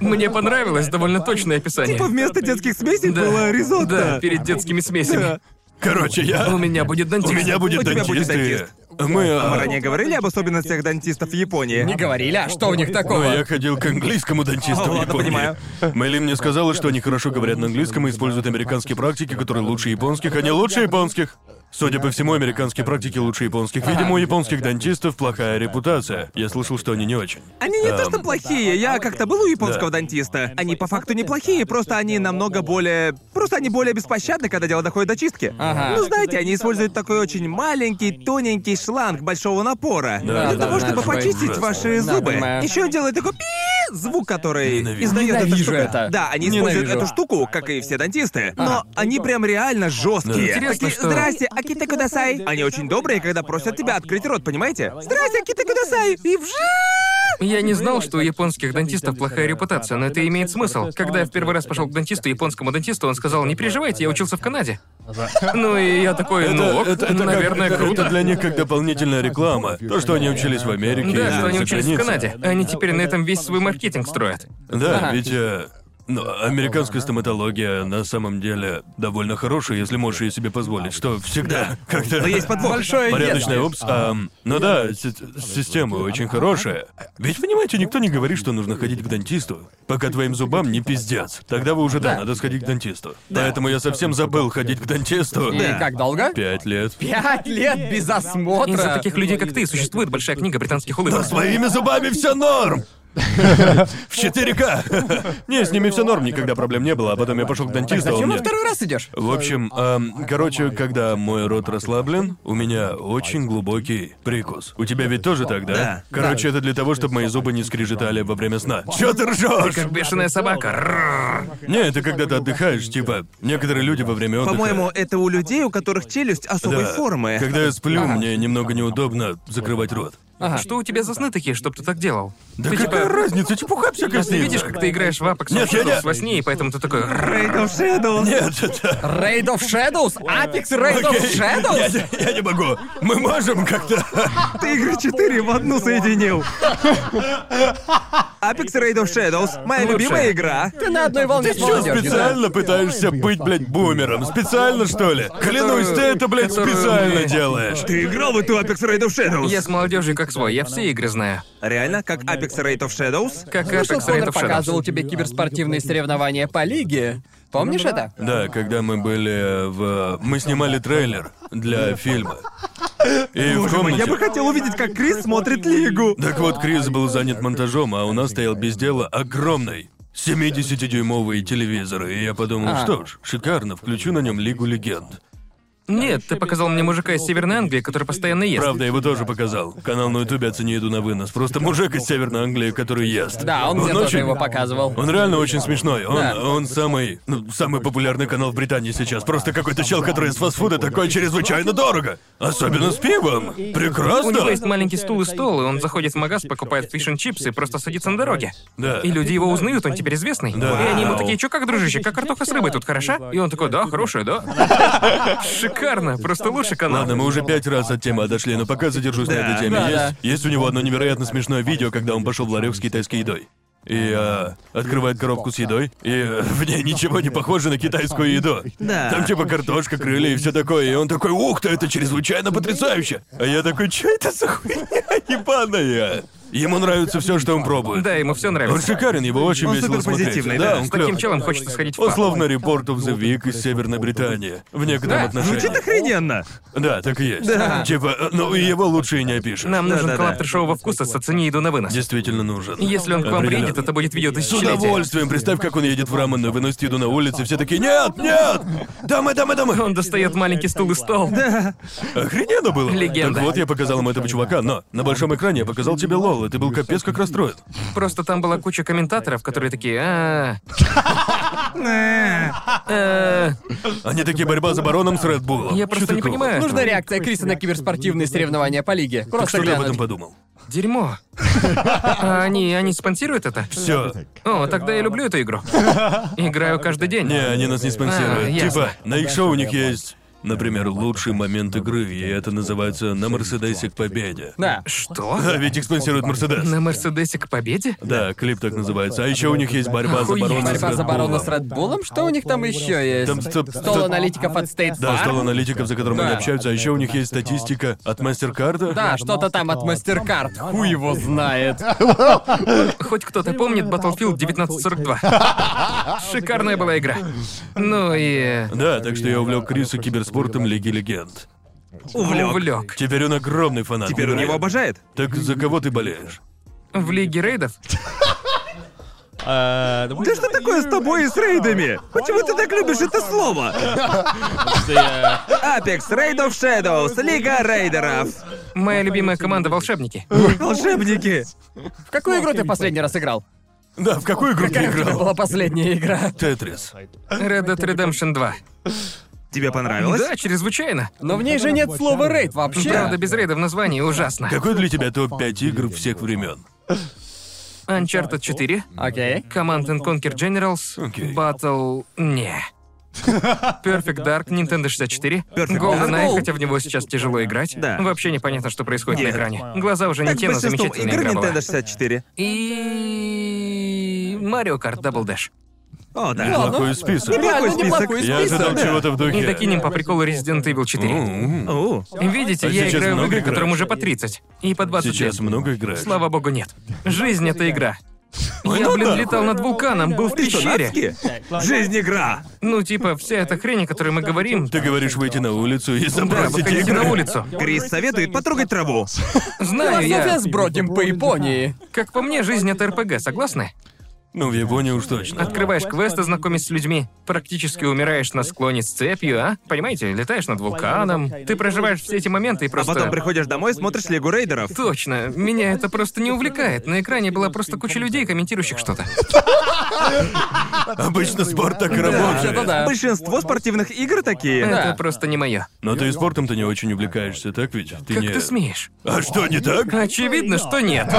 A: Мне понравилось довольно точное описание.
B: Типа вместо детских смесей
A: Да.
B: было
A: Да,
B: ризотто.
A: перед детскими смесями.
C: Короче,
A: У
C: я...
A: меня будет
C: У
A: дантист.
C: меня будет
B: У тебя будет
C: дантист. и- Мы...
B: Мы
C: а,
B: ранее говорили об особенностях дантистов в Японии.
E: Не говорили, а что у них
C: Ну,
E: такого?
C: я ходил к английскому дантисту
B: Ладно,
C: в Японии.
B: понимаю.
C: Мэйлин мне сказала, что они хорошо говорят на английском и используют американские практики, которые лучше японских, а не лучше японских. Судя по всему, американские практики лучше японских. Видимо, у японских дантистов плохая репутация. Я слышал, что они не очень.
B: Они не то
C: Эм,
B: что плохие, я как-то был у японского дантиста. Они по факту неплохие, просто они намного более Просто они более беспощадны, когда дело доходит до чистки.
E: Ага.
B: Ну, знаете, они используют такой очень маленький, тоненький шланг большого напора.
C: Да,
B: для
C: да,
B: того,
C: да,
B: чтобы
C: это
B: почистить
C: ужасно.
B: ваши
E: Да,
B: зубы.
E: понимаю.
B: Еще делает такой пи звук, который
C: Ненавижу.
B: издает эта
E: Ненавижу
B: штука.
E: это.
B: Да, они используют
E: Ненавижу. А,
B: эту штуку, как и все дантисты. Но
E: ну
B: они прям реально
C: Да.
B: жесткие.
A: Интересно,
B: Такие,
A: что-
B: Здрасте,
E: А
B: Акита Кудасай. Они очень добрые, когда просят тебя открыть рот, понимаете? Здрасте, Акита Кудасай. И вжи!
A: Я не знал, что у японских дантистов плохая репутация, но это имеет смысл. Когда я в первый раз пошел к дантисту, японскому дантисту, он сказал, не переживайте, я учился в Канаде. *laughs* Ну и я такой, ну ок,
C: это, как-
A: наверное,
C: это-
A: круто.
C: это для них как дополнительная реклама. То, что они учились в Америке
A: Да,
C: или
A: что они
C: за
A: учились в
C: границей.
A: Канаде. Они теперь на этом весь свой маркетинг строят.
C: Да, ведь э, ну, американская стоматология на самом деле довольно хорошая, если можешь ее себе позволить, что всегда как-то...
B: Но есть подвох.
E: Большое
C: Порядочная
E: если.
C: опс. ам, ну да, си- система очень хорошая. Ведь, понимаете, никто не говорит, что нужно ходить к дантисту, пока твоим зубам не пиздец. Тогда вы уже, да, надо сходить к дантисту. Поэтому я совсем забыл ходить к дантисту.
E: И как долго?
C: Пять лет.
E: Пять лет без осмотра.
A: Из-за таких людей, как ты, существует большая книга британских улыбок.
C: С моими зубами все норм! В 4К! Не, с ними все норм, никогда проблем не было, а потом я пошел к дантисту, а он
E: Зачем на
C: мне...
E: второй раз идешь?
C: В общем, ам, короче, когда мой рот расслаблен, у меня очень глубокий прикус. У тебя ведь тоже так, да?
B: Да.
C: Короче, это для того, чтобы мои зубы не скрежетали во время сна. Чё ты ржешь?
A: Как бешеная собака. Рррр.
C: Не, это когда ты отдыхаешь, типа, некоторые люди во время отдыха...
B: По-моему, это у людей, у которых челюсть особой
C: Да.
B: формы.
C: Когда я сплю, мне немного неудобно закрывать рот.
A: Что у тебя за сны такие, чтоб ты так делал?
C: Да
A: ты
C: какая
A: типа...
C: разница, чепуха всякая
A: а ты видишь,
C: снится.
A: как ты играешь в Apex
C: Нет, я не-
A: во сне, и поэтому ты такой... «Рррр».
B: Raid of Shadows.
C: Нет, это...
E: Raid of Shadows? Apex Raid of
C: Окей. Я,
E: Shadows?
C: не- я не могу. Мы можем как-то...
B: Ты игры 4 в одну соединил. Apex Raid of Shadows. Моя любимая игра.
E: Ты на одной волне с
C: Чё,
E: молодежью, да?
C: специально пытаешься быть, блядь, бумером? Специально, что ли? Клянусь, ты это, блядь,
A: Которую-
C: специально делаешь.
B: Ты играл в эту Apex Raid of Shadows?
A: Я с молодежью как свой, я все игры знаю.
B: Реально? Как Apex Raid of Shadows?
A: Как Apex
E: Слышал,
A: Raid
E: Ну Конор
A: of Shadows.
E: показывал тебе киберспортивные соревнования по лиге. Помнишь это?
C: Да, когда мы были в... Мы снимали трейлер для фильма. И в комнате...
B: Я бы хотел увидеть, как Крис смотрит Лигу.
C: Так вот, Крис был занят монтажом, а у нас стоял без дела огромный 70-дюймовый телевизор. И я подумал, что ж, шикарно, включу на нем Лигу Легенд.
A: Нет, ты показал мне мужика из Северной Англии, который постоянно ест.
C: Правда, я его тоже показал. Канал на ютубе оцени иду на вынос. Просто мужик из Северной Англии, который ест.
E: Да, он мне тоже
C: очень-
E: его показывал.
C: Ну, Он реально очень смешной. Он,
E: Да.
C: он самый, ну, самый популярный канал в Британии сейчас. Просто какой-то чел, который из фастфуда такой чрезвычайно дорого. Особенно с пивом.
A: У него есть
C: Прекрасно.
A: маленький стул и стол, и он заходит в магаз, покупает фиш чипсы и просто садится на дороге.
C: Да.
A: И люди его узнают, он теперь известный.
C: Да.
A: И они ему такие, чё как, дружище, как картоха с рыбой тут хороша? И он такой, да, хорошая, да. Шикарно, просто лучше канал.
C: Ладно, мы уже пять раз от темы отошли, но пока задержусь на этой теме.
E: Да,
C: есть,
E: да.
C: есть у него одно невероятно смешное видео, когда он пошел в ларек с китайской едой. И а, открывает коробку с едой, и э, в ней ничего не похоже на китайскую еду.
B: Да.
C: Там типа картошка, крылья и все такое. И он такой, ух ты, это чрезвычайно потрясающе! А я такой, что это за хуйня ебаная? Ему нравится все, что он пробует.
A: Да, ему все
C: Он
A: нравится.
C: шикарен, его очень
B: Он
C: весело смотреть.
B: суперпозитивный, да.
C: Да, он
A: С таким
C: клёвый.
A: челом хочется сходить в
C: Он
A: паб.
C: словно репорт в The Week из Северной Британии. В некотором
A: Да,
C: отношении.
B: Звучит охрененно.
C: Да, так и есть. Типа, э, ну и его лучше и не опишешь.
A: Нам нужен
B: Да-да-да.
A: коллап трешового вкуса с «Оцени еду на вынос».
C: Действительно нужен.
A: Если он к вам
C: Определенно.
A: приедет, это будет видео
C: С
A: тысячелетия.
C: удовольствием. Представь, как он едет в раменную, выносит еду на улице, все такие «Нет, нет! Дамы, дамы, дамы!»
A: Он достает маленький стул и стол.
C: Охрененно было.
A: Легенда.
C: Так вот, я показал им этого чувака, но на большом экране я показал тебе Лол, и ты был капец как расстроен.
A: Просто там была куча комментаторов, которые такие... «А, э,
C: Они такие «Борьба за бароном с Red Bull».
A: Я просто не понимаю.
E: Нужна реакция Криса на киберспортивные соревнования по лиге. Просто
C: Что ты об этом
E: глянуть.
C: подумал?
A: Дерьмо. А они, они спонсируют это?
C: Все.
A: О, тогда я люблю эту игру. Играю каждый день.
C: Не, они нас не
A: А,
C: спонсируют.
A: ясно.
C: типа, на их шоу у них есть, например, лучший момент игры, и это называется «На Мерседесе к победе».
E: Да.
A: Что?
C: Да, А ведь их спонсирует Мерседес.
A: На Мерседесе к победе?
C: Да, клип так называется. А еще у них есть борьба за
A: Охуеть.
C: барона с
E: Борьба за
C: Red
E: барона
C: Bull'ом.
E: с Рэдбулом? Что у них там еще
C: Там
E: есть?
C: ст- ст-
E: Стол аналитиков от State
C: Да,
E: Farm?
C: стол аналитиков, за которым они общаются, а еще у них есть статистика от Мастеркарда.
E: Да, что-то там от Мастеркард. Хуй его знает.
A: Хоть кто-то помнит Battlefield 1942. *laughs* Шикарная была игра. Ну и...
C: Да, так что я увлек Криса киберспортом Лиги Легенд.
B: Увлек.
A: Увлек.
C: Теперь он огромный фанат.
B: Теперь он его
C: невероятно.
B: обожает.
C: Так за кого ты болеешь?
A: В Лиге рейдов?
B: Да
I: Да
B: что такое с тобой и с рейдами? Почему ты так любишь это слово? Апекс Рейдов Shadows, Лига Рейдеров.
A: Моя любимая команда волшебники.
B: Волшебники.
E: В какую игру ты последний раз играл?
C: Да, в какую игру ты
E: Какая у тебя
C: играл?
E: была последняя игра?
C: Тетрис.
A: Red Dead Redemption 2.
B: Тебе понравилось?
A: Да, чрезвычайно.
E: Но в ней же нет слова рейд вообще.
A: Правда, без рейда в названии ужасно.
C: Какой для тебя топ-5 игр всех времен?
A: Uncharted 4.
E: Окей.
A: Command and Conquer Generals.
C: Окей.
A: Battle... Не. Perfect Dark, Nintendo 64.
B: Perfect
A: GoldenEye,
E: Dark.
A: хотя в него сейчас тяжело играть.
B: Да.
A: Вообще непонятно, что происходит
B: Нет.
A: на экране. Глаза уже не
B: Так
A: те, но
B: большинство
A: замечательная
B: игр
A: игра была.
B: Nintendo 64.
A: И... Mario Kart Double Dash.
B: О, да.
C: Неплохой список.
E: Реально
B: Ну, список.
E: неплохой
C: Я ожидал
E: список.
C: чего-то в
A: И
C: духе.
A: докинем по приколу Resident Evil 4.
C: М,
B: О,
A: Видите,
C: А
A: я
C: сейчас
A: играю в
C: много
A: игры, которым
C: играешь?
A: уже по 30. И по 20 лет.
C: Сейчас много играешь.
A: Слава богу, нет. Жизнь — это игра. Я,
B: ну
A: блин,
B: да.
A: летал над вулканом, был в
B: ты что,
A: пещере.
B: нацки? Жизнь игра.
A: Ну, типа, вся эта хрень, о которой мы говорим...
C: Ты говоришь выйти на улицу и
A: Да,
C: забросить
A: выходите
C: игры.
A: на улицу.
B: Крис советует потрогать траву. А
A: Знаю
E: Философия
A: я.
E: с бродим по Типа, Японии.
A: Как по мне, жизнь — это РПГ, согласны?
C: Ну, в Японии уж точно.
A: Открываешь квесты, знакомишься с людьми, практически умираешь на склоне с цепью, а? Понимаете, летаешь над вулканом, ты проживаешь все эти моменты и
B: А
A: просто...
B: потом приходишь домой и смотришь Лигу Рейдеров.
A: Точно, меня это просто не увлекает. На экране была просто куча людей, комментирующих что-то.
C: Обычно спорт так и
E: Это
C: работает.
E: да.
B: Большинство спортивных игр такие.
A: Это просто не мое.
C: Но ты и спортом-то не очень увлекаешься, так ведь? Ты
A: Как
C: не...
A: ты смеешь?
C: А что, не так?
A: Очевидно, что нет.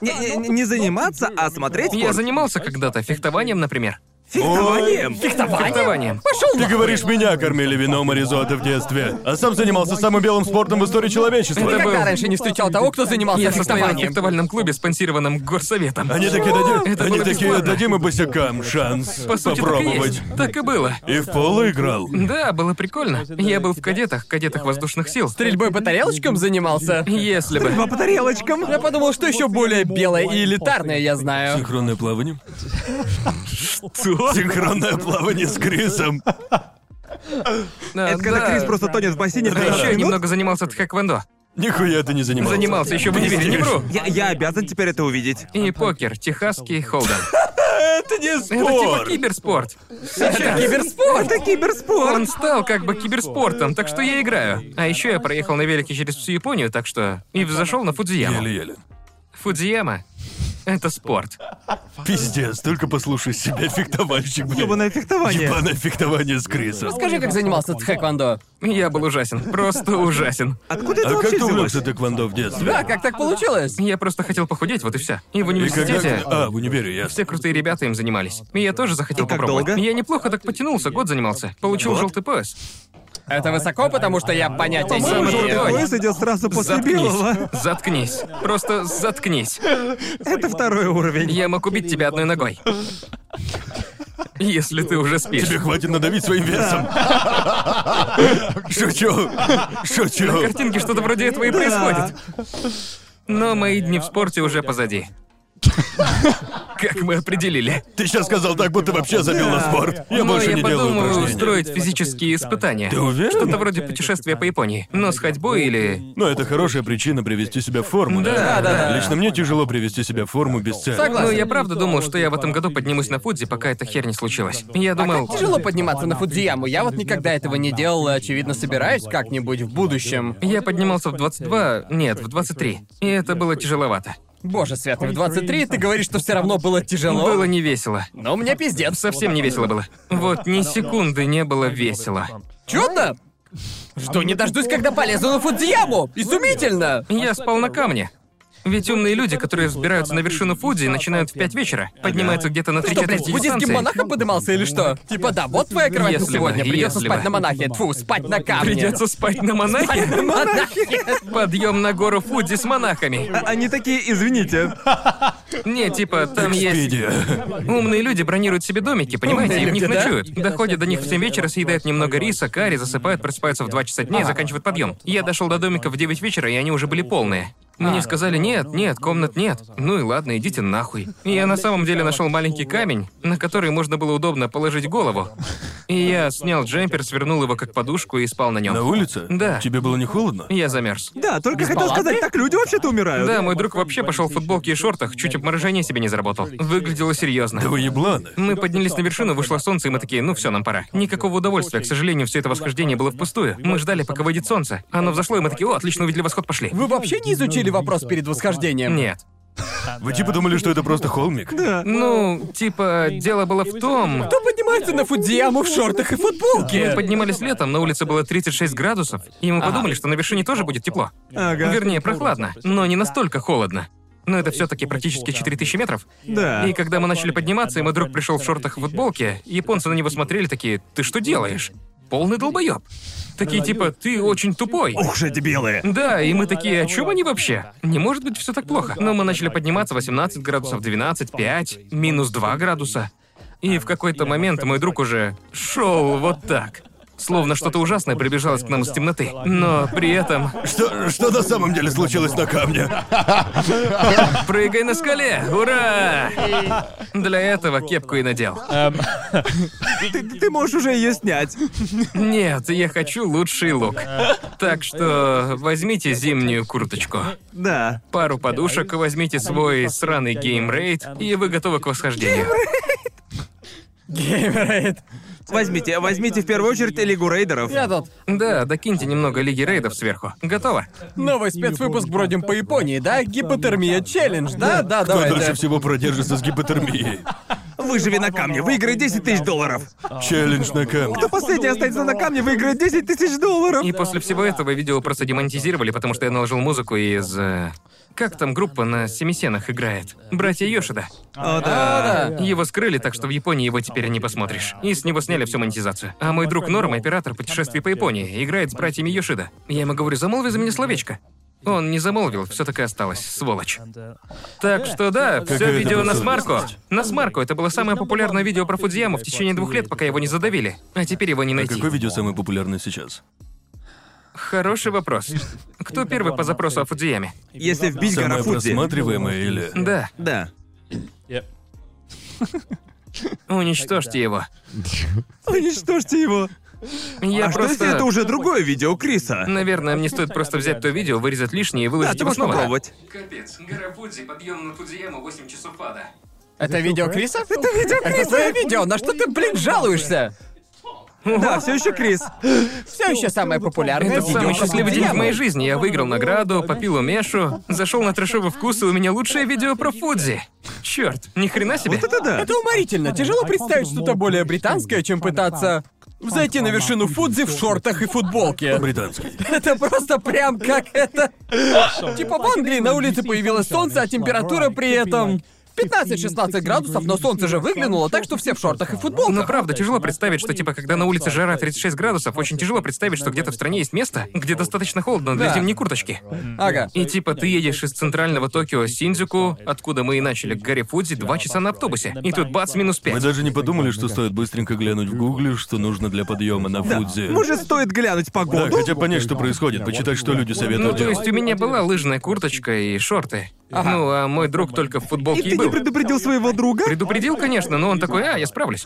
B: Не, не- не заниматься, а смотреть
A: Я
B: спорт.
A: занимался когда-то фехтованием, например.
B: Фехтованием.
A: Фехтованием.
C: Ты говоришь, меня кормили вином и ризотто в детстве, а сам занимался самым белым спортом в истории человечества.
A: Это был-
E: Никогда раньше не встречал того, кто занимался
A: Я состоял в
E: фехтованием.
A: фехтовальном клубе, спонсированном горсоветом.
C: Они такие, дадим,
A: Это
C: они
A: было
C: такие,
A: бесплатно.
C: дадим и босикам шанс
A: По сути, так и
C: попробовать.
A: есть. Так и было.
C: И в поло играл.
A: Да, было прикольно. Я был в кадетах, кадетах воздушных сил.
E: Стрельбой по тарелочкам занимался.
A: Если бы.
B: По тарелочкам.
E: Я подумал, что еще более белое и элитарное я знаю.
C: Синхронное плавание? Что? Синхронное плавание с Крисом.
A: Да,
B: Это когда
A: А, да.
B: Крис просто тонет в бассейне в
A: А
B: 12
A: еще я
B: минут.
A: немного занимался тхэквондо.
C: Нихуя ты не занимался.
A: Занимался еще в универе, не вру.
B: Я, я обязан теперь это увидеть.
A: И покер, техасский холден.
C: Это не
A: Это типа
C: спорт.
A: киберспорт.
E: Это киберспорт.
B: Это киберспорт.
A: Он стал как бы киберспортом, так что я играю. А еще я проехал на велике через всю Японию, так что... И взошел на Фудзияму.
C: Еле-еле.
A: Фудзияма — это спорт.
C: Пиздец, только послушай себя, фехтовальщик, блин.
B: Ёбаное фехтование.
C: Ебаное фехтование с Крисом.
E: Скажи, как занимался тхэквондо.
A: Я был ужасен, просто ужасен.
B: Откуда это
C: А как
B: вообще
C: ты
B: взялось?
C: увлекся тэквондо в детстве?
E: Да, как так получилось?
A: Я просто хотел похудеть, вот и все. И в
C: И когда-
A: университете
C: А, в универе, я...
A: все крутые ребята им занимались. И я тоже захотел
B: И как
A: попробовать.
B: долго?
A: Я неплохо так потянулся, год занимался. Получил желтый пояс.
E: Это высоко, потому что я понятия не
A: Самый
E: имею.
A: крутой.
B: Пояс идет сразу после белого. *laughs*
A: Заткнись. Заткнись. Просто заткнись.
B: Это второй уровень.
A: Я мог убить тебя одной ногой. Если ты уже спишь.
C: Тебе хватит надавить своим весом. Шучу. Шучу.
A: картинке что-то вроде этого и происходит. Но мои дни в спорте уже позади. Как мы определили.
C: Ты сейчас сказал так, будто вообще забил на спорт. Я
A: Но
C: больше
A: Ну, я
C: не делаю
A: подумаю
C: упражнений.
A: устроить физические испытания.
C: Ты уверен?
A: Что-то вроде путешествия по Японии. Но с ходьбой или...
C: Но это хорошая причина привести себя в форму, да?
A: Да, да, да.
C: Лично мне тяжело привести себя в форму без цели.
A: Ну, я правда думал, что я в этом году поднимусь на Фудзи, пока эта херь не случилась. Я
E: А
A: думал...
E: как тяжело подниматься на Фудзияму? Я вот никогда этого не делал и, очевидно, собираюсь как-нибудь в будущем.
A: Я поднимался в 22... Нет, в 23. И это было тяжеловато.
E: Боже святый, в 23 ты говоришь, что все равно было тяжело.
A: Было не весело.
E: Но мне пиздец.
A: Совсем не весело было. Вот ни секунды не было весело.
E: Чудно! Жду не дождусь, когда полезу на Фудзияму! Изумительно!
A: Я спал на камне. Ведь умные люди, которые взбираются на вершину Фудзи, начинают в 5 вечера, поднимаются где-то на
E: Что, блядь,
A: 3-4
E: буддийским
A: дистанции.
E: монахом подымался или что? Типа, да, вот твоя кровать на
A: Если бы,
E: сегодня. Придется
A: если
E: спать
A: бы.
E: на монахе. Тьфу, спать на камне.
A: Придется спать на монахе.
E: Монахе.
A: Подъем на гору Фудзи с монахами.
B: А- Они такие, извините.
A: Не, типа, там есть...
C: Видео.
A: Умные люди бронируют себе домики, понимаете, и в них
E: люди, да?
A: ночуют. Доходят до них в 7 вечера, съедают немного риса, карри, засыпают, просыпаются в 2 часа дня и заканчивают подъем. Я дошел до домика в 9 вечера, и они уже были полные. Мне сказали, нет, нет, комнат нет. Ну и ладно, идите нахуй. Я на самом деле нашел маленький камень, на который можно было удобно положить голову. И я снял джемпер, свернул его как подушку и спал на нем.
C: На улице?
A: Да.
C: Тебе было не холодно?
A: Я замерз.
B: Да, только хотел сказать, так люди вообще-то умирают.
A: Да, мой друг вообще пошел в футболке и шортах, чуть обморожение себе не заработал. Выглядело серьезно.
C: Да вы ебланы.
A: Мы поднялись на вершину, вышло солнце, и мы такие, ну все, нам пора. Никакого удовольствия, к сожалению, все это восхождение было впустую. Мы ждали, пока выйдет солнце. Оно взошло, и мы такие, о, отлично, увидели восход, пошли.
E: Вы вообще не изучили вопрос перед восхождением?
A: Нет.
C: Вы типа думали, что это просто холмик? Да.
A: Ну, типа, дело было в том...
E: Кто поднимается на Фудзияму в шортах и футболке?
A: Мы поднимались летом, на улице было 36 градусов, и мы подумали, что на вершине тоже будет тепло.
B: Ага.
A: Вернее, прохладно, но не настолько холодно. Но это все-таки практически 4000 метров.
B: Да.
A: И когда мы начали подниматься, и мой друг пришел в шортах и футболке, японцы на него смотрели такие, ты что делаешь? Полный долбоеб. Такие типа, ты очень тупой.
B: Ух же эти белые.
A: Да, и мы такие, о чем они вообще? Не может быть все так плохо. Но мы начали подниматься 18 градусов, 12, 5, минус 2 градуса. И в какой-то момент мой друг уже шел вот так. Словно что-то ужасное приближалось к нам из темноты. Но при этом...
C: Что, что на самом деле случилось на
A: *laughs*
C: камне?
A: Прыгай на скале! Ура! Для этого кепку и надел.
B: Ты, ты можешь уже ее снять.
A: Нет, я хочу лучший лук. Так что возьмите зимнюю курточку.
B: Да.
A: Пару подушек, возьмите свой сраный геймрейд, и вы готовы к восхождению.
E: Геймрейд.
B: Возьмите, возьмите в первую очередь Лигу Рейдеров.
E: Я тут.
A: Да, докиньте немного Лиги Рейдов сверху. Готово.
E: Новый спецвыпуск бродим по Японии, да? Гипотермия челлендж, да? Да,
C: Кто
E: давай.
C: дольше
E: да.
C: всего продержится с гипотермией?
B: Выживи на камне, выиграй 10 тысяч долларов.
C: Челлендж на камне.
B: Кто последний останется на камне, выиграет 10 тысяч долларов.
A: И после всего этого видео просто демонтизировали, потому что я наложил музыку из... э, Как там группа на семисенах играет? Братья Йошида.
B: О, да.
A: Его скрыли, так что в Японии его теперь не посмотришь. И с него сняли всю монетизацию. А мой друг Норм, оператор путешествий по Японии, играет с братьями Йошида. Я ему говорю, замолви за меня словечко. Он не замолвил, все таки осталось, сволочь. Так что да, все
C: это
A: видео на
C: посылка.
A: смарку. На смарку это было самое популярное видео про Фудзияму в течение двух лет, пока его не задавили. А теперь его не найти.
C: Какое видео самое популярное сейчас?
A: Хороший вопрос. Кто первый по запросу о Фудзияме?
B: Если вбить гора
C: Самое
B: Фудзи.
C: просматриваемое или...
A: Да,
B: Да.
A: уничтожьте его.
B: Уничтожьте его.
A: Я
B: а что
A: просто...
B: если это уже другое видео Криса?
A: Наверное, мне стоит просто взять то видео, вырезать лишнее и
B: Да,
A: выложить
B: ты
A: его
B: можешь
A: снова.
B: попробовать.
H: Капец, гора Фудзи, подъем на Фудзияму 8 часов ада.
E: Это видео Криса? Это видео Криса! Это твое видео, на что ты, блин, жалуешься?
B: Да, все еще Крис.
E: Все еще самое популярное
A: Это
E: видео.
A: самый
E: про
A: счастливый день в
E: Фудзияму.
A: моей жизни. Я выиграл награду, попил умешу, зашел на трешовый вкус, и у меня лучшее видео про Фудзи. Черт, ни хрена себе.
B: Это да.
E: Это уморительно. Тяжело представить что-то более британское, чем пытаться зайти на вершину Фудзи в шортах и футболке.
C: Британский.
E: Это просто прям как это... Типа в Англии на улице появилось солнце, а температура при этом... 15-16 градусов, но солнце же выглянуло, так что все в шортах и
A: Но
E: футболках.
A: правда, тяжело представить, что типа когда на улице жара 36 градусов, очень тяжело представить, что где-то в стране есть место, где достаточно холодно для
E: Да.
A: зимней курточки.
E: Ага.
A: И типа ты едешь из центрального Токио Синдзюку, откуда мы и начали, к горе Фудзи, два часа на автобусе. И тут бац, минус
C: Мы
A: пять.
C: даже не подумали, что стоит быстренько глянуть в гугле, что нужно для подъема на Фудзи.
B: Может, стоит глянуть
C: Да,
B: погоду?
C: хотя бы понять, что происходит, почитать, что люди
A: Ну,
C: советуют
A: то
C: делать.
A: есть у меня была лыжная курточка и шорты. Ну, а мой друг только в
B: И
A: футболке и
B: ты не
A: был.
B: предупредил своего друга?
A: Предупредил, конечно, но он такой, а, я справлюсь.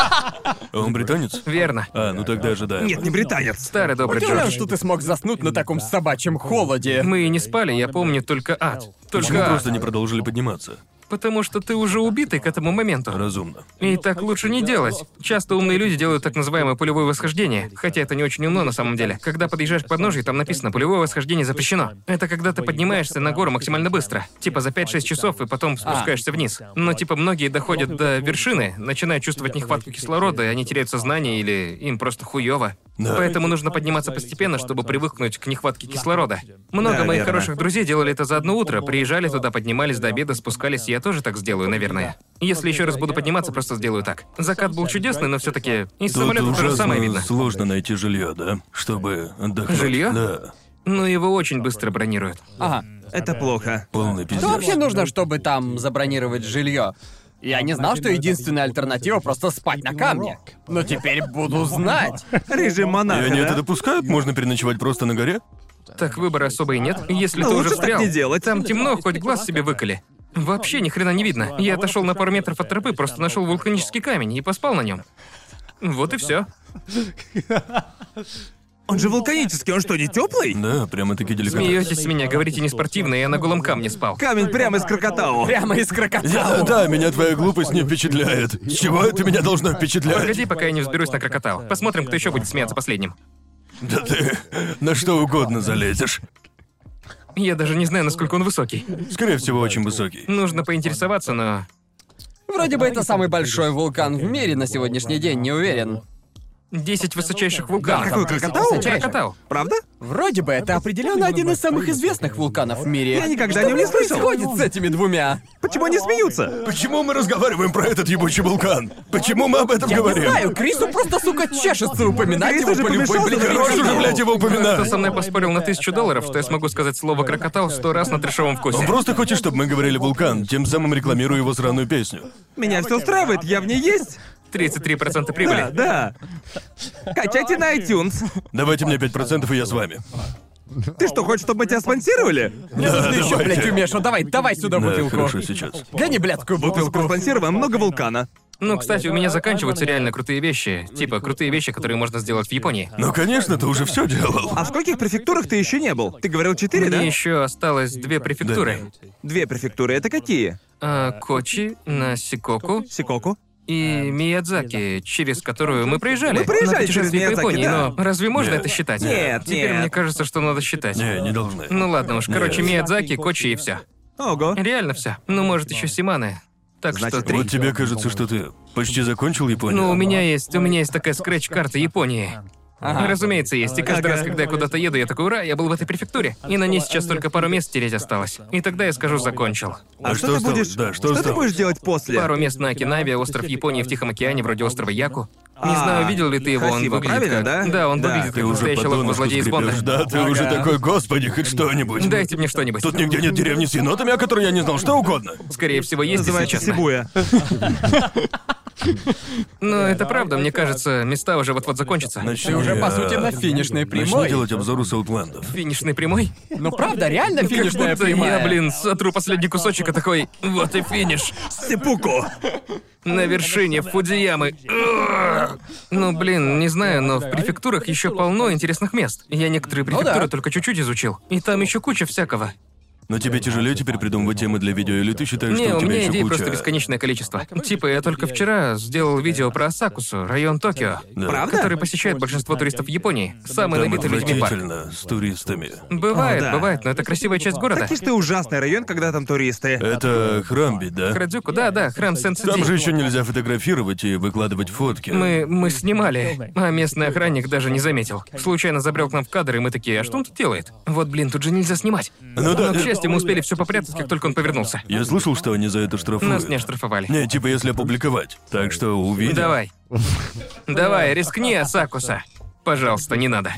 C: А Он британец?
A: Верно.
C: А, ну тогда ожидаем.
B: Нет, не британец.
A: Старый добрый
E: Удивлен,
A: Джордж.
E: что ты смог заснуть на таком собачьем холоде.
A: Мы и не спали, я помню только ад.
C: Почему
A: Только ад.
C: просто не продолжили подниматься?
A: Потому что ты уже убитый к этому моменту.
C: Разумно.
A: И так лучше не делать. Часто умные люди делают так называемое пулевое восхождение, хотя это не очень умно на самом деле. Когда подъезжаешь к подножию, там написано «пулевое восхождение запрещено». Это когда ты поднимаешься на гору максимально быстро, типа за 5-6 часов, и потом спускаешься вниз. Но типа многие доходят до вершины, начинают чувствовать нехватку кислорода, и они теряют сознание или им просто хуёво.
C: Да.
A: Поэтому нужно подниматься постепенно, чтобы привыкнуть к нехватке кислорода. Много
B: Да,
A: моих
B: верно.
A: хороших друзей делали это за одно утро. Приезжали туда, поднимались до обеда, спускались. Я тоже так сделаю, наверное. Если еще раз буду подниматься, просто сделаю так. Закат был чудесный, но все-таки из
C: Тут
A: самолета то же самое
C: ужасно
A: видно.
C: сложно найти жилье, да? Чтобы отдохнуть.
A: Жилье?
C: Да.
A: Но его очень быстро бронируют.
E: Ага.
B: Это плохо.
C: Полный пиздец.
E: Что вообще нужно, чтобы там забронировать жилье? Я не знал, что единственная альтернатива просто спать на камне. Но теперь буду знать.
B: Режим
C: И
B: монаха,
C: они
B: да?
C: это допускают? Можно переночевать просто на горе?
A: Так выбора особо и нет, если
B: Ну,
A: ты
B: лучше
A: уже
B: так
A: встрял.
B: не делать.
A: Там темно, хоть глаз себе выколи. Вообще ни хрена не видно. Я отошел на пару метров от тропы, просто нашел вулканический камень и поспал на нем. Вот и все.
B: Он же вулканический, он что, не теплый?
C: Да, прямо-таки деликатно.
A: Смеетесь с меня, говорите неспортивно, я на голом камне спал.
B: Камень прямо из крокотау.
E: Прямо из крокодила.
C: Я- да, меня твоя глупость не впечатляет. С Чего ты меня должна впечатлять?
A: Погоди, пока я не взберусь на крокотал. Посмотрим, кто еще будет смеяться последним.
C: Да ты на что угодно залезешь.
A: Я даже не знаю, насколько он высокий.
C: Скорее всего, очень высокий.
A: Нужно поинтересоваться, но
E: Вроде бы это самый большой вулкан в мире на сегодняшний день, не уверен.
A: 10 высочайших вулканов.
B: Какой крокотау?
A: Крокотал.
B: Правда?
E: Вроде бы это определенно один из самых известных вулканов в мире.
B: Я никогда о
E: Что
B: нем не слышал.
E: происходит с этими двумя?
B: Почему они смеются?
C: Почему мы разговариваем про этот ебучий вулкан? Почему мы об этом
E: Я не
C: говорим?
E: знаю, Крису просто, сука, чешется упоминать
B: Крису
E: его
B: же
E: по любой,
B: помешался
E: блин,
B: на
C: Хорош уже,
E: причине.
C: блядь, его
A: Кто
C: упоминать.
A: со мной поспорил на тысячу долларов, что я смогу сказать слово крокотал сто раз на трешовом
C: Он
A: вкусе.
C: просто хочет, чтобы мы говорили вулкан, тем самым рекламируя его сраную песню.
B: Меня все устраивает, я в ней есть.
A: 33%
B: Да,
A: прибыли.
B: да. Качайте на iTunes.
C: Давайте мне 5% и я с вами.
B: Ты что, хочешь, чтобы мы тебя спонсировали?
A: Ну,
E: Мне нужно еще,
C: давайте.
E: блядь, умешу. Давай, давай сюда
C: Да,
E: бутылку.
C: хорошо, сейчас.
E: Гони блядскую бутылку.
B: Проспонсировано много вулкана.
A: Ну, кстати, у меня заканчиваются реально крутые вещи. Типа, крутые вещи, которые можно сделать в Японии.
C: Ну, конечно, ты уже все делал.
B: А в скольких префектурах ты еще не был? Ты говорил четыре, да?
A: Мне еще осталось две префектуры.
B: Две префектуры. Это какие?
A: А, Кочи, Насикоку
B: Сикоку.
A: и Миядзаки, через которую мы проезжали.
B: Мы проезжали
A: на путешествии
B: через
A: по Японии,
B: Миядзаки,
A: но разве можно
C: Нет.
A: это считать?
B: Нет,
A: Теперь
B: нет.
A: мне кажется, что надо считать.
C: Не, не должны.
A: Ну ладно уж, короче,
C: Нет.
A: Миядзаки, Кочи и все.
B: Ого.
A: Реально все. Ну, может, еще Симаны. Так
B: Значит,
A: что три.
C: Вот тебе кажется, что ты почти закончил Японию. а
A: Ну, у меня есть, у меня есть такая скретч-карта Японии.
E: Ага.
A: Разумеется, есть. И каждый
B: Ага.
A: раз, когда я куда-то еду, я такой, ура, я был в этой префектуре. И на ней сейчас только пару мест тереть осталось. И тогда я скажу, закончил.
C: А
B: А что
C: что
B: ты
C: осталось?
B: будешь?
C: Да, что
B: Что ты
C: осталось?
B: будешь делать после?
A: Пару мест на Окинаве, остров Японии в Тихом океане, вроде острова Яку. Не
B: А,
A: знаю, видел ли ты его, он
B: красиво,
A: выглядит
B: правильно,
A: как...
B: да?
A: Да, он
B: Да.
A: выглядит
C: Ты
A: как
C: уже
A: настоящий
C: по донышку
A: ловкозлодей из Бонда.
C: скребешь, да? Ты уже такой, господи, хоть
A: *laughs*
C: что-нибудь.
A: Дайте мне что-нибудь.
C: Тут нигде нет деревни с енотами, о которой я не знал, что угодно.
A: Скорее всего, есть, если
B: Называется
A: честно.
C: *laughs*
B: Сибуя.
A: Но Ну, это правда, мне кажется, места уже вот-вот закончатся.
C: Начни,
E: Ты уже, по
C: э,
E: сути, на финишной
C: Начни
E: прямой.
C: делать обзоры саутлендов.
A: Финишной прямой?
E: Ну правда, реально финишная
A: Как будто
E: прямая.
A: я, блин, сотру последний кусочек и такой, вот и финиш.
B: Сипуку.
A: На вершине Фудзиямы. Ugh. Ну, блин, не знаю, но в префектурах еще полно интересных мест. Я некоторые
C: Ну
A: префектуры
E: да.
A: только чуть-чуть изучил. И там еще куча всякого.
C: Но тебе тяжелее теперь придумывать темы для видео, или ты считаешь,
A: Не,
C: что у
A: у
C: тебя
A: меня
C: еще
A: идей
C: куча...
A: просто бесконечное количество. Типа, я только вчера сделал видео про Асакусу, район Токио,
C: Да.
A: который
B: Правда?
A: посещает большинство туристов Японии. Самый
C: Там
A: набитый людьми парк.
C: отвратительно, с туристами.
A: Бывает,
B: О, да.
A: бывает, но это красивая часть города.
B: Таки что ужасный район, когда там
C: Э,
B: туристы.
C: Это храм ведь, да?
A: Крадзюку, да, да, храм Сенсидзи.
C: Там же еще нельзя фотографировать и выкладывать фотки.
A: Мы, мы снимали, а местный охранник даже не заметил. Случайно забрел к нам в кадр, и мы такие, а что он тут делает? Вот, блин, тут же нельзя снимать.
C: Ну
A: Но,
C: да,
A: к счастью,
C: э,
A: мы успели все попрятать, как только он повернулся.
C: Я слышал, что они за это штрафуют.
A: Нас не оштрафовали.
C: Не, типа если опубликовать. Так что увидим.
A: Давай. Давай, рискни, Асакуса. Пожалуйста, не надо.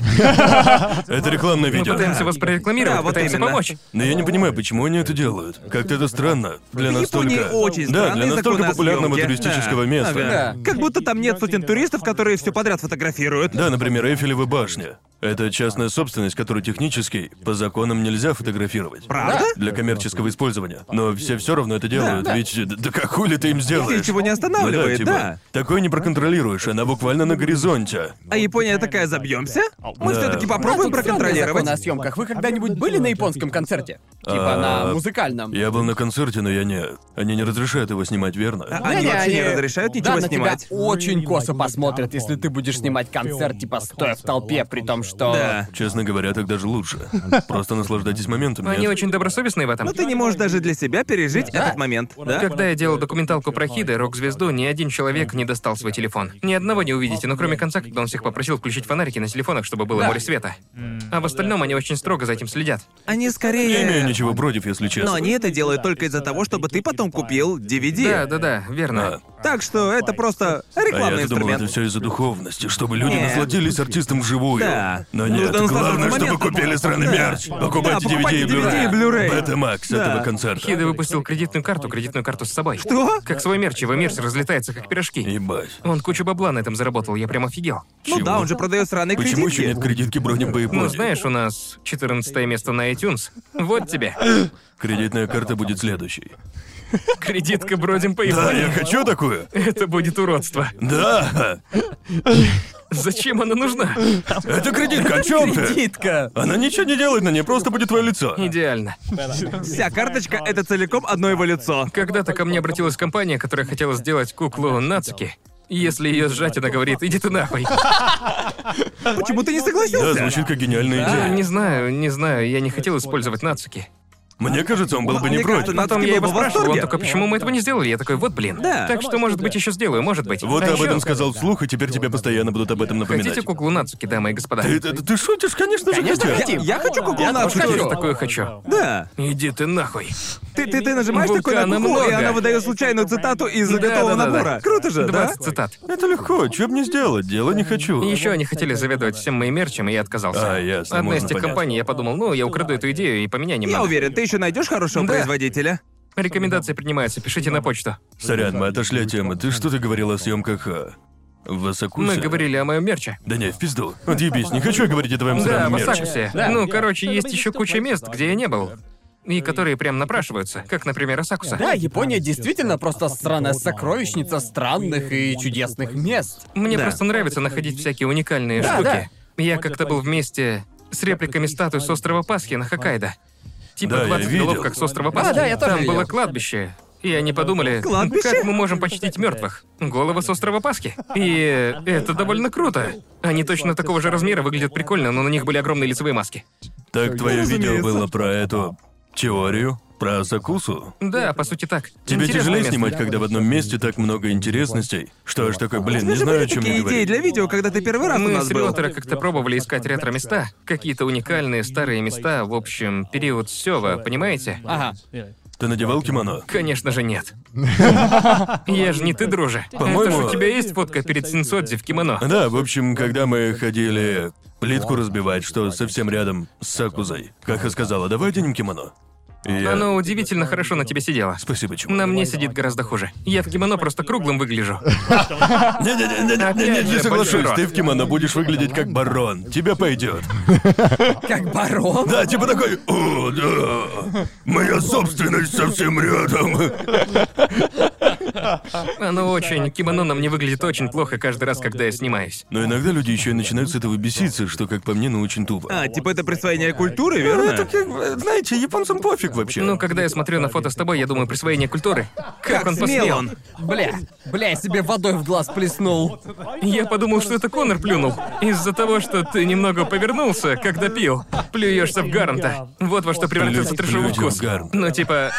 C: Это рекламное
A: Мы
C: видео.
A: пытаемся вас прорекламировать,
B: Да, вот
A: пытаемся
B: именно.
A: помочь.
C: Но я не понимаю, почему они это делают. Как-то это странно. Для
B: В
C: настолько...
B: Японии очень
C: Да,
B: странные
C: для настолько
B: законы о
C: популярного
B: съёмке.
C: туристического
B: Да.
C: места.
B: Ага.
E: Да.
B: Как будто там нет сотен туристов, которые все подряд фотографируют.
C: Да, например, Эйфелева башня. Это частная собственность, которую технически по законам нельзя фотографировать.
B: Правда?
C: Для коммерческого использования. Но все все равно это делают,
B: да.
C: ведь э, да, да как хули ты им сделаешь?
B: Ничего не останавливает,
C: ну, да, типа,
B: да.
C: Такое не проконтролируешь, она буквально на горизонте.
B: А Япония такая, забьемся? Мы
C: Да.
B: все-таки
E: Там
B: попробуем
E: тут странные
B: проконтролировать.
E: законы о съемках. Вы когда-нибудь были на японском концерте? Типа на музыкальном.
C: А, Я был на концерте, но я не... Они не разрешают его снимать, верно?
B: А Они
E: Не-не,
B: вообще не
E: они-
B: разрешают
E: Да,
B: ничего
E: на тебя
B: снимать.
E: очень косо посмотрят, если ты будешь снимать концерт, типа стоя в толпе, при том, что...
B: Да.
C: Честно говоря, так даже лучше. Просто наслаждайтесь моментом.
A: Они
C: нет?
A: очень добросовестные в этом.
C: Ну
B: Но Ну, ты не можешь даже для себя пережить этот момент, да?
A: Когда я делал документалку про Хида, рок-звезду, ни один человек не достал свой телефон. Ни одного не увидите, но кроме конца, когда он всех попросил включить фонарики на телефонах, чтобы было
E: Да.
A: море света. А в остальном они очень строго за этим следят.
B: Они
C: Не имею
B: скорее...
C: ничего против, если честно.
B: Э, Но они это делают только из-за того, чтобы ты потом купил
A: Да,
B: DVD.
A: да, да, верно.
B: Так что это просто
C: А я
B: рекламный
C: думал,
B: инструмент.
C: это все из-за духовности, чтобы люди
B: Нет.
C: насладились артистом вживую.
B: Да. да. Ну,
C: Но нет,
B: до настоящего
C: главное, чтобы
B: момента.
C: купили сраный мерч. Покупайте
B: Да,
C: DVD
B: покупайте
C: и
B: DVD и
C: Blu-ray.
B: Blu-ray.
C: Бета Макс
B: Да.
C: этого концерта.
A: Хида выпустил кредитную карту, кредитную карту с собой.
B: Что?
A: Как свой мерч, его мерч разлетается, как пирожки.
C: Ебать.
A: Он кучу бабла на этом заработал, я прям офигел.
B: Ну да, он же продает сраные
C: Почему
B: кредитки.
C: еще нет кредитки бронем по Японии?
A: Ну, знаешь, у нас 14 место на iTunes. Вот тебе.
C: Кредитная карта будет следующей.
A: Кредитка бродим по
C: Да,
A: Японии.
C: я хочу такую.
A: Это будет уродство.
C: Да.
A: Зачем она нужна?
C: Это кредитка, о чем ты?
B: Кредитка.
C: Она ничего не делает на ней, просто будет твое лицо.
A: Идеально.
B: Вся карточка — это целиком одно его лицо.
A: Когда-то ко мне обратилась компания, которая хотела сделать куклу Нацуки. Если ее сжать, она говорит, иди ты
B: *laughs*
A: нахуй.
B: Почему ты не
C: Да,
B: согласился?
C: звучит как гениальная
A: Ну,
C: идея.
A: не знаю, не знаю, я не хотел использовать Нацуки.
C: Мне кажется, он был бы не
B: Мне
C: против.
B: кажется, на-
A: Потом
B: Нацуки
A: я
B: был
A: его
B: бы в
A: спрашивал, он
B: восторге.
A: только, почему мы этого не сделали? Я такой, вот блин.
B: Да.
A: Так что, может быть, еще сделаю, может быть.
C: Вот
A: А
C: ты об
A: еще
C: этом сказал вслух, и теперь тебе постоянно будут об этом напоминать.
A: Хотите куклу Нацуки, дамы и господа? А
C: Ты, ты- ты шутишь, конечно же,
A: Конечно,
C: хотят.
B: Я, я хочу куклу
A: Я тоже
B: Нацуки.
A: хочу, такое хочу.
B: Да.
A: Иди ты нахуй.
B: Ты, ты, ты нажимаешь такой на
C: а
A: Вулкана
B: куклу, и
A: много.
B: она выдает случайную цитату из готового
A: Да-да-да-да.
B: набора. Круто же, да?
A: 20 цитат.
C: Это легко, чё бы мне сделать, дело не хочу.
A: И еще они хотели заведовать всем моим мерчем, и я отказался.
C: А, ясно,
A: Одна из
C: можно
A: тех
C: понять.
A: компаний, я подумал, ну, я украду эту идею и поменяю
B: Я
A: немного.
B: уверен, ты еще найдешь хорошего
A: Да.
B: производителя.
A: Рекомендации принимаются, пишите на почту.
C: Сорян, мы отошли от темы. Ты что-то говорил о съемках в Асакусе?
A: Мы говорили о моем мерче.
C: Да не, в пизду. Отъебись, не хочу я говорить о твоем
A: Да, в
C: сраном мерче.
A: Асакусе. Ну, короче, есть еще куча мест, где я не был. И которые прям напрашиваются, как, например, Асакуса.
E: Да, Япония действительно просто странная сокровищница странных и чудесных мест.
A: Мне
B: Да.
A: просто нравится находить всякие уникальные
E: Да,
A: штуки. Я как-то был вместе с репликами статуй с острова Пасхи на Хоккайдо. Типа
C: Да, я
A: 20 голов
C: видел.
A: как с острова Пасхи.
E: да, я тоже
A: Там
E: видел.
A: было кладбище. И они подумали, «Ну,
B: Кладбище?
A: как мы можем почтить мертвых? Головы с острова Пасхи. И это довольно круто. Они точно такого же размера выглядят прикольно, но на них были огромные лицевые маски.
C: Так твое
B: Разумеется.
C: видео было про эту теорию, про Асакусу.
A: Да, по сути так.
C: Тебе
A: Интересное
C: тяжелее
A: место.
C: снимать, когда в одном месте так много интересностей? Что аж такой, блин, не
B: Даже
C: знаю,
B: были
C: о чем
B: такие
C: мне
B: идеи для
C: говорить.
B: видео, когда ты первый раз у
A: Мы
B: нас
A: с
B: был.
A: Риэлтора как-то пробовали искать ретро-места, какие-то уникальные старые места, в общем, период Сева, понимаете? А,
E: Ага.
C: Ты надевал кимоно?
A: Конечно же
C: *laughs*
A: нет. Я же не ты, друже. Это
C: По-моему-
A: же у тебя есть фотка перед Синсодзи в кимоно.
C: Да, в общем, когда мы ходили плитку разбивать, что совсем рядом с Сакузой, как и сказала, давай оденем кимоно. И я-
A: Оно удивительно хорошо на тебе сидело.
C: Спасибо, чувак.
A: На мне сидит гораздо хуже. Я в кимоно просто круглым выгляжу.
C: Не-не-не,
A: Опять
C: не
A: же,
C: соглашусь,
A: Бальзеро.
C: ты в кимоно будешь выглядеть как барон. Тебе пойдет.
E: Как барон?
C: Да, типа такой, о, да, моя собственность совсем рядом.
A: Оно очень... Кимоно на мне выглядит очень плохо каждый раз, когда я снимаюсь.
C: Но иногда люди еще и начинают с этого беситься, что, как по мне, ну очень тупо.
B: А, типа это присвоение культуры, верно?
C: Ну, это как, бы, знаете, японцам пофиг вообще.
A: Ну, когда я смотрю на фото с тобой, я думаю, присвоение культуры. Как он
B: смел
A: посмел?
B: он.
E: Бля, бля, я себе водой в глаз плеснул.
A: Я подумал, что это Конор плюнул. Из-за того, что ты немного повернулся, когда пил. Плюешься в Гарнта. Вот во что превратился
C: Плюй-
A: трешовый
C: плюйте в
A: вкус.
C: Гарнта.
A: Ну типа...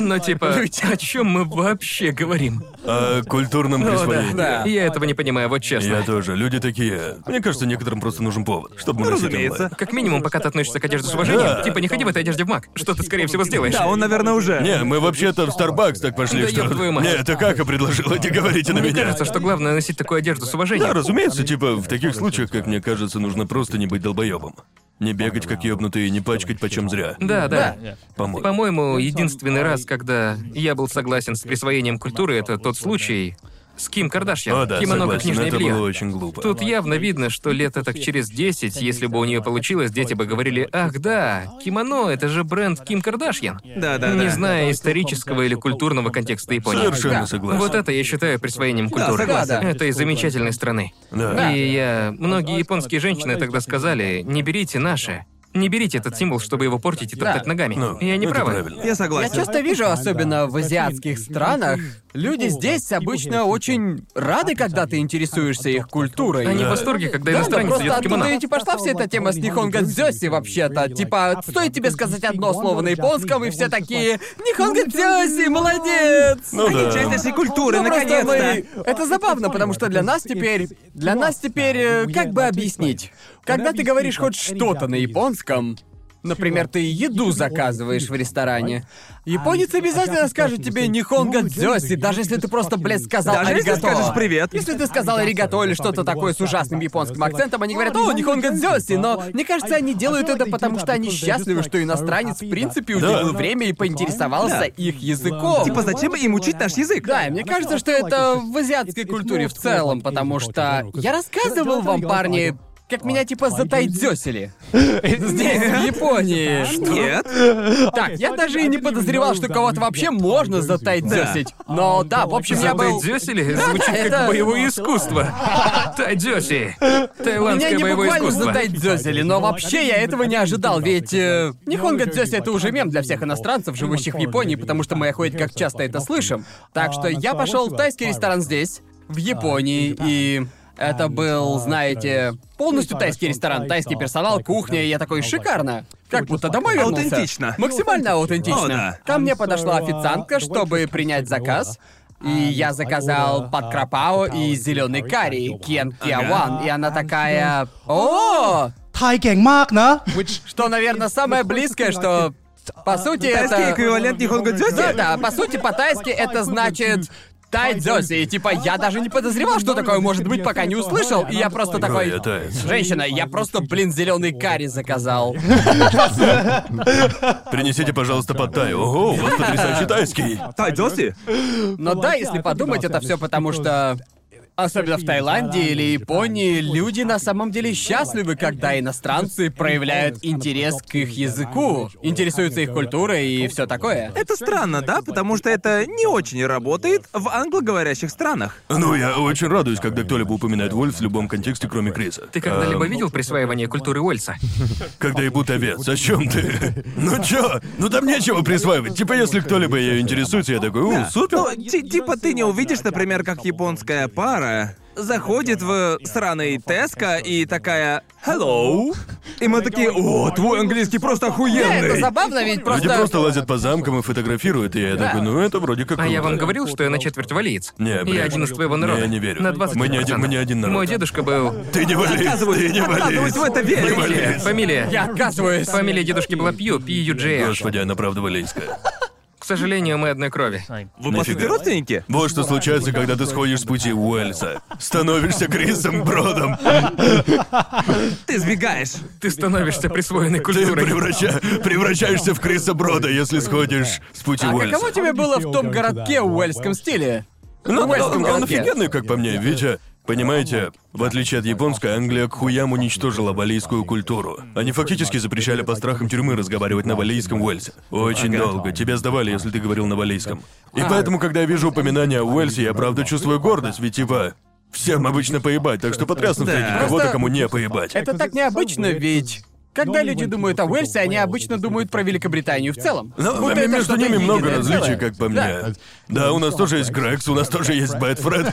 A: Ну типа, о чем мы вообще говорим?
C: О А культурном
A: Ну да,
C: присвоении.
A: да. Я этого не понимаю, вот
C: Я
A: честно.
C: тоже. Люди такие. Мне кажется, некоторым просто нужен повод, чтобы мы носили
B: разумеется.
C: онлайн.
A: Как минимум, пока ты относишься к одежде с уважением,
C: Да.
A: типа не ходи в этой одежде в маг. Что ты, скорее всего, сделаешь?
B: Да, он, наверное, уже.
C: Не, мы вообще-то в Starbucks так пошли,
A: Да
C: что...
A: ёб твою мать.
C: Не, это как и предложила, не говорите на
A: Мне
C: меня.
A: кажется, что главное носить такую одежду с уважением.
C: Да, разумеется, типа, в таких случаях, как мне кажется, нужно просто не быть долбоебом. Не бегать как ёбнутый и не пачкать почем зря.
A: Да, да.
C: По-моему.
A: По-моему, единственный раз, когда я был согласен с присвоением культуры, это тот случай с Ким Кардашьян.
C: О, да,
A: Кимоно как
C: согласен,
A: нижнее
C: это
A: белье.
C: было очень глупо.
A: Тут явно видно, что лет так через 10, если бы у нее получилось, дети бы говорили, ах да, кимоно, это же бренд Ким Кардашьян.
B: Да, да,
A: Не
B: да.
A: зная исторического или культурного контекста Японии.
C: Совершенно
A: Да.
C: согласен.
A: Вот это я считаю присвоением культуры.
B: согласен.
A: Этой замечательной страны.
C: Да.
A: И я... Многие японские женщины тогда сказали, не берите наши. Не берите этот символ, чтобы его портить и топтать ногами.
C: Ну,
A: и они
C: это
A: правы.
C: правильно.
B: Я
E: Я
B: согласен.
E: часто вижу, особенно в азиатских странах, люди здесь обычно очень рады, когда ты интересуешься их культурой.
A: Они в
C: Да.
A: восторге, когда
E: Да, да,
A: иностранец
E: просто
A: идет в кимоно.
E: оттуда и типа, пошла вся эта тема с Нихонго Дзёси вообще-то. Типа, стоит тебе сказать одно слово на японском, и все такие «Нихонго Дзёси, молодец!»
C: Ну да.
B: Часть нашей культуры,
E: Ну, просто
B: наконец-то.
E: мы- Это забавно, потому что для нас теперь... Для нас теперь... э, Как бы объяснить? Когда ты говоришь хоть что-то на японском, Например, ты еду заказываешь в ресторане. Японец обязательно скажет тебе «Нихонго дзёси», даже если ты просто, блядь, сказал
B: Даже если
E: «аригато».
B: скажешь «привет».
E: А Если ты сказал «аригато» или что-то такое с ужасным японским акцентом, они говорят «О, Нихонго дзёси», но мне кажется, они делают это потому, что они счастливы, что иностранец, в принципе, уделил
C: Да.
E: время и поинтересовался
B: Да.
E: их языком.
B: Типа, зачем им учить наш язык?
E: Да, и мне кажется, что это в азиатской культуре в целом, потому что я рассказывал вам, парни, как меня типа затайдзёсили. *laughs* Здесь, в Японии.
B: Нет.
E: Так, я даже и не подозревал, что кого-то вообще можно затайдзёсить. Но да, в общем, я был...
A: Тайдзёсили звучит
E: это-
A: как боевое искусство. Тайдзёси.
E: Меня
A: Таиландское
E: не
A: боевое
E: буквально
A: искусство.
E: затайдзёсили, но вообще я этого не ожидал, ведь... э, Нихонго дзёси — это уже мем для всех иностранцев, живущих в Японии, потому что мы охоть как часто это слышим. Так что я пошел в тайский ресторан здесь, в Японии, и... Это был, знаете, полностью тайский ресторан, тайский персонал, кухня, и я такой, шикарно. Как будто домой вернулся.
B: Аутентично.
E: Максимально аутентично.
B: О, да.
E: Ко мне подошла официантка, чтобы принять заказ. И я заказал под крапао и зеленый карри, кен киаван. И она такая... О!
D: ไทยเก่งมากนะ
E: Что, наверное, самое близкое, что... По сути,
B: Тайский
E: это...
B: эквивалент Нихонго Дзёси?
E: Да, да, по сути, по-тайски это значит... Тайдзёси, и типа я даже не подозревал, что такое может быть, пока не услышал, и я просто такой...
C: Ой, это-
E: Женщина, я просто, блин, зеленый карри заказал.
C: Принесите, пожалуйста, под тай. Ого, у вас потрясающий тайский.
B: Тайдзёси?
E: Но да, если подумать, это все потому, что Особенно в Таиланде или Японии люди на самом деле счастливы, когда иностранцы проявляют интерес к их языку, интересуются их культурой и все такое.
B: Это странно, да? Потому что это не очень работает в англоговорящих странах.
C: Ну, я очень радуюсь, когда кто-либо упоминает Вольф в любом контексте, кроме Криса.
A: Ты когда-либо
C: Эм,
A: видел присваивание культуры Уэльса?
C: Когда ебут овец, о чем ты? Ну чё? Ну там нечего присваивать. Типа, если кто-либо ее интересуется, я такой, у, супер.
B: Ну, ти- типа ты не увидишь, например, как японская пара заходит в сраный Теска и такая «Hello». И мы такие «О, твой английский просто
E: Да, это
B: охуенный!»
E: забавно, ведь
C: Люди
E: просто...
C: просто лазят по замкам и фотографируют, и я такой, ну это вроде как
A: А я
C: круто».
A: вам говорил, что я на четверть валиец.
C: Не,
A: я
C: бред.
A: один из твоего
C: Не,
A: народа.
C: я не верю.
A: На 20
C: Мы не один- мы не один народ.
A: Мой дедушка был...
C: Ты не вали, ты не
B: Отказываюсь в это
C: вали.
B: верить.
C: Не вали.
A: Фамилия, фамилия.
E: Я отказываюсь.
A: Фамилия дедушки была Пью, Пью Джея.
C: Господи, она правда валейская.
A: К сожалению, мы одной крови.
B: Вы, по сути,
C: Нафига?
B: родственники?
C: Вот что случается, когда ты сходишь с пути Уэльса. Становишься Крисом Бродом.
B: Ты сбегаешь.
A: Ты становишься присвоенной
C: Ты
A: культурой.
C: превраща- превращаешься в Криса Брода, если сходишь с пути
E: А
C: Уэльса.
E: каково тебе было в том городке в уэльском стиле?
C: Ну,
E: В уэльском
C: он, он
E: городке.
C: офигенный, как по мне, Витя. Понимаете, в отличие от японской, Англия к хуям уничтожила валийскую культуру. Они фактически запрещали по страхам тюрьмы разговаривать на валийском Уэльсе. Очень долго. Тебя сдавали, если ты говорил на валийском.
E: А.
C: И поэтому, когда я вижу упоминание о Уэльсе, я правда чувствую гордость, ведь типа... Всем обычно поебать, так что потрясно встретить кого-то,
E: Просто-
C: кому не поебать.
E: Это так необычно, ведь... Когда люди думают о Уэльсе, они обычно думают про Великобританию в целом.
C: Ну,
E: Будто это
C: между
E: что-то
C: ними много
E: единое
C: различий,
E: целое.
C: как по
E: Да.
C: мне. Да, у нас тоже есть Грекс, у нас тоже есть Бэтфред.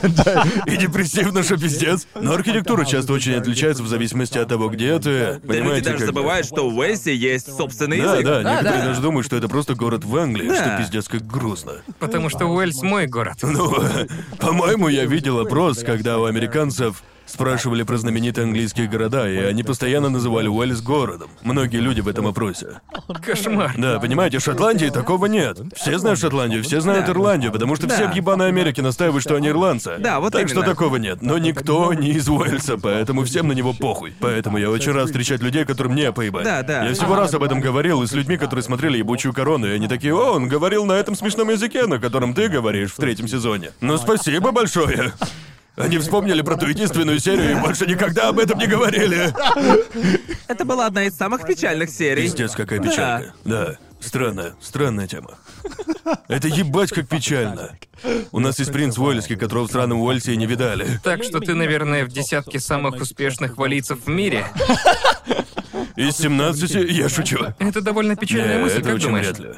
C: И депрессивно, что пиздец. Но архитектура часто очень отличается в зависимости от того, где ты.
B: Да люди
C: Понимаете,
B: даже
C: как...
B: забывают, что у Уэйси есть собственный
C: Да,
B: язык.
C: да,
E: Да,
C: некоторые
E: да.
C: даже думают, что это просто город в Англии,
B: Да.
C: что пиздец как грустно. *laughs*
A: Потому что Уэльс мой город.
C: Ну, *laughs* по-моему, я видел опрос, когда у американцев спрашивали про знаменитые английские города, и они постоянно называли Уэльс городом. Многие люди в этом опросе.
A: Кошмар.
C: Да, понимаете, в Шотландии такого нет. Все знают Шотландию, все знают Ирландию, потому что все
B: Да.
C: в ебаной Америке настаивают, что они ирландцы.
B: Да, вот
C: Так что
B: именно.
C: такого нет. Но никто не из Уэльса, поэтому всем на него похуй. Поэтому я очень рад встречать людей, которым не поебать.
B: Да, да.
C: Я всего раз об этом говорил, и с людьми, которые смотрели «Ебучую корону», и они такие, «О, он говорил на этом смешном языке, на котором ты говоришь в третьем сезоне». Ну, спасибо большое. Они вспомнили про ту единственную серию и больше никогда об этом не говорили.
B: Это была одна из самых печальных серий.
C: Пиздец, какая печалька. Да. Странная, странная тема. Это ебать как печально. У нас есть принц Уэльский, которого в сраном Уэльсе и не видали.
A: Так что ты, наверное, в десятке самых успешных валийцев в мире.
C: Из 17... Я шучу.
A: Это довольно печальная
C: Не,
A: мысль,
C: это
A: как
C: очень
A: думаешь?
C: вряд ли.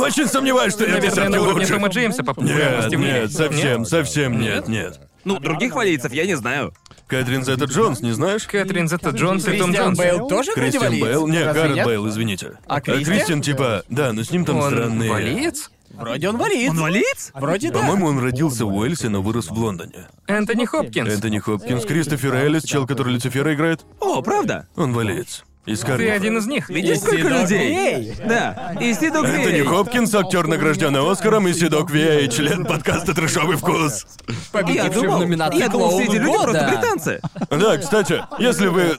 C: Очень сомневаюсь, что я в
A: Наверное,
C: десятке
A: на уровне
C: лучше.
A: Тома Джеймса по
C: Нет,
A: популярности в мире.
C: нет, совсем, совсем нет, нет.
B: Ну, других валийцев я не знаю.
C: Кэтрин Зета Джонс, не знаешь?
A: Кэтрин Зетта Джонс и Том
E: Кристиан
A: Джонс.
E: Бейл тоже вроде
C: Кристиан
E: валиец?
C: Бейл? Не,
E: Разве
C: Гаррет
E: нет?
C: Бейл, извините.
E: А Кристиан?
C: типа, да, но с ним там
A: Он
C: странные...
A: валиец?
E: Вроде он валит.
B: Он валит?
E: Вроде да.
C: По-моему, он родился в Уэльсе, но вырос в Лондоне.
A: Энтони Хопкинс.
C: Энтони Хопкинс, Кристофер Эллис, чел, который Люцифера играет.
B: О, правда?
C: Он валец. Из
A: Ты
C: Карнифа.
A: один из них.
B: Видишь, сколько людей? Да. И Сидок
C: Энтони
B: Вей.
C: Хопкинс, актер, награжденный Оскаром, и Седок Вей, член подкаста «Трешовый вкус».
B: Я
E: Победивший в
B: думал,
E: номинации
B: я думал, все эти
E: «Клоун
B: люди просто
E: года».
B: британцы.
C: Да, кстати, если вы...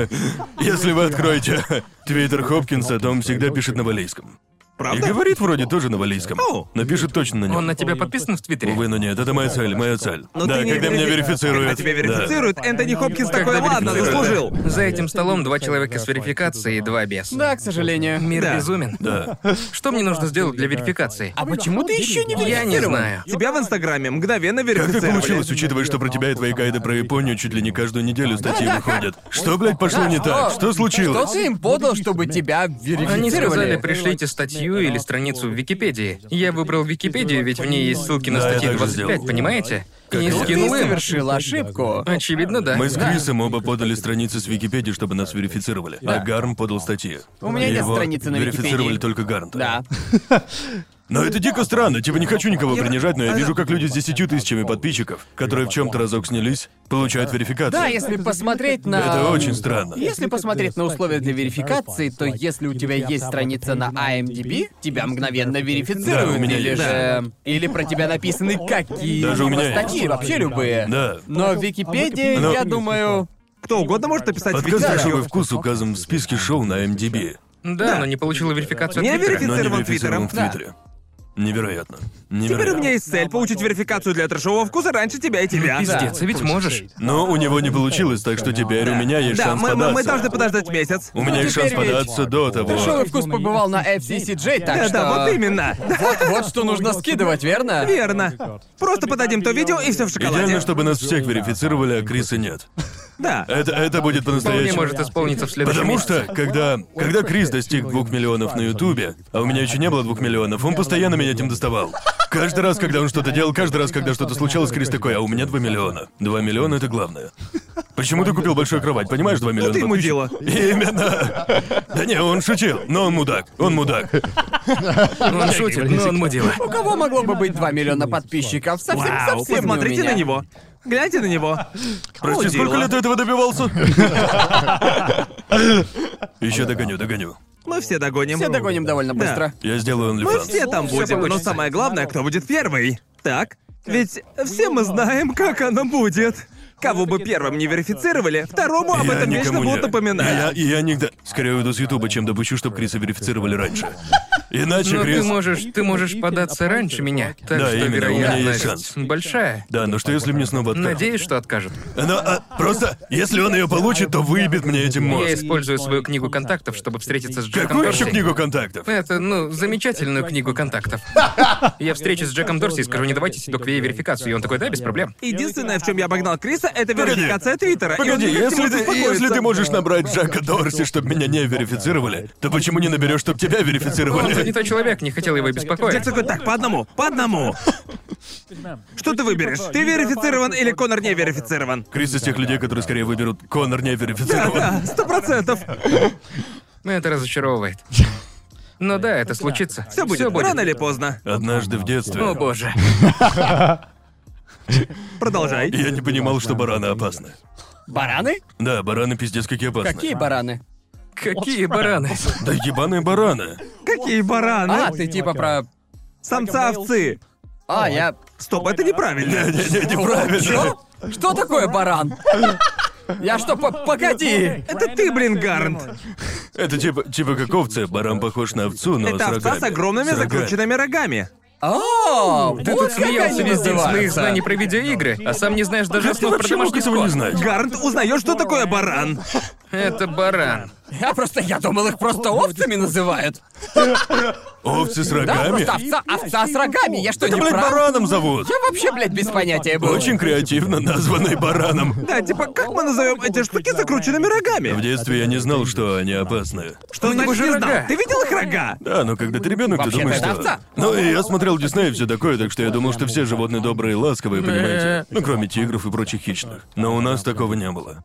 C: *laughs* Если вы откроете твиттер Хопкинса, то он всегда пишет на валейском. И
B: Правда?
C: говорит вроде тоже на валейском.
B: О.
C: Но пишет точно на нем.
A: Он на тебя подписан в Твиттере?
C: Увы, но нет, это моя цель, моя цель.
B: Но
C: да,
B: ну, ты не
C: когда меня
B: верифи-
C: верифицируют.
B: Когда тебя
C: да.
B: верифицируют, Энтони Хопкинс
A: Когда
B: такой, ладно,
A: верифицируют,
B: заслужил.
A: да. За этим столом два человека с верификацией и два без.
E: Да, к сожалению.
A: Мир
B: Да.
A: безумен.
C: Да.
A: Что мне нужно сделать для верификации?
E: А почему ты еще не
A: Я не знаю.
B: Тебя в Инстаграме мгновенно
C: Как так
B: верифицировали.
C: получилось, учитывая, что про тебя и твои гайды про Японию чуть ли не каждую неделю статьи выходят? Что, блядь, пошло
E: Да,
C: не так?
E: что?
C: Что
E: Кто
C: случилось?
E: ты им подал, чтобы тебя верифицировали?
A: Они сказали, пришлите статью или страницу в Википедии. Я выбрал Википедию, ведь в ней есть ссылки на
C: Да, я
A: статьи
C: так же
A: 25,
C: сделал.
A: понимаете? И
C: это?
E: Ты
A: скинул им.
E: совершил ошибку.
A: Очевидно, да.
C: Мы с
A: Да.
C: Крисом оба подали страницы с Википедии, чтобы нас верифицировали. А Гарм подал статьи. У
E: меня нет страницы на
C: верифицировали
E: Википедии.
C: только Гарнта.
E: Да.
C: Но это дико странно. Типа не хочу никого принижать, но я вижу, как люди с 10 тысячами подписчиков, которые в чем-то разок снялись, получают верификацию.
E: Да, если посмотреть на...
C: Это очень странно.
E: Если посмотреть на условия для верификации, то если у тебя есть страница на А IMDb, тебя мгновенно верифицируют.
C: Да, у меня
E: или
C: есть.
E: же... Или про тебя написаны какие
C: Даже у меня
E: статьи,
C: есть.
E: вообще любые.
C: Да.
E: Но в Википедии,
C: Но-
E: я думаю...
B: Кто угодно может написать
C: Подкаст
B: Википедию.
C: «Дешевый вкус» указан в списке шоу на MDB,
A: Да, но не получила верификацию
B: Не
A: от Твиттера.
B: верифици-
C: но не
B: Верифицирован
C: верифицирован в
B: Твиттером.
C: Твиттере. Невероятно.
B: Теперь у меня
C: Невероятно.
B: есть цель получить верификацию для трешового вкуса раньше тебя
C: Ну,
B: и тебя.
A: Пиздец, а ведь можешь.
C: Но у него не получилось, так что теперь у меня есть
B: Да,
C: шанс
B: мы, мы- мы
C: податься.
B: должны подождать месяц.
C: У меня есть шанс
E: Теперь ведь-
C: податься до того.
E: Трешовый вкус побывал на FCCJ, так
B: Да,
E: что...
B: да, вот именно.
E: Вот, вот что нужно скидывать, верно?
B: Верно. Просто подадим то видео и все в шоколаде.
C: Идеально, чтобы нас всех верифицировали, а Криса нет.
B: Да.
C: Это, это будет
A: Вполне
C: по-настоящему.
A: может исполниться в следующем
C: Потому
A: месяце.
C: что, когда, когда Крис достиг двух миллионов на Ютубе, а у меня еще не было двух миллионов, он постоянно меня этим доставал. Каждый раз, когда он что-то делал, каждый раз, когда что-то случалось, Крис такой, а у меня два миллиона. Два миллиона — это главное. Почему ты купил большую кровать, понимаешь, два миллиона?
B: Ну, ты ему
C: подписчиков?
B: дело.
C: Именно. Да не, он шутил, но он мудак, он мудак.
A: Он шутит, но он мудила.
E: У кого могло бы быть 2 миллиона подписчиков? Совсем,
B: Вау,
E: совсем не у
B: посмотрите
E: меня.
B: на него. Гляньте на него.
C: Прости,
B: Мудила.
C: сколько лет ты этого добивался? Еще догоню, догоню.
B: Мы все догоним.
E: Все догоним довольно
B: Да.
E: быстро.
C: Я сделаю
B: Мы
C: OnlyFans.
B: все там будем, но
E: получится.
B: самое главное, кто будет первый. Так? Ведь все мы знаем, как оно будет. Кого бы первым не верифицировали, второму об
C: Я
B: этом вечно
C: никому не-
B: будут напоминать.
C: Я, и я никогда... Скорее уйду с Ютуба, чем допущу, чтобы Криса верифицировали раньше. Иначе
B: Ну,
A: Но ты
C: Крис...
A: можешь, ты можешь податься раньше меня, так
C: Да,
A: что
C: именно, у меня есть шанс.
A: вероятность большая.
C: Да, но что если мне снова откажут?
A: Надеюсь, что откажет.
C: Но, а, просто, если он ее получит, то выебет мне этим
A: Я
C: мозг.
A: использую свою книгу контактов, чтобы встретиться с Джеком
C: Какую еще
A: Дорси.
C: книгу контактов?
A: Это, ну, замечательную книгу контактов. Я встречусь с Джеком Дорси и скажу, не давайте Сидок Вей верификацию. И он такой, да, без проблем.
B: Единственное, в чем я обогнал Криса, это
C: Погоди.
B: верификация Твиттера. и он
C: Погоди,
B: никак не
C: если
B: может
C: ты, если
B: успокоиться.
C: ты можешь набрать Джака Дорси, чтобы меня не верифицировали, то почему не наберешь, чтобы тебя
A: Он
C: верифицировали?
A: занятой человек, не хотел его
B: Джек
A: беспокоить.
B: такой, так, по одному, по одному. Что ты выберешь? Ты верифицирован или Конор не верифицирован?
C: Крис из тех людей, которые скорее выберут Конор не верифицирован.
B: Да, сто процентов.
A: Это разочаровывает. Но да, это случится.
B: Все будет.
A: Всё
B: Рано или поздно.
C: Однажды в детстве.
A: О боже.
B: Продолжай.
C: Я не понимал, что бараны опасны.
E: Бараны?
C: Да, бараны пиздец какие опасны.
E: Какие бараны?
A: Какие бараны.
C: Да ебаные бараны.
B: Какие бараны?
E: А, ты типа про...
B: Самца овцы.
E: А, я...
B: Стоп, это неправильно.
C: Не-не-не, неправильно.
E: Что? Что такое баран? Я что, по- погоди!
B: *laughs* Это ты, блин, Гарнт.
C: Это типа, типа как овцы, баран похож на овцу, но
B: Это
C: с
B: овца
C: рогами.
B: с огромными
C: рогами.
B: закрученными рогами.
E: О, А, вот
A: Ты тут
E: как
A: смеялся
E: они
A: весь день с моих
E: называются.
A: знаний про видеоигры, а сам не знаешь даже
C: Как ты
A: основ про
C: вообще мог
A: домашний
C: этого не
A: скот.
C: знать?
B: Гарнт узнает, что такое
E: *laughs*
B: баран.
A: Это баран.
E: Я просто, я думал, их просто овцами называют.
C: Овцы с
E: Да,
C: рогами?
E: просто овца, овца с рогами, я что,
C: Да,
E: не
C: блядь,
E: прав?
C: бараном зовут.
E: Я вообще, блядь, без
B: Ну,
E: понятия был.
C: Очень креативно названный бараном.
B: Да, типа, как мы назовем эти штуки с закрученными
C: В
B: рогами?
C: детстве я не знал, что они опасны.
B: Что-нибудь
A: значит
B: не знал.
A: рога?
B: Ты видел их рога?
C: Да, но когда ты ребенок, ты
E: Вообще-то
C: думаешь,
E: это
C: что...
E: овца.
C: Ну, и я смотрел Дисней и все такое, так что я думал, что все
E: *laughs*
C: животные добрые и ласковые, понимаете? Ну, кроме тигров и прочих хищных. Но у нас такого не было.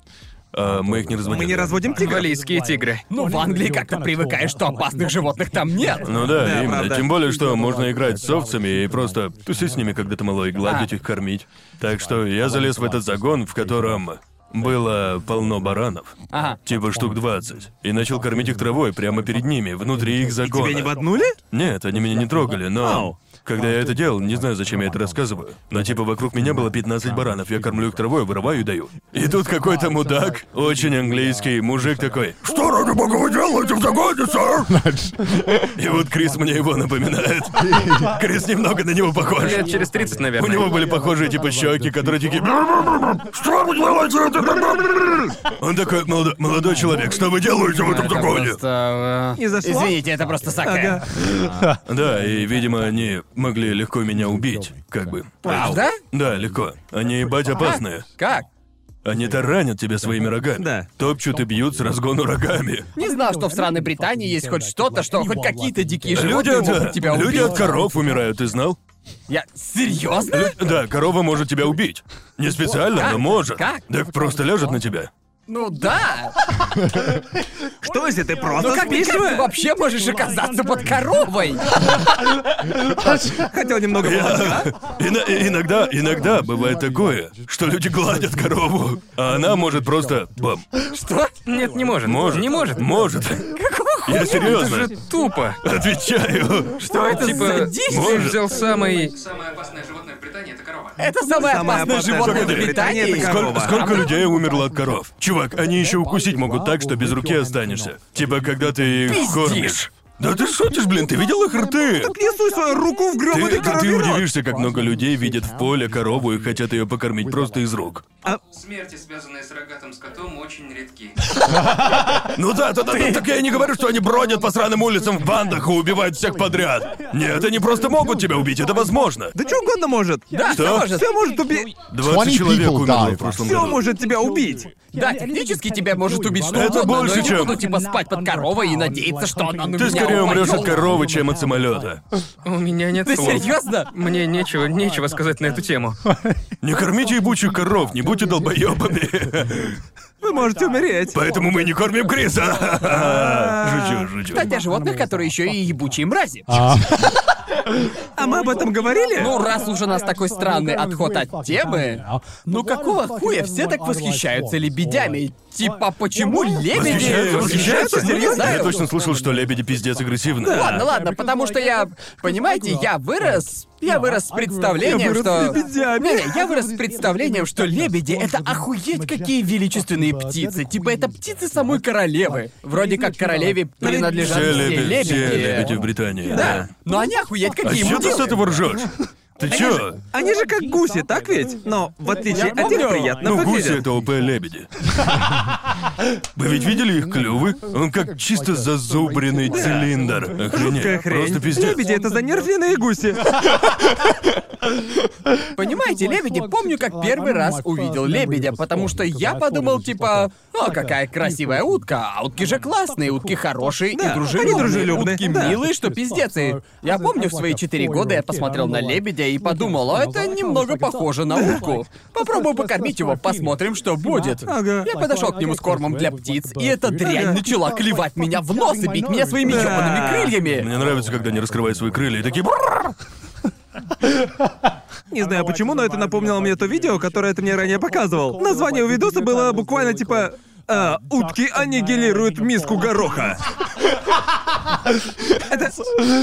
C: А мы их не разводили.
B: Мы не разводим тигров.
A: Валийские тигры.
E: Ну, в Англии как-то привыкаешь, что опасных животных там нет.
C: Ну да,
B: Да,
C: именно.
B: правда.
C: Тем более, что можно играть с овцами и просто тусить с ними, когда ты малой,
E: А.
C: гладить их, кормить. Так что я залез в этот загон, в котором было полно баранов.
E: Ага.
C: Типа штук 20. И начал кормить их травой прямо перед ними, внутри их загона.
B: Тебя не боднули?
C: Нет, они меня не трогали, но...
B: Ау.
C: Когда я это делал, не знаю, зачем я это рассказываю, но типа вокруг меня было 15 баранов, я кормлю их травой, вырываю и даю. И тут какой-то мудак, очень английский мужик такой, «Что ради бога вы делаете в загоне, сэр?» И вот Крис мне его напоминает. Крис немного на него похож.
A: Лет через 30,
C: У
A: наверное.
C: него были похожие типа щеки, которые такие... «Бррррррр, Что вы делаете? Это бррррррр». Он такой, «Молодо- молодой человек, что вы делаете в этом
E: Это
C: загоне?
E: просто, э,
B: Не зашло?
E: Извините, это просто саке.
C: Да, и, видимо, они могли легко меня убить, как бы.
E: Правда?
C: Да, легко. Они, ебать, опасные.
E: Как?
C: Они-то ранят тебя своими рогами.
B: Да.
C: Топчут и бьют с разгону рогами.
E: Не знал, что в сраной Британии есть хоть что-то, что хоть какие-то дикие
C: Люди,
E: животные могут
C: от,
E: тебя убить.
C: люди от коров умирают, ты знал?
E: Я... Серьезно?
C: Лю- Да, корова может тебя убить. Не специально, но может.
E: Как?
C: Так просто ляжет на тебя.
E: Ну да!
B: Что если ты
E: Ну
B: просто
E: как,
B: спишь?
E: как ты вообще можешь оказаться под коровой?
B: Хотел немного молока.
C: Ино- иногда, иногда бывает такое, что люди гладят корову, а она может просто... Бам.
E: Что?
A: Нет, не может.
C: Может.
A: Не может.
C: Может. Я
A: Это
C: серьезно.
A: же тупо.
C: Отвечаю.
A: Что это
E: за
A: типа?
E: дичь?
A: Ты взял самый...
H: Самое опасное животное в Британии — это корова.
E: Это самое,
B: Самое
E: опасное
B: опасное
E: животное в
B: животное в Британии
E: Британии.
B: это
C: Сколько,
B: Корова.
C: сколько людей умерло от коров? Чувак, они еще укусить могут так, что без руки останешься. Типа, когда ты их кормишь. Да ты шутишь, блин, ты видел их рты?
B: Я суй свою руку в
C: Ты,
B: грёбаный
C: ты- ты
B: коровий рог.
C: удивишься, как много людей видят в поле корову и хотят ее покормить просто из рук.
H: Смерти, связанные с рогатым скотом, очень редки.
C: *laughs* Ну да, да, да, да, так я и не говорю, что они бродят по сраным улицам в бандах и убивают всех подряд. Нет, они просто могут тебя убить, это возможно.
B: Да что угодно может. Да,
C: Что?
B: Все может убить.
C: 20 человек
I: people
C: умерло
I: died.
C: в прошлом
B: Все
C: году.
B: может тебя убить.
E: Да, технически тебя может убить что
C: Это
E: угодно,
C: больше,
E: но я не
C: чем-
E: буду типа спать под коровой и надеяться, что она на
C: Ты
E: меня
C: скорее умрешь от
E: упадет.
C: коровы, чем от самолета.
A: У меня нет
E: Ты
A: слов.
E: серьезно?
A: Мне нечего, нечего сказать на эту тему.
C: Не кормите ебучих коров, не будьте долбоебами.
B: Вы можете умереть.
C: Поэтому мы не кормим Криса. Жучу, жучу.
E: Кстати, о животных, которые еще и ебучие мрази.
B: А мы об этом говорили?
E: Ну, раз уж у нас такой странный отход от темы, ну какого хуя все так восхищаются лебедями? Типа, почему лебеди?
C: Восхищаются, восхищаются?
E: Ну, не
C: Серьезно?
E: знаю.
C: Я точно слышал, что лебеди пиздец агрессивны.
E: Ладно, ладно, потому что я, понимаете, я вырос, я вырос с представлением, что... Не-не, я вырос с представлением, что лебеди — это охуеть какие величественные птицы. Типа, это птицы самой королевы. Вроде как королеве принадлежат
C: Все
E: все
C: лебеди, все лебеди
E: лебеди.
C: в Британии.
E: Да, но они охуеть
C: А
E: какие
C: чё ты с
E: мудилы.
C: этого ржешь? Ты чё?
B: Они же как гуси, так ведь? Но в отличие от них
E: помню.
B: приятно
C: Ну, гуси
B: выглядят.
C: это ОП лебеди.
E: *laughs*
C: Вы ведь видели их клювы? Он как чисто зазубренный цилиндр.
B: Жуткая
C: Охренеть.
B: хрень.
C: Просто пиздец.
B: Лебеди это занервленные гуси.
E: Понимаете, лебеди, помню, как первый
B: ну,
E: раз увидел лебедя, потому что я подумал, типа, о, какая красивая утка, а утки же классные, утки хорошие и
B: Да,
E: дружелюбные,
B: они дружелюбные,
E: утки
B: да. Типа, а,
E: милые, что пиздец. И я помню, в свои четыре года я посмотрел
B: ну
E: на лебедя и подумал, а это немного похоже на утку. Попробую покормить его, посмотрим, что будет.
B: Ага.
E: Я подошел к нему с кормом для птиц, и эта дрянь начала клевать меня в нос и бить меня своими
B: Да.
E: ёбаными крыльями.
C: Мне нравится, когда они раскрывают свои крылья и такие...
B: Не знаю почему, но это напомнило мне то видео, которое ты мне ранее показывал. Название у видоса было буквально типа «А, «Утки аннигилируют миску гороха». Это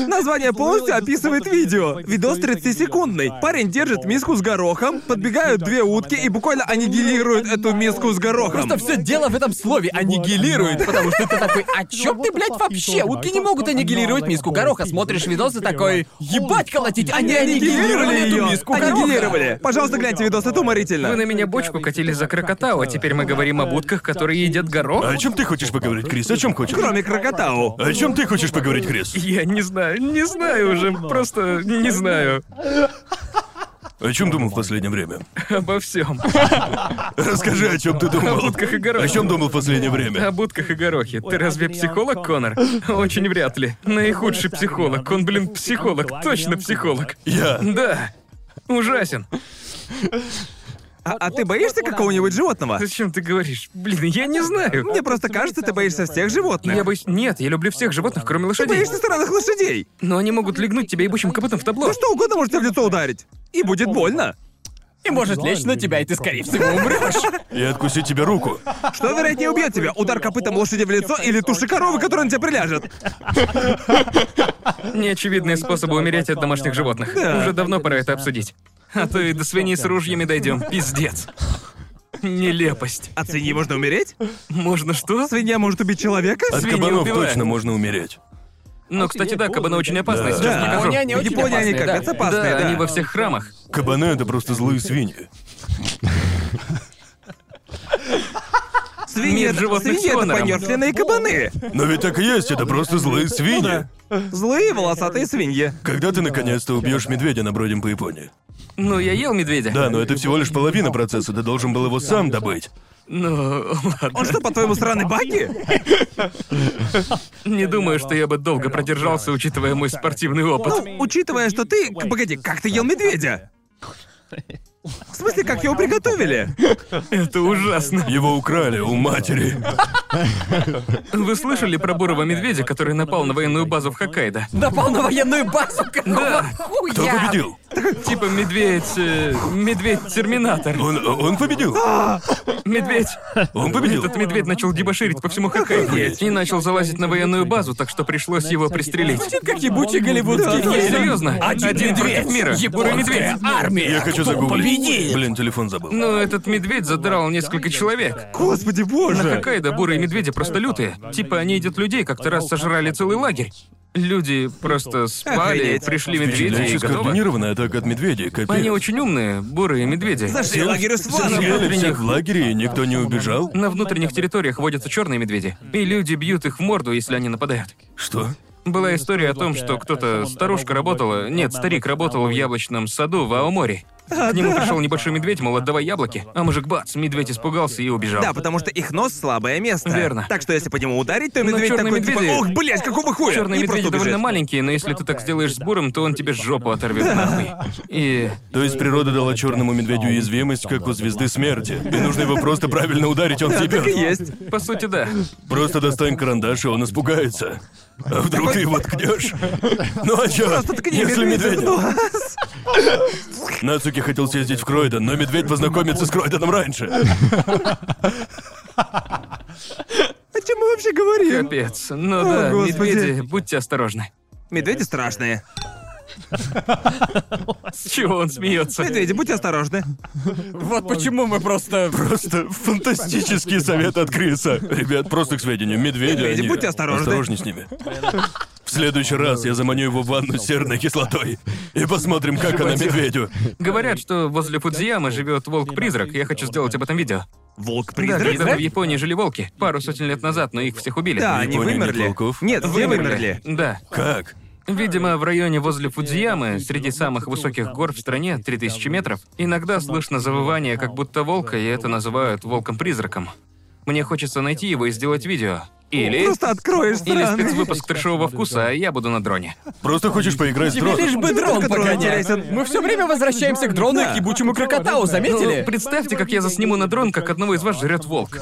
B: название полностью описывает видео. Видос 30-секундный. Парень держит миску с горохом, подбегают две утки и буквально аннигилируют эту миску с горохом.
E: Просто все дело в этом слове аннигилирует, потому что ты такой, о чем ты, блядь, вообще? Утки не могут аннигилировать миску гороха. Смотришь видосы такой, ебать колотить, они аннигилировали эту
B: её.
E: миску гороха.
B: Аннигилировали. Пожалуйста, гляньте видос, это
A: Вы на
B: уморительно.
A: меня бочку катили за крокотау, а теперь мы говорим об утках, которые едят горох?
C: А о чем ты хочешь поговорить, Крис? О чем хочешь?
B: Кроме крокотау.
C: О чем ты хочешь поговорить, Крис?
A: Я не знаю, не знаю уже, просто не знаю
C: О чем думал в последнее время?
A: обо всем.
C: Расскажи, о чем ты думал.
A: Об утках и горохе.
C: О чем думал в последнее время?
A: О будках и горохе. Ты разве психолог, Конор? Очень вряд ли. Наихудший психолог. Он, блин, психолог. Точно психолог.
C: Я.
A: Да. Ужасен.
B: А, а ты боишься какого-нибудь животного?
A: Зачем ты говоришь? Блин, я не знаю.
B: Мне просто кажется, ты боишься всех животных.
A: Я боюсь... Нет, я люблю всех животных, кроме
B: Ты
A: лошадей.
B: боишься странных лошадей.
A: Но они могут легнуть тебя ебучим копытом в табло.
B: Да что угодно может тебя в лицо ударить. И будет больно.
E: И может лечь на тебя, и ты, скорее всего, умрешь.
C: И откусить тебе руку.
B: Что вероятнее убьет тебя? Удар копытом лошади в лицо или туши коровы, которая на тебя приляжет?
A: Неочевидные способы умереть от домашних животных. Уже давно пора это обсудить. А то и до свиней с ружьями дойдем. Пиздец. Нелепость.
B: От свиньи можно умереть?
A: Можно что?
B: Свинья может убить человека?
C: От
A: Свиньи
C: кабанов
A: убивают.
C: точно можно умереть.
A: Но, Ну, кстати, да, кабаны очень опасны,
C: Да.
A: сейчас
B: Да.
A: покажу.
E: Они- они
B: В
E: очень
B: Японии они
E: опасные, да.
B: капец опасные,
A: Да,
B: да.
A: они во всех храмах.
C: Кабаны это просто злые свиньи.
B: Свиньи,
A: Мир животных
B: свиньи
A: с
B: это
A: Конором.
B: помёрфленные кабаны.
C: Но ведь так и есть, это просто злые
A: Ну
C: свиньи.
B: Злые волосатые свиньи.
C: Когда ты наконец-то убьешь медведя на бродим по Японии?
A: Ну, я ел медведя.
C: Да, но это всего лишь половина процесса, ты должен был его сам добыть.
A: Ну, ладно.
B: Он что, по-твоему, сраный баги?
A: Не думаю, что я бы долго продержался, учитывая мой спортивный опыт.
B: Ну, учитывая, что ты... к- Погоди, как ты ел
C: *laughs*
B: медведя? В смысле, как его приготовили?
A: Это ужасно.
C: Его украли у матери.
E: Ну,
A: Вы слышали про бурого медведя, который напал на военную базу в Хоккайдо?
E: Напал на военную базу, какого
C: Кто
E: хуя?
C: победил?
E: ну,
A: Типа медведь... э, медведь-терминатор.
C: Он, он победил.
E: ну,
A: Медведь.
C: Он победил.
A: Этот медведь начал дебоширить по всему
E: ну,
A: Хоккайдо
C: Охренеть.
A: и начал залазить на военную базу, так что пришлось его пристрелить.
E: Звучит как ебучий голливудский
A: Да,
E: фильм.
A: серьезно.
E: Один,
A: Один
E: медведь.
A: против мира.
E: Ебурый медведь.
A: Японская
E: Армия.
C: Я хочу загуглить.
E: победит?
C: Блин, телефон забыл.
A: Но А, ну, этот медведь задрал несколько человек.
B: Господи боже!
A: Хоккайдо бурые медведи просто лютые. Типа они едят людей, как-то раз сожрали целый лагерь. Люди просто спали,
B: Охренеть.
A: пришли медведи и
C: Впечатляюще
A: готово.
C: скоординированная атака от медведей,
A: Они
C: капец.
A: очень умные, бурые медведи.
B: Зашли лагерь у
C: Съели
B: Свана.
C: всех в лагере, и никто не убежал?
A: На внутренних территориях водятся черные медведи, и люди бьют их в морду, если они нападают.
C: Что?
A: Была история о том, что кто-то, старушка работала, нет, старик работал в яблочном саду в Аоморе. К нему пришел небольшой медведь, мол, отдавай яблоки, а мужик бац, медведь испугался и убежал.
B: Да, потому что их нос слабое место.
A: Верно.
B: Так что если по нему ударить, то
A: Но
B: медведь
A: черные
B: такой типа,
A: медведи-
B: ох, блядь, какого хуя?
A: Черные
B: И
A: медведи
B: просто
A: довольно
B: убежит.
A: маленькие, но если ты так сделаешь с буром, то он тебе жопу оторвет нахуй. И
C: То есть природа дала черному медведю уязвимость, как у звезды смерти. И нужно его просто правильно ударить, он
B: Да, так и
C: тебя.
B: есть.
A: по сути, да.
C: Просто достань карандаш, и он испугается. А вдруг ты его ткнешь? Ну а чё?
B: Просто ткни
C: Если
B: медведя в
C: медведя...
B: нос.
C: Нацуки хотел съездить в Кройден, но медведь познакомится с Кройденом раньше.
B: О чем мы вообще говорим?
A: Капец. Ну да,
B: господи.
A: медведи, будьте осторожны.
B: Медведи страшные.
A: С чего он смеется?
B: Медведи, будьте осторожны.
E: Вот почему мы просто...
C: Просто фантастический совет от Криса. Ребят, просто к сведению, медведи,
B: Медведи,
C: они-
B: будьте осторожны.
C: Осторожней с ними. В следующий раз я заманю его в ванну с серной кислотой. И посмотрим, как она медведю.
A: Говорят, что возле Фудзиямы живет волк-призрак. Я хочу сделать об этом видео. Да,
B: Волк-призрак?
A: когда в Японии жили волки. Пару сотен лет назад, но их всех убили.
B: Да, они
C: Японии нет
B: вымерли.
C: волков?
B: Нет, все вымерли.
A: Да.
C: Как?
A: Видимо, в районе возле Фудзиямы, среди самых высоких гор в стране, 3000 метров, иногда слышно завывание, как будто волка, и это называют волком-призраком. Мне хочется найти его и сделать видео. Или...
B: Просто откроешь
A: Или
B: страны.
A: спецвыпуск трешового вкуса, а я буду на дроне.
C: Просто хочешь поиграть с
E: Лишь
C: дроном?
E: бы дрон
B: который
E: погонять.
B: интересен.
E: Мы все время возвращаемся к дрону и к ебучему крокотау,
A: Ну,
E: заметили?
A: представьте, как я засниму на дрон, как одного из вас жрет волк.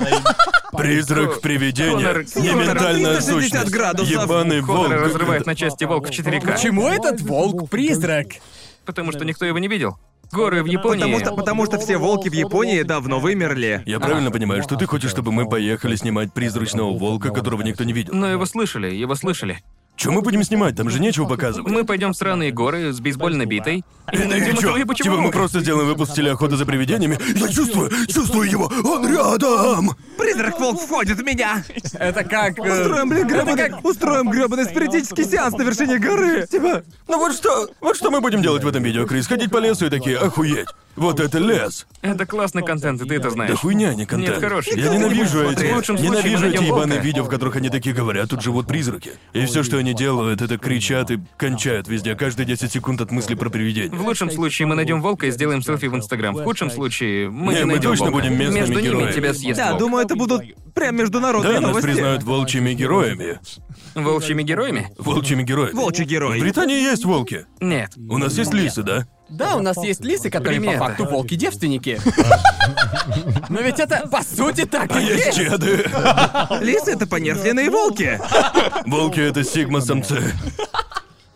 C: Призрак
A: Конор-
C: привидения. Нементальная
B: Конор, 360
C: сущность.
B: градусов.
C: Ебаный волк.
A: Конора разрывает на части волк в 4К,
E: Почему этот волк-призрак?
A: потому что никто его не видел. Горы в Японии.
B: Потому что, потому что все волки в Японии давно вымерли.
C: *laughs* Я правильно понимаю, что ты хочешь, чтобы мы поехали снимать призрачного волка, которого никто не видел?
A: Но его слышали, его слышали.
C: Чё мы будем снимать? Там же нечего показывать.
A: Мы пойдем в сраные горы с бейсбольной битой. И найдем
C: И Э, чё?
A: этого ебучего
C: Типа мы
A: волка.
C: просто сделаем выпуск телеохоты за привидениями. Я чувствую, чувствую его, он рядом.
B: Призрак-волк входит в меня!
E: Это как... э,
B: Устроим, блин, грёбаный... Устроим грёбаный спиритический сеанс на вершине горы! Типа,
C: Ну вот что, вот что мы будем делать в этом видео, Крис? Ходить по лесу и такие, охуеть. Вот это лес.
A: Это классный контент, и ты это
C: Да
A: знаешь.
C: хуйня, не контент.
A: Нет, хороший.
C: Я ненавижу эти,
A: В лучшем случае
C: ненавижу
A: мы
C: эти
A: найдем
C: ебаные
A: волка.
C: видео, в которых они такие говорят, тут живут призраки. И все, что они делают, это кричат и кончают везде, каждые 10 секунд от мысли про
A: В
C: привидения.
A: лучшем случае мы найдем волка и сделаем селфи в Инстаграм. В худшем случае мы
C: Не,
A: не
C: мы
A: найдем
C: точно
A: волка.
C: будем местными
A: Между ними
C: героями.
A: тебя съест
B: да,
A: волк.
B: думаю, это будут прям международные
C: Да, нас
B: новости.
C: признают волчьими героями.
A: Волчьими героями?
C: Волчьими героями.
B: Волчий
C: В
B: герой.
C: Британии есть волки.
A: Нет.
C: У нас есть лисы, да?
E: Да, у нас есть лисы, которые
A: Примета.
E: по факту
A: ну. *laughs*
E: волки-девственники. Но ведь это по сути так и
C: А Есть
E: есть.
C: чеды.
B: Лисы — это понерфленные волки.
C: Волки — это сигма-самцы.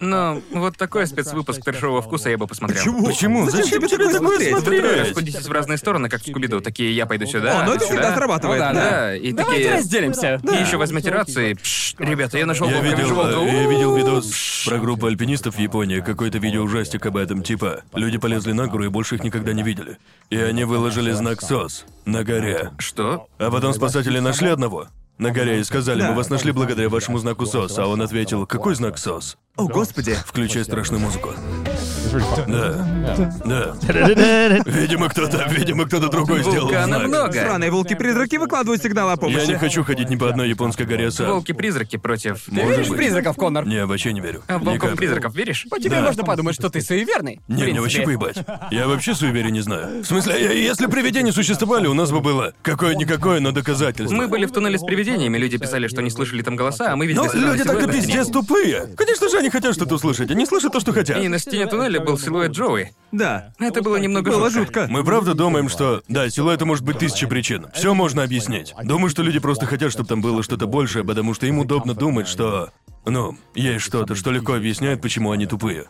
A: Но вот такой спецвыпуск першого вкуса я бы посмотрел.
C: Почему?
B: Зачем тебе такое смотреть?
A: Расходитесь в разные стороны, как в Скуби-Ду. Такие, я пойду сюда,
B: О, ну это
A: сюда.
B: всегда срабатывает,
A: Ну
B: да.
A: Да, и
E: Давайте
A: такие...
E: разделимся.
A: И еще возьмите рации. Пш, ребята, я нашел
C: Я
A: волка,
C: видел,
A: волка.
C: э, я
A: У,
C: видел видос про группу альпинистов в Японии, какой-то видеоужастик об этом типа. Люди полезли на гору и больше их никогда не видели. И они выложили знак СОС на горе.
A: Что?
C: А потом спасатели нашли одного на горе и сказали,
B: Да.
C: мы вас нашли благодаря вашему знаку СОС. А он ответил, какой знак СОС?
B: О, господи.
C: Включай страшную музыку. Да. Да. Видимо, кто-то, видимо, кто-то другой сделал
A: Вулкана
C: знак.
A: много.
B: Сраные волки-призраки выкладывают сигналы о
C: Я не
B: помощи.
C: хочу ходить ни по одной японской горе сам.
A: Волки-призраки против...
E: Веришь в призраков, Коннор?
C: Не, вообще не верю.
A: А
C: Ни
A: волком
C: капли.
A: призраков веришь?
E: По тебе можно подумать, что ты суеверный.
C: Не, мне вообще поебать. Я вообще суеверия не знаю. В смысле, э, если привидения существовали, у нас бы было какое-никакое, но доказательство.
A: Мы были в туннеле с привидениями, люди писали, что не слышали там голоса, а мы видели
C: Но
A: силуэт
C: Ну, люди так и
A: на стене.
C: пиздец тупые. Конечно же, они хотят что-то услышать, они слышат то, что хотят.
A: И на стене туннеля был силуэт Джоуи.
B: Да.
A: Это было немного
B: Было жутко.
C: Мы правда думаем, что... Да, силуэты может быть тысяча причин. Все можно объяснить. Думаю, что люди просто хотят, чтобы там было что-то большее, потому что им удобно думать, что... Ну, есть что-то, что легко объясняет, почему они тупые.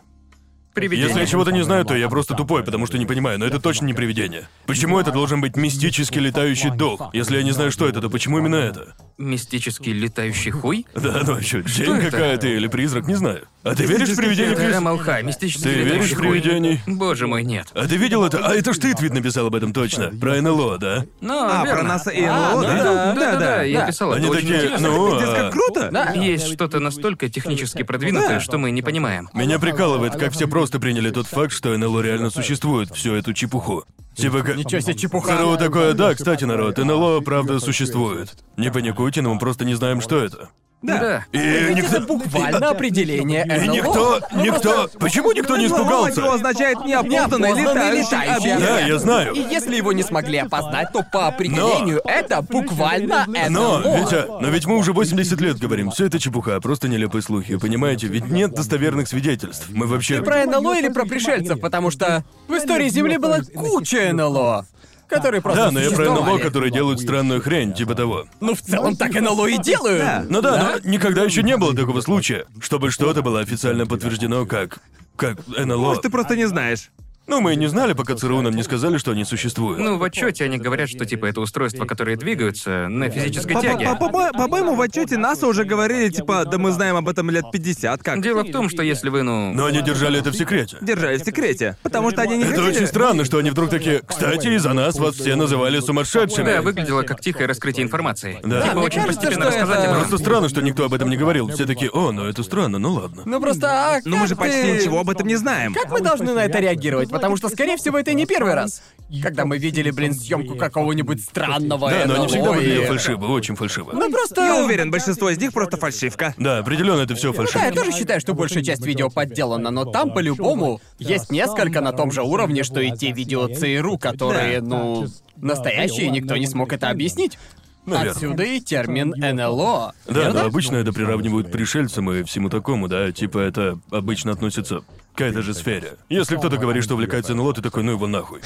A: Привидение.
C: Если я чего-то не знаю, то я просто тупой, потому что не понимаю, но это точно не привидение. Почему это должен быть мистически летающий дух? Если я не знаю, что это, то почему именно это?
A: Мистический летающий хуй?
C: Да, ну еще тень
A: это?
C: какая-то или призрак, не знаю. А ты веришь в привидений, Крис?
A: Да, молха, мистический
C: Ты
A: летающий
C: веришь в
A: хуй.
C: привидений?
A: Боже мой, нет.
C: А ты видел это? А это ж ты твит написал об этом точно. Про НЛО, да?
A: Ну,
B: А,
A: верно.
B: про НАСА и
E: А,
B: НЛО,
E: ну
B: да?
A: Да, да, да, я писал, это
C: Они
A: очень
C: такие,
A: интересно.
C: ну,
B: Пиздец,
C: а,
B: как круто!
A: Есть что-то настолько технически продвинутое, что мы не понимаем.
C: Меня прикалывает, как все просто приняли тот факт, что НЛО реально существует, всю эту чепуху. Типа как...
E: Ничего себе чепуха.
C: Здорово такое, да, кстати, народ, НЛО правда существует. Не паникуйте, но мы просто не знаем, что это.
A: Да.
C: И
E: Это
C: никто...
E: буквально определение
C: И
E: НЛО.
C: никто, никто... Почему никто
B: ну,
C: не
B: НЛО
C: испугался?
B: означает неопознанный
E: Неопознанный
B: летающий
E: летающий
B: объект.
C: Да, я знаю.
E: И если его не смогли опознать, то по определению это буквально
C: Но,
E: НЛО.
C: ведь, а, но ведь мы уже 80 лет говорим, все это чепуха, просто нелепые слухи, понимаете? Ведь нет достоверных свидетельств. Мы вообще...
E: Про НЛО или про пришельцев, потому что в истории Земли была куча НЛО, которые просто
C: Да, но я про НЛО,
E: существовали.
C: которые делают странную хрень, типа того.
E: Ну, в целом так НЛО и делают.
C: Ну да, но никогда еще не было такого случая, чтобы что-то было официально подтверждено как... как НЛО.
B: Может, ты просто не знаешь.
C: Ну, мы и не знали, пока ЦРУ нам не сказали, что они существуют.
A: Ну, в отчете они говорят, что типа это устройства, которые двигаются на физической тяге.
B: По-по- По-моему, в отчете НАСА уже говорили, типа, да мы знаем об этом лет 50, как
A: Дело в том, что если вы, ну...
C: Но они держали это в секрете.
B: держали в секрете. Потому что они не
C: Это
B: хотели-
C: очень странно, что они вдруг такие... Кстати, из-за нас вас все называли сумасшедшими.
A: Да, выглядело как тихое раскрытие информации.
C: Да.
A: Типа
C: Мне
A: очень
E: кажется,
A: постепенно
E: что
A: рассказать
E: это-
A: об этом.
C: Просто странно, что никто об этом не говорил. Все такие, о, ну это странно, ну ладно.
E: Ну просто, а
B: Но мы же
E: как
B: почти
E: ты-
B: ничего об этом не знаем.
E: Как мы должны на это реагировать? Потому что, скорее всего, это не первый раз. Когда мы видели, блин, съемку какого-нибудь странного
C: Да, но
E: НЛО
C: они всегда
E: и-
C: выглядели фальшиво, очень фальшиво.
E: Ну просто...
B: Я уверен, большинство из них просто фальшивка.
C: Да, определенно это все
E: ну Да, я
C: фальшиво.
E: тоже считаю, что большая часть видео подделана, но там по-любому есть несколько на том же уровне, что и те видео ЦРУ, которые,
B: Да.
E: ну, настоящие, и никто не смог это объяснить.
B: Ну,
C: Наверно.
E: Отсюда и термин НЛО.
C: Да,
E: верно?
C: но обычно это приравнивают к пришельцам и всему такому, да, типа это обычно относится к этой же сфере. Если кто-то говорит, что увлекается НЛО, ты такой, ну его нахуй.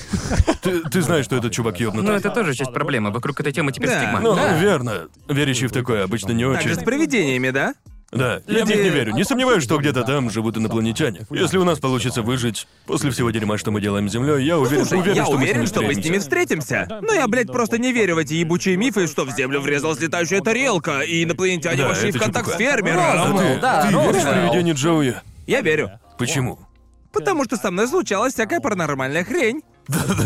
C: Ты, ты знаешь, что этот чувак
A: Ну,
C: ёбнутый.
A: это тоже часть проблемы. Вокруг этой темы теперь
B: Да.
A: стигма.
C: Ну,
A: Да.
C: верно. Верящие в такое обычно не
B: Так же
C: очень.
B: с привидениями, да?
C: Да, я в них не верю. Не сомневаюсь, что где-то там живут инопланетяне. Если у нас получится выжить после всего дерьма, что мы делаем с Землей, я уверен,
B: Слушай,
C: уверен,
B: я
C: что мы
B: уверен,
C: с
B: что мы с ними
C: встретимся.
B: встретимся. Но я, блядь, просто не верю в эти ебучие мифы, что в землю врезалась летающая тарелка, и инопланетяне
C: Да,
B: вошли
C: это
B: в контакт с
C: чепуха.
B: фермером.
C: А ты,
E: да,
C: ты
E: Роза.
C: веришь в привидение Джоуи?
B: Я верю. *laughs*
C: Почему?
B: Потому что со мной случалась всякая паранормальная хрень.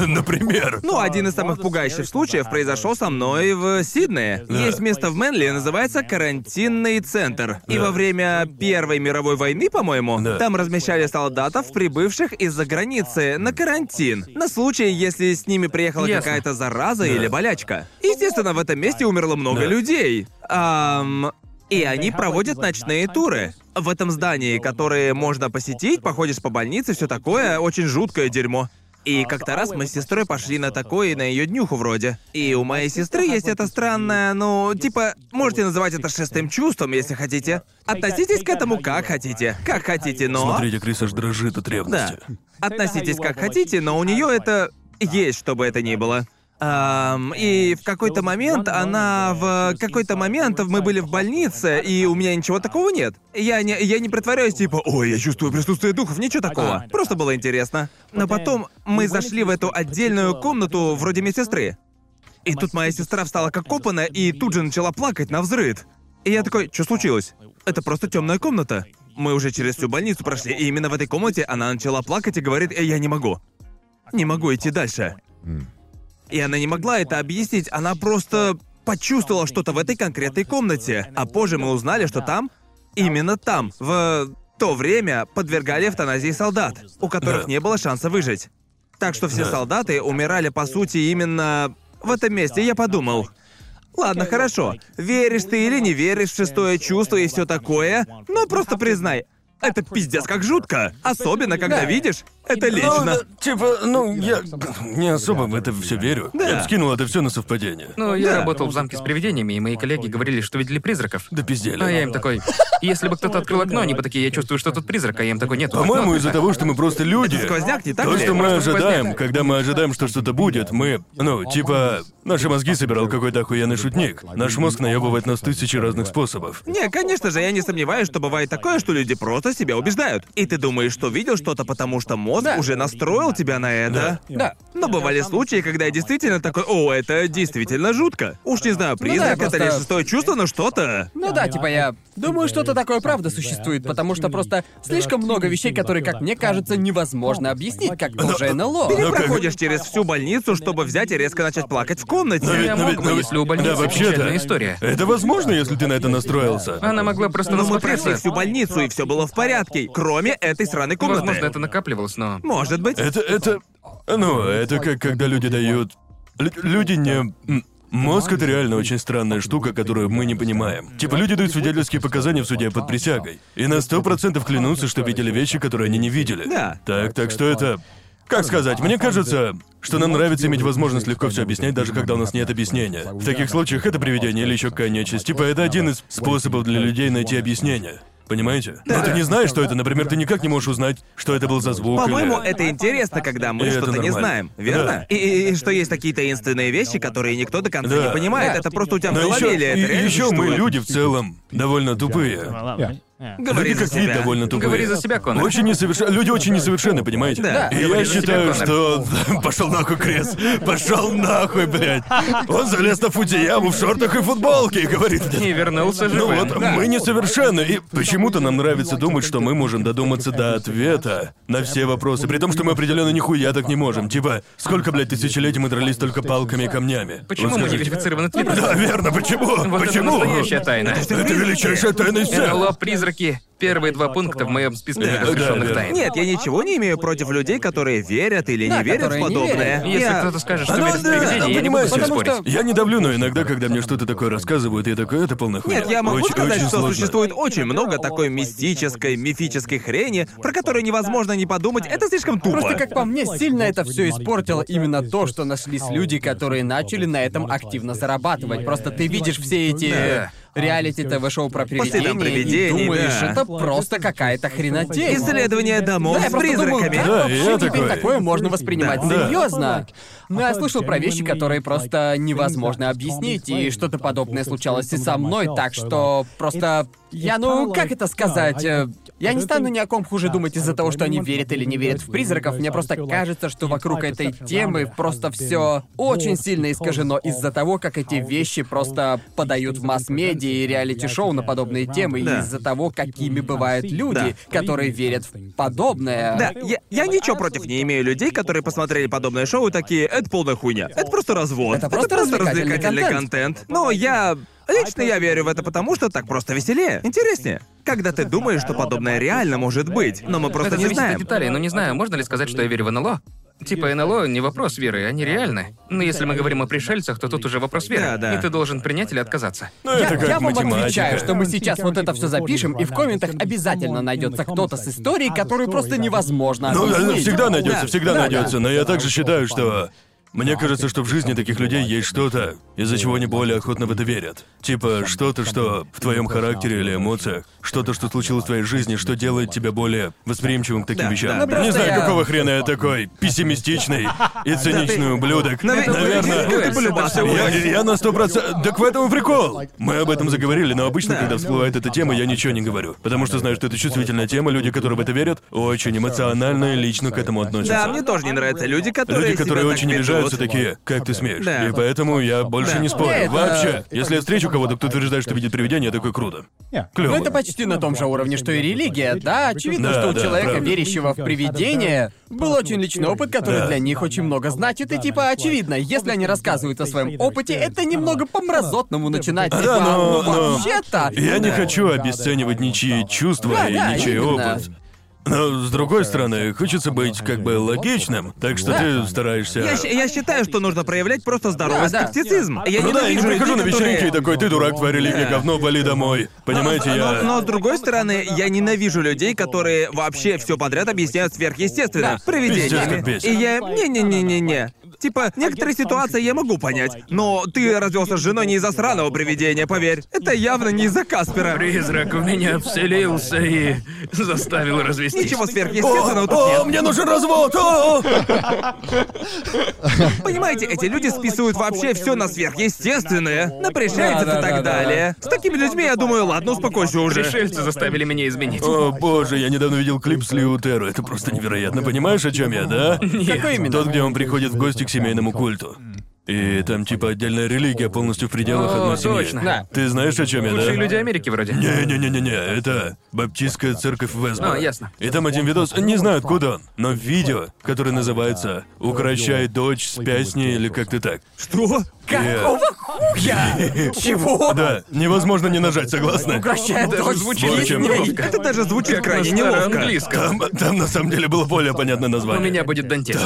C: Например.
B: Ну, один из самых пугающих случаев произошел со мной в Сиднее. Есть место в Мэнли, называется карантинный центр. И во время Первой мировой войны, по-моему,
C: Да.
B: там размещали солдатов, прибывших из-за границы, на карантин. На случай, если с ними приехала
A: Ясно.
B: какая-то зараза или болячка. Естественно, в этом месте умерло много людей. Ам, И они проводят ночные туры. В этом здании, которые можно посетить, походишь по больнице, все такое, очень жуткое дерьмо. И как-то раз мы с сестрой пошли на такое и на ее днюху вроде. И у моей сестры есть это странное, ну, типа, можете называть это шестым чувством, если хотите. Относитесь к этому как хотите. Как хотите, но...
C: Ну. Смотрите, Крис аж дрожит от ревности.
B: Относитесь как хотите, но у нее это есть, чтобы это ни было. Ам, и в какой-то момент она в какой-то момент мы были в больнице, и у меня ничего такого нет. Я не, я не притворяюсь, типа, ой, я чувствую присутствие духов, ничего такого. Просто было интересно. Но потом мы зашли в эту отдельную комнату вроде медсестры. И тут моя сестра встала как копана и тут же начала плакать на взрыд. И я такой, что случилось? Это просто темная комната. Мы уже через всю больницу прошли, и именно в этой комнате она начала плакать и говорит, «Э, я не могу. Не могу идти дальше. И она не могла это объяснить, она просто почувствовала что-то в этой конкретной комнате. А позже мы узнали, что там, именно там, в то время подвергали эвтаназии солдат, у которых
C: Да.
B: не было шанса выжить. Так что все
C: Да.
B: солдаты умирали, по сути, именно в этом месте, я подумал. Ладно, хорошо. Веришь ты или не веришь в шестое чувство и все такое, но Ну, просто признай, это пиздец как жутко. Особенно, когда
E: Да.
B: видишь, это
C: Ну,
B: лично.
C: да, типа, ну, я *laughs* не особо в это все верю.
B: Да.
C: Я бы скинул это все на совпадение.
A: Ну, я
B: Да.
A: работал в замке с привидениями, и мои коллеги говорили, что видели призраков.
C: Да пиздели.
A: А я им такой, если бы кто-то открыл окно, они бы такие, я чувствую, что тут призрак, а я им такой, нет.
C: По-моему,
A: окно
C: из-за
A: открыто».
C: того, что мы просто люди.
B: ну, Сквозняк, не так
C: То,
B: ли?
C: что мы
A: Просто
C: ожидаем,
A: сквозняк.
C: когда мы ожидаем, что что-то будет, мы... Ну, типа, наши мозги собирал какой-то охуенный шутник. Наш мозг наебывает нас тысячи разных способов.
B: Не, конечно же, я не сомневаюсь, что бывает такое, что люди просто себя убеждают. И ты думаешь, что видел что-то, потому что мозг уже настроил тебя на это.
E: Да.
B: Но бывали случаи, когда я действительно такой, о, это действительно жутко. Уж не
C: Ну
B: знаю, призрак это
E: просто-
B: ли шестое чувство, но что-то.
E: Ну да, типа я думаю, что-то такое правда существует, потому что просто слишком много вещей, которые, как мне кажется, невозможно объяснить, как тоже НЛО.
B: Ты
C: Но как-
B: проходишь через всю больницу, чтобы взять и резко начать плакать в комнате.
A: Я
C: но
A: мог
C: ведь-
A: бы,
C: но ведь-
A: если у больницы
C: да, вообще-то.
A: печальная история.
C: Это возможно, если ты на это настроился.
A: Она могла просто
C: ну,
B: Но
A: нас
B: мы прошли
A: потрясать.
B: всю больницу, и все было в порядке, кроме этой сраной
A: Возможно,
B: комнаты.
A: это накапливалось, но...
C: Ну,
B: Может быть.
C: Это, это... Ну, это как когда люди дают... Лю- Люди не... м, Мозг — это реально очень странная штука, которую мы не понимаем. Типа, люди дают свидетельские показания в суде под присягой. И на сто процентов клянутся, что видели вещи, которые они не видели.
B: Да.
C: Так, так что это... Как сказать, мне кажется, что нам нравится иметь возможность легко все объяснять, даже когда у нас нет объяснения. В таких случаях это привидение или еще какая нечисть. Типа, это один из способов для людей найти объяснение. Понимаете? Но ты не знаешь, что это, например, ты никак не можешь узнать, что это был за звук. или-
B: По-моему, это интересно, когда мы
C: И это
B: что-то не
C: нормально.
B: знаем, верно?
C: Да.
B: И, и- и что есть такие таинственные вещи, которые никто до конца
C: Да.
B: не понимает.
E: Да.
B: Это просто у тебя в
C: Но
B: голове
C: еще,
B: или это реально
C: еще мы
B: существует?
C: люди в целом довольно тупые.
B: Говори
C: люди
B: за
C: как вид
B: себя.
C: довольно
A: Ну,
C: тупые.
A: Говори за себя, Конор.
C: Очень несоверш- Люди очень несовершенны, понимаете?
B: Да.
C: И я
A: Говори за себя,
C: считаю,
A: Конор.
C: что... *laughs* Пошел нахуй, Крес. Пошел нахуй, блядь. Он залез на фудияму в шортах и футболке и говорит...
A: И вернулся
C: Ну
A: живым.
C: вот, мы несовершенны, и почему-то нам нравится думать, что мы можем додуматься до ответа на все вопросы, при том, что мы определенно нихуя так не можем. Типа, сколько, блядь, тысячелетий мы дрались только палками и камнями?
A: Почему
C: Вот
A: мы не
C: скажите.
A: верифицированы твиттер?
C: Да, верно, почему?
A: Вот это
C: почему?
A: настоящая тайна. Э,
C: Это величайшая тайна из всех.
A: НЛО «Призраки» — первые два пункта в моем списке
C: Да,
A: неразрешенных
C: да, да.
A: тайн.
B: Нет, я ничего не имею против людей, которые верят или
E: Да,
B: не верят в
E: которые не
B: подобное.
E: верят.
A: Если
B: Я-
A: кто-то скажет, что
C: Оно,
A: верит в
C: да,
A: привидения, я не буду
C: понимаешь,
A: с ним
E: потому
A: спорить.
E: что-
C: Я не давлю, но иногда, когда мне что-то такое рассказывают, я такой, это полная хуйня.
B: Нет, я могу
C: Очень-
B: сказать,
C: очень
B: что
C: сложно.
B: существует очень много такой мистической, мифической хрени, про которую невозможно не подумать. Это слишком тупо.
E: Просто, как по мне, сильно это все испортило именно то, что нашлись люди, которые начали на этом активно зарабатывать. Просто ты видишь все эти
A: Да.
E: реалити ТВ-шоу про
B: По следам
E: привидения и
B: привидений,
E: думаешь,
B: да.
E: это просто какая-то хренотень.
B: Исследование домов
E: Да, я
B: с
E: просто думаю,
B: призраками.
E: как
C: Да, и я
E: вообще теперь
C: такой.
E: такое можно воспринимать
C: Да.
E: серьезно? Но я слышал про вещи, которые просто невозможно объяснить, и что-то подобное случалось и со мной, так что просто... Я, ну, как это сказать? э, Я не стану ни о ком хуже думать из-за того, что они верят или не верят в призраков. Мне просто кажется, что вокруг этой темы просто все очень сильно искажено из-за того, как эти вещи просто подают в масс-медиа и реалити-шоу на подобные темы, и
B: Да.
E: из-за того, какими бывают люди, которые верят в подобное.
B: Да, я, я ничего против не имею людей, которые посмотрели подобное шоу и такие, это полная хуйня. Это просто развод.
E: Это просто развлекательный
B: контент. Но я... Лично я верю в это потому, что так просто веселее, интереснее. Когда ты думаешь, что подобное реально может быть, но мы просто
A: Это
B: не
A: зависит от
B: знаем.
A: деталей, но не знаю, можно ли сказать, что я верю в НЛО? Типа НЛО не вопрос веры, они реальны. Но если мы говорим о пришельцах, то тут уже вопрос веры.
B: Да, да.
A: И ты должен принять или отказаться.
C: Ну,
E: Я,
C: это как
E: я вам
C: математика.
E: отвечаю, что мы сейчас вот это все запишем, и в комментах обязательно найдется кто-то с историей, которую просто невозможно
C: Ну, да,
E: объяснить.
C: всегда найдется,
B: Да,
C: всегда
E: да,
C: найдется.
D: да.
C: Но я также считаю, что. Мне кажется, что в жизни таких людей есть что-то, из-за чего они более охотно в это верят. Типа что-то, что в твоем характере или эмоциях, что-то, что случилось в твоей жизни, что делает тебя более восприимчивым к таким
B: Да,
C: вещам.
B: да, да.
C: Не
E: Просто
C: знаю,
E: я-
C: какого хрена я такой пессимистичный и циничный ублюдок.
B: Наве-
C: Наверное,
B: Ты полюбался,
C: я,
B: Уэс.
C: я на сто процентов... Так в этом и прикол! Мы об этом заговорили, но обычно, когда всплывает эта тема, я ничего не говорю. Потому что знаю, что это чувствительная тема, люди, которые в это верят, очень эмоционально и лично к этому относятся.
B: Да, мне тоже не нравятся люди, которые
C: Люди,
B: себя
C: которые
B: так
C: очень
B: ведут.
C: обижаются, такие, как ты смеешь?
B: Да.
C: И поэтому я больше
B: Да.
C: не спорю.
E: Нет,
C: Вообще, если я встречу кого-то, кто утверждает, что видит привидение, я такой круто. Клево.
E: Ну, это почти на том же уровне, что и религия, да? Очевидно,
C: Да,
E: что у
C: да,
E: человека,
C: правда.
E: верящего в привидения, был очень личный опыт, который для них очень много значит, и типа очевидно, если они рассказывают о своем опыте, это немного по-мразотному начинать,
D: Да,
E: типа,
C: но-
E: «Ну,
C: но-
B: А,
E: вообще-то...
C: Я не
E: Да.
C: хочу обесценивать ничьи чувства
E: Да,
C: и
E: да,
C: ничей
E: именно.
C: опыт. Но, с другой стороны, хочется быть как бы логичным, так что ты стараешься...
B: Я, щ- я считаю, что нужно проявлять просто здоровый
E: Да, да.
B: скептицизм. Я
C: ну да, я не
B: ненавижу
C: прихожу на
B: людей,
C: вечеринки
B: которые-
C: и такой, ты дурак, твоя религия,
B: Да.
C: говно, вали домой. Понимаете, я...
B: Но, но с другой стороны, я ненавижу людей, которые вообще все подряд объясняют сверхъестественно,
E: Да.
C: Пиздец, как
B: привидениями.
C: бесит.
B: И я не-не-не-не-не. Типа, некоторые ситуации я могу понять, но ты развелся с женой не из-за сраного привидения, поверь. Это явно не из-за Каспера.
A: Призрак в меня вселился и заставил развестись.
B: Ничего
C: О,
B: сверхъестественного
C: о,
B: тут нет.
C: мне нужен развод! о, о.
B: Понимаете, эти люди списывают вообще все на сверхъестественное, на пришельцев
E: Да, да,
B: и так
E: да, да,
B: далее. С такими людьми я думаю, ладно, успокойся уже.
A: Пришельцы заставили меня изменить.
C: О боже, я недавно видел клип с Лиутеро. Это просто невероятно. Понимаешь, о чем я, да?
E: Какой именно?
C: Тот, где он приходит в гости к семейному культу. И там типа отдельная религия полностью в пределах
A: О,
C: одной семьи.
A: точно.
E: Да.
C: Ты знаешь, о чем я, да?
A: Лучшие люди Америки вроде.
C: Не-не-не-не-не, это баптистская церковь Весбора.
A: А, ясно.
C: И там один видос, не знаю откуда он, но видео, которое называется «Укращай дочь, спя с ней» или как-то так.
B: Что?
E: Какого хуя? Чего?
C: Да, невозможно не нажать, согласны?
E: Укращает
A: Даже
E: дочь
A: звучит
E: с ней.
C: неловко.
B: Это даже звучит крайне
A: на старом
B: неловко.
A: английском.
C: Там, там на самом деле было более понятное
A: У
C: название.
A: меня будет дантист.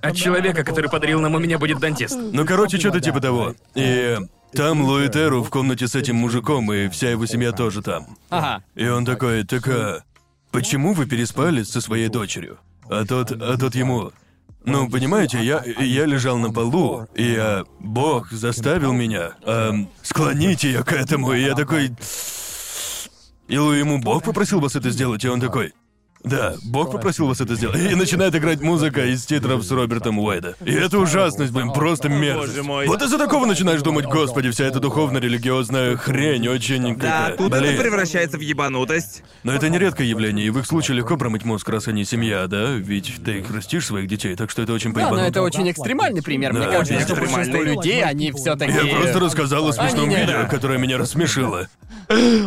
A: От человека, который подарил нам, у меня будет дантист.
C: Ну, короче, что-то типа того. И там Луитеру в комнате с этим мужиком, и вся его семья тоже там.
E: Ага.
C: И он такой, так а, почему вы переспали со своей дочерью? А тот, а тот ему... Ну, понимаете, я, я лежал на полу, и а, Бог заставил меня эм, склонить ее к этому, и я такой... И Лу- ему Бог попросил вас это сделать, и он такой... Да, Бог попросил вас это сделать. И начинает играть музыка из титров с Робертом Уайда. И это ужасность, блин, просто мерзость. Вот из-за такого начинаешь думать, господи, вся эта духовно-религиозная хрень очень...
B: Да,
C: какая-то».
B: тут это
C: Блин.
B: превращается в ебанутость.
C: Но это не редкое явление, и в их случае легко промыть мозг, раз они семья, да? Ведь ты растишь своих детей, так что это очень
E: Да,
C: поебануто.
E: но это очень экстремальный пример. Мне
C: Да,
E: кажется,
C: очень
E: что большинство
B: экстремальный.
E: людей, они все таки
C: Я просто рассказал о смешном
E: Они не-
C: видео, которое меня рассмешило.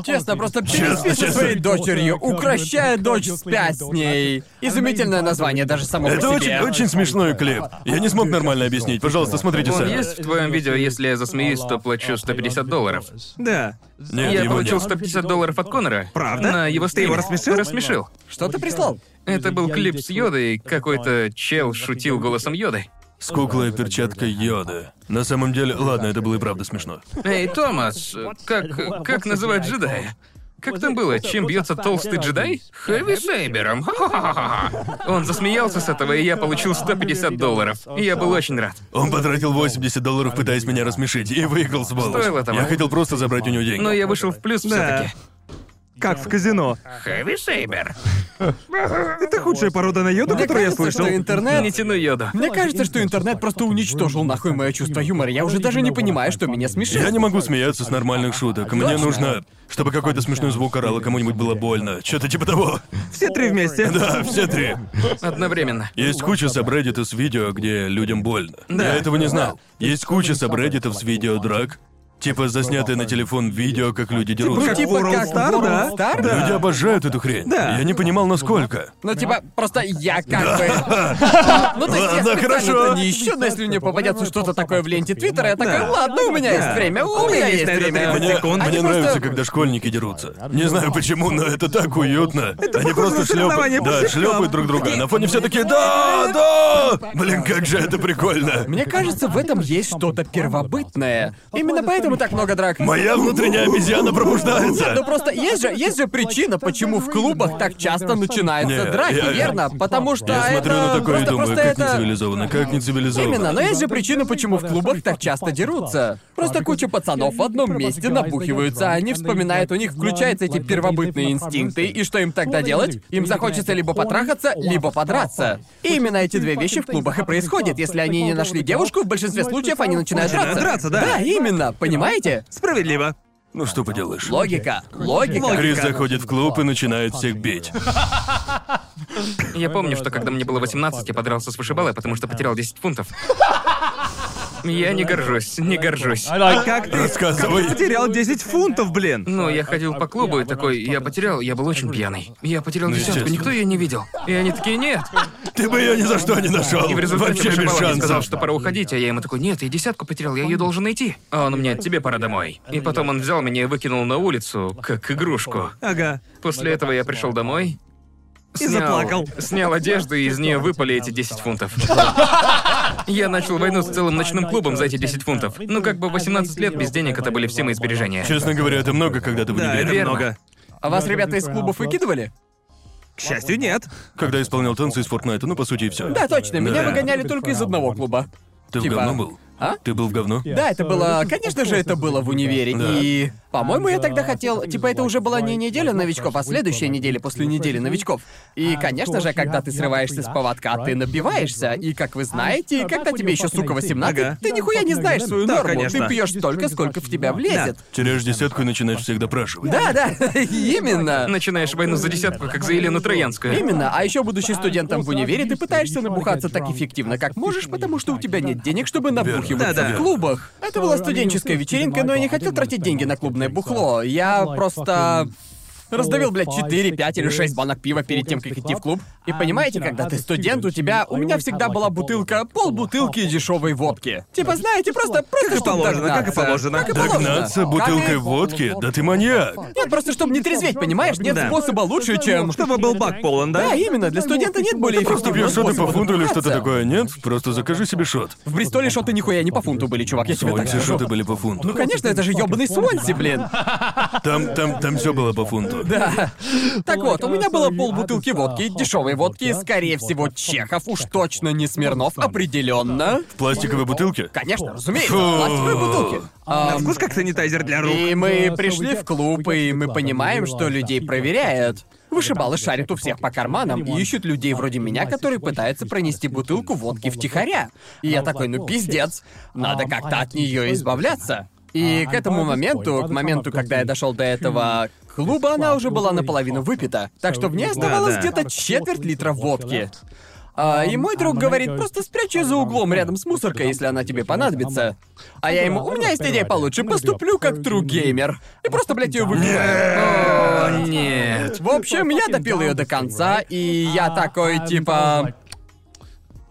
E: Честно, просто переспи со
C: честно.
E: своей дочерью, укращая дочь, спя с ней. Изумительное название даже само
C: Это
E: по
C: очень,
E: себе.
C: очень смешной клип. Я не смог нормально объяснить. Пожалуйста, смотрите
A: Он
C: сами.
A: есть в твоем видео, если я засмеюсь, то плачу 150 долларов.
B: Да.
C: Нет,
A: я
C: его
A: получил
C: нет.
A: 150 долларов от Конора.
B: Правда?
A: На его
B: Ты
A: стриме.
B: его рассмешил?
A: Рассмешил.
E: Что ты прислал?
A: Это был клип с Йодой, какой-то чел шутил голосом Йоды.
C: С куклой перчатка йода. На самом деле, ладно, это было и правда смешно.
A: Эй, Томас, как, как называют джедая? Как там было? Чем бьется толстый джедай? Хэви сейбером. Ха-ха-ха-ха. Он засмеялся с этого, и я получил 150 долларов. И я был очень рад.
C: Он потратил 80 долларов, пытаясь меня рассмешить, и выиграл с
A: Стоило того.
C: Я хотел просто забрать у него деньги.
A: Но я вышел в плюс все-таки.
B: Как в казино.
A: Хэви сейбер.
B: Это худшая порода на йоду,
E: Ну, Мне
B: которую я
E: кажется,
B: слышал.
E: что
A: Не
E: интернет...
A: тяну йода.
E: Мне кажется, что интернет просто уничтожил нахуй мое чувство юмора. Я уже даже не понимаю, что меня смешит.
C: Я не могу смеяться с нормальных шуток. Мне
E: Точно.
C: нужно, чтобы какой-то смешной звук орал, и кому-нибудь было больно. Что-то типа того. *laughs*
B: Все три вместе.
C: Да, все три.
A: Одновременно.
C: Есть куча сабреддитов с видео, где людям больно. Я этого не знал. Есть куча сабреддитов с видео драк, Типа заснятое на телефон видео, как люди дерутся.
B: Как
E: типа
B: Ну, World
E: как
B: Star,
E: World
B: да?
E: Star?
B: Да.
C: Люди обожают эту хрень.
B: Да.
C: Я не понимал, насколько.
E: Ну, типа, просто я как бы...
C: *laughs*
E: Ну, то есть я
C: Ладно,
E: специально
C: хорошо.
E: не ищу, но если мне попадется что-то такое в ленте Твиттера, я такой, ладно, у меня есть
B: Да.
E: время, у меня есть
B: на это
E: время.
B: 30
C: Мне,
B: секунд.
C: мне
E: Они просто- ну
C: нравится, когда школьники дерутся. Не знаю почему, но это так уютно. Они
B: похоже
C: просто
B: на соревнования
C: шлепают,
B: по
C: да,
B: щекам.
C: шлепают друг друга. а На фоне все такие «Да, да!» Блин, как же это прикольно.
E: Мне кажется, в этом есть что-то первобытное. Именно поэтому так много драк.
C: Моя внутренняя обезьяна
E: Ну
C: пробуждается.
E: просто есть же, есть же причина, почему в клубах так часто начинаются
C: Не,
E: драки,
C: я-
E: верно? Потому что
C: Я
E: это
C: смотрю на такое и
E: просто,
C: думаю,
E: просто
C: как
E: это...
C: нецивилизованно, как нецивилизованно.
E: Именно, но есть же причина, почему в клубах так часто дерутся. Просто куча пацанов в одном месте набухиваются, а они вспоминают, у них включаются эти первобытные инстинкты, и что им тогда делать? Им захочется либо потрахаться, либо подраться. И именно эти две вещи в клубах и происходят. Если они не нашли девушку, в большинстве случаев они начинают драться.
B: Начинают драться, да.
E: Да, именно, понимаете?
B: Справедливо.
C: Ну что поделаешь.
E: Логика, логика.
C: Крис заходит в клуб и начинает всех бить.
A: Я помню, что когда мне
C: типа
A: было 18, я подрался с вышибалой, потому что потерял 10
C: *laughs*
A: фунтов. Я не горжусь, не горжусь.
C: а,
B: Как ты
C: Рассказывай.
B: потерял 10 фунтов, блин?
C: а,
A: Ну, я ходил по клубу и такой, я потерял, я был очень пьяный. Я потерял
C: Ну,
A: десятку,
C: естественно.
A: никто ее не видел. И они такие, нет.
C: Ты бы ее ни за что не нашел.
A: И в результате
C: Вообще без
A: вышибала мне сказал,
C: шансов.
A: что пора уходить, а я ему такой, нет, я десятку потерял, я ее должен найти. А он мне, тебе пора домой. И потом он взял меня и выкинул на улицу, как игрушку.
B: Ага.
A: После этого я пришел домой.
B: И заплакал.
A: Снял одежду, и из нее выпали эти 10 фунтов. Я начал войну с целым ночным клубом за эти 10 фунтов. Ну, как бы 18 лет без денег это были все мои сбережения.
C: Честно говоря, это много, когда ты в
B: Да, это
C: универе.
A: верно.
B: много.
E: А вас ребята из клубов выкидывали?
B: К счастью, нет.
C: Когда исполнял танцы из Фортнайта, ну по сути и все.
E: Да, точно, меня
C: Да.
E: выгоняли только из одного клуба.
C: Ты в
E: типа-
C: говно был?
E: А?
C: Ты был в говно?
E: Да, это было, конечно же, это было в универе.
C: Да.
E: И, по-моему, я тогда хотел, типа, это уже была не неделя новичков, а следующая неделя после недели новичков. И, конечно же, когда ты срываешься с поводка, ты набиваешься. И, как вы знаете, когда тебе еще, сука, 18,
B: Ага.
E: ты нихуя не знаешь свою
B: Да,
E: норму.
B: конечно.
E: Ты пьешь столько, сколько в тебя влезет.
C: Теряешь десятку и начинаешь всех допрашивать.
E: Да, да, именно.
A: Начинаешь войну за десятку, как за Елену Троянскую.
E: Именно, а еще будучи студентом в универе, ты пытаешься набухаться так эффективно, как можешь, потому что у тебя нет денег, чтобы набухиваться
B: Да-да.
E: в клубах. Это была студенческая вечеринка, но я не хотел тратить деньги на клубное бухло. Я просто раздавил, блядь, 4, 5 или 6 банок пива перед тем, как идти в клуб. И понимаете, когда ты студент, у тебя... У меня всегда была бутылка, полбутылки дешевой водки. Типа, знаете, просто... просто
B: и
E: чтобы
B: положено, как и
E: догнаться.
B: положено.
E: Как и положено.
C: Догнаться
E: Как Ну, и-
C: бутылкой водки? Да ты маньяк!
E: Нет, просто чтобы не трезветь, понимаешь? Нет
B: Да.
E: способа лучше, чем...
B: Чтобы был бак полон, да?
E: Да, именно, для студента нет более
C: Просто
E: эффективного
C: пьешь шоты по
E: способа
C: фунту или что-то
E: набухаться.
C: такое, нет? Просто закажи себе шот.
E: В Бристоле шоты нихуя не по фунту были, чувак, я тебе
C: Ой,
E: так
C: все
E: скажу.
C: шоты были по
E: Ну,
C: фунту.
E: конечно, это же ёбаный Суонси, блин.
C: Там, там, там все было по фунту.
E: Да. Так вот, у меня было полбутылки водки, дешевой водки, скорее всего, Чехов, уж точно не Смирнов, определенно.
C: В пластиковой бутылке?
E: Конечно, разумеется,
C: Фу. «А,
E: пластиковые бутылки.
B: На
E: Ам,
B: А вкус как санитайзер для рук.
E: И мы пришли в клуб, и мы понимаем, что людей проверяют. Вышибалы шарят у всех по карманам и ищут людей вроде меня, которые пытаются пронести бутылку водки втихаря. И я такой, ну пиздец, надо как-то от нее избавляться. И к этому моменту, к моменту, когда я дошел до этого клуба, она уже была наполовину выпита. Так что в ней оставалось
B: Да, да.
E: где-то четверть литра водки. А, и мой друг говорит, просто спрячь ее за углом рядом с мусоркой, если она тебе понадобится. А я ему, у меня есть идея получше, поступлю как тру геймер. И просто, блядь, ее выкидываю.
A: О, нет.
E: В общем, я допил ее до конца, и я такой, типа...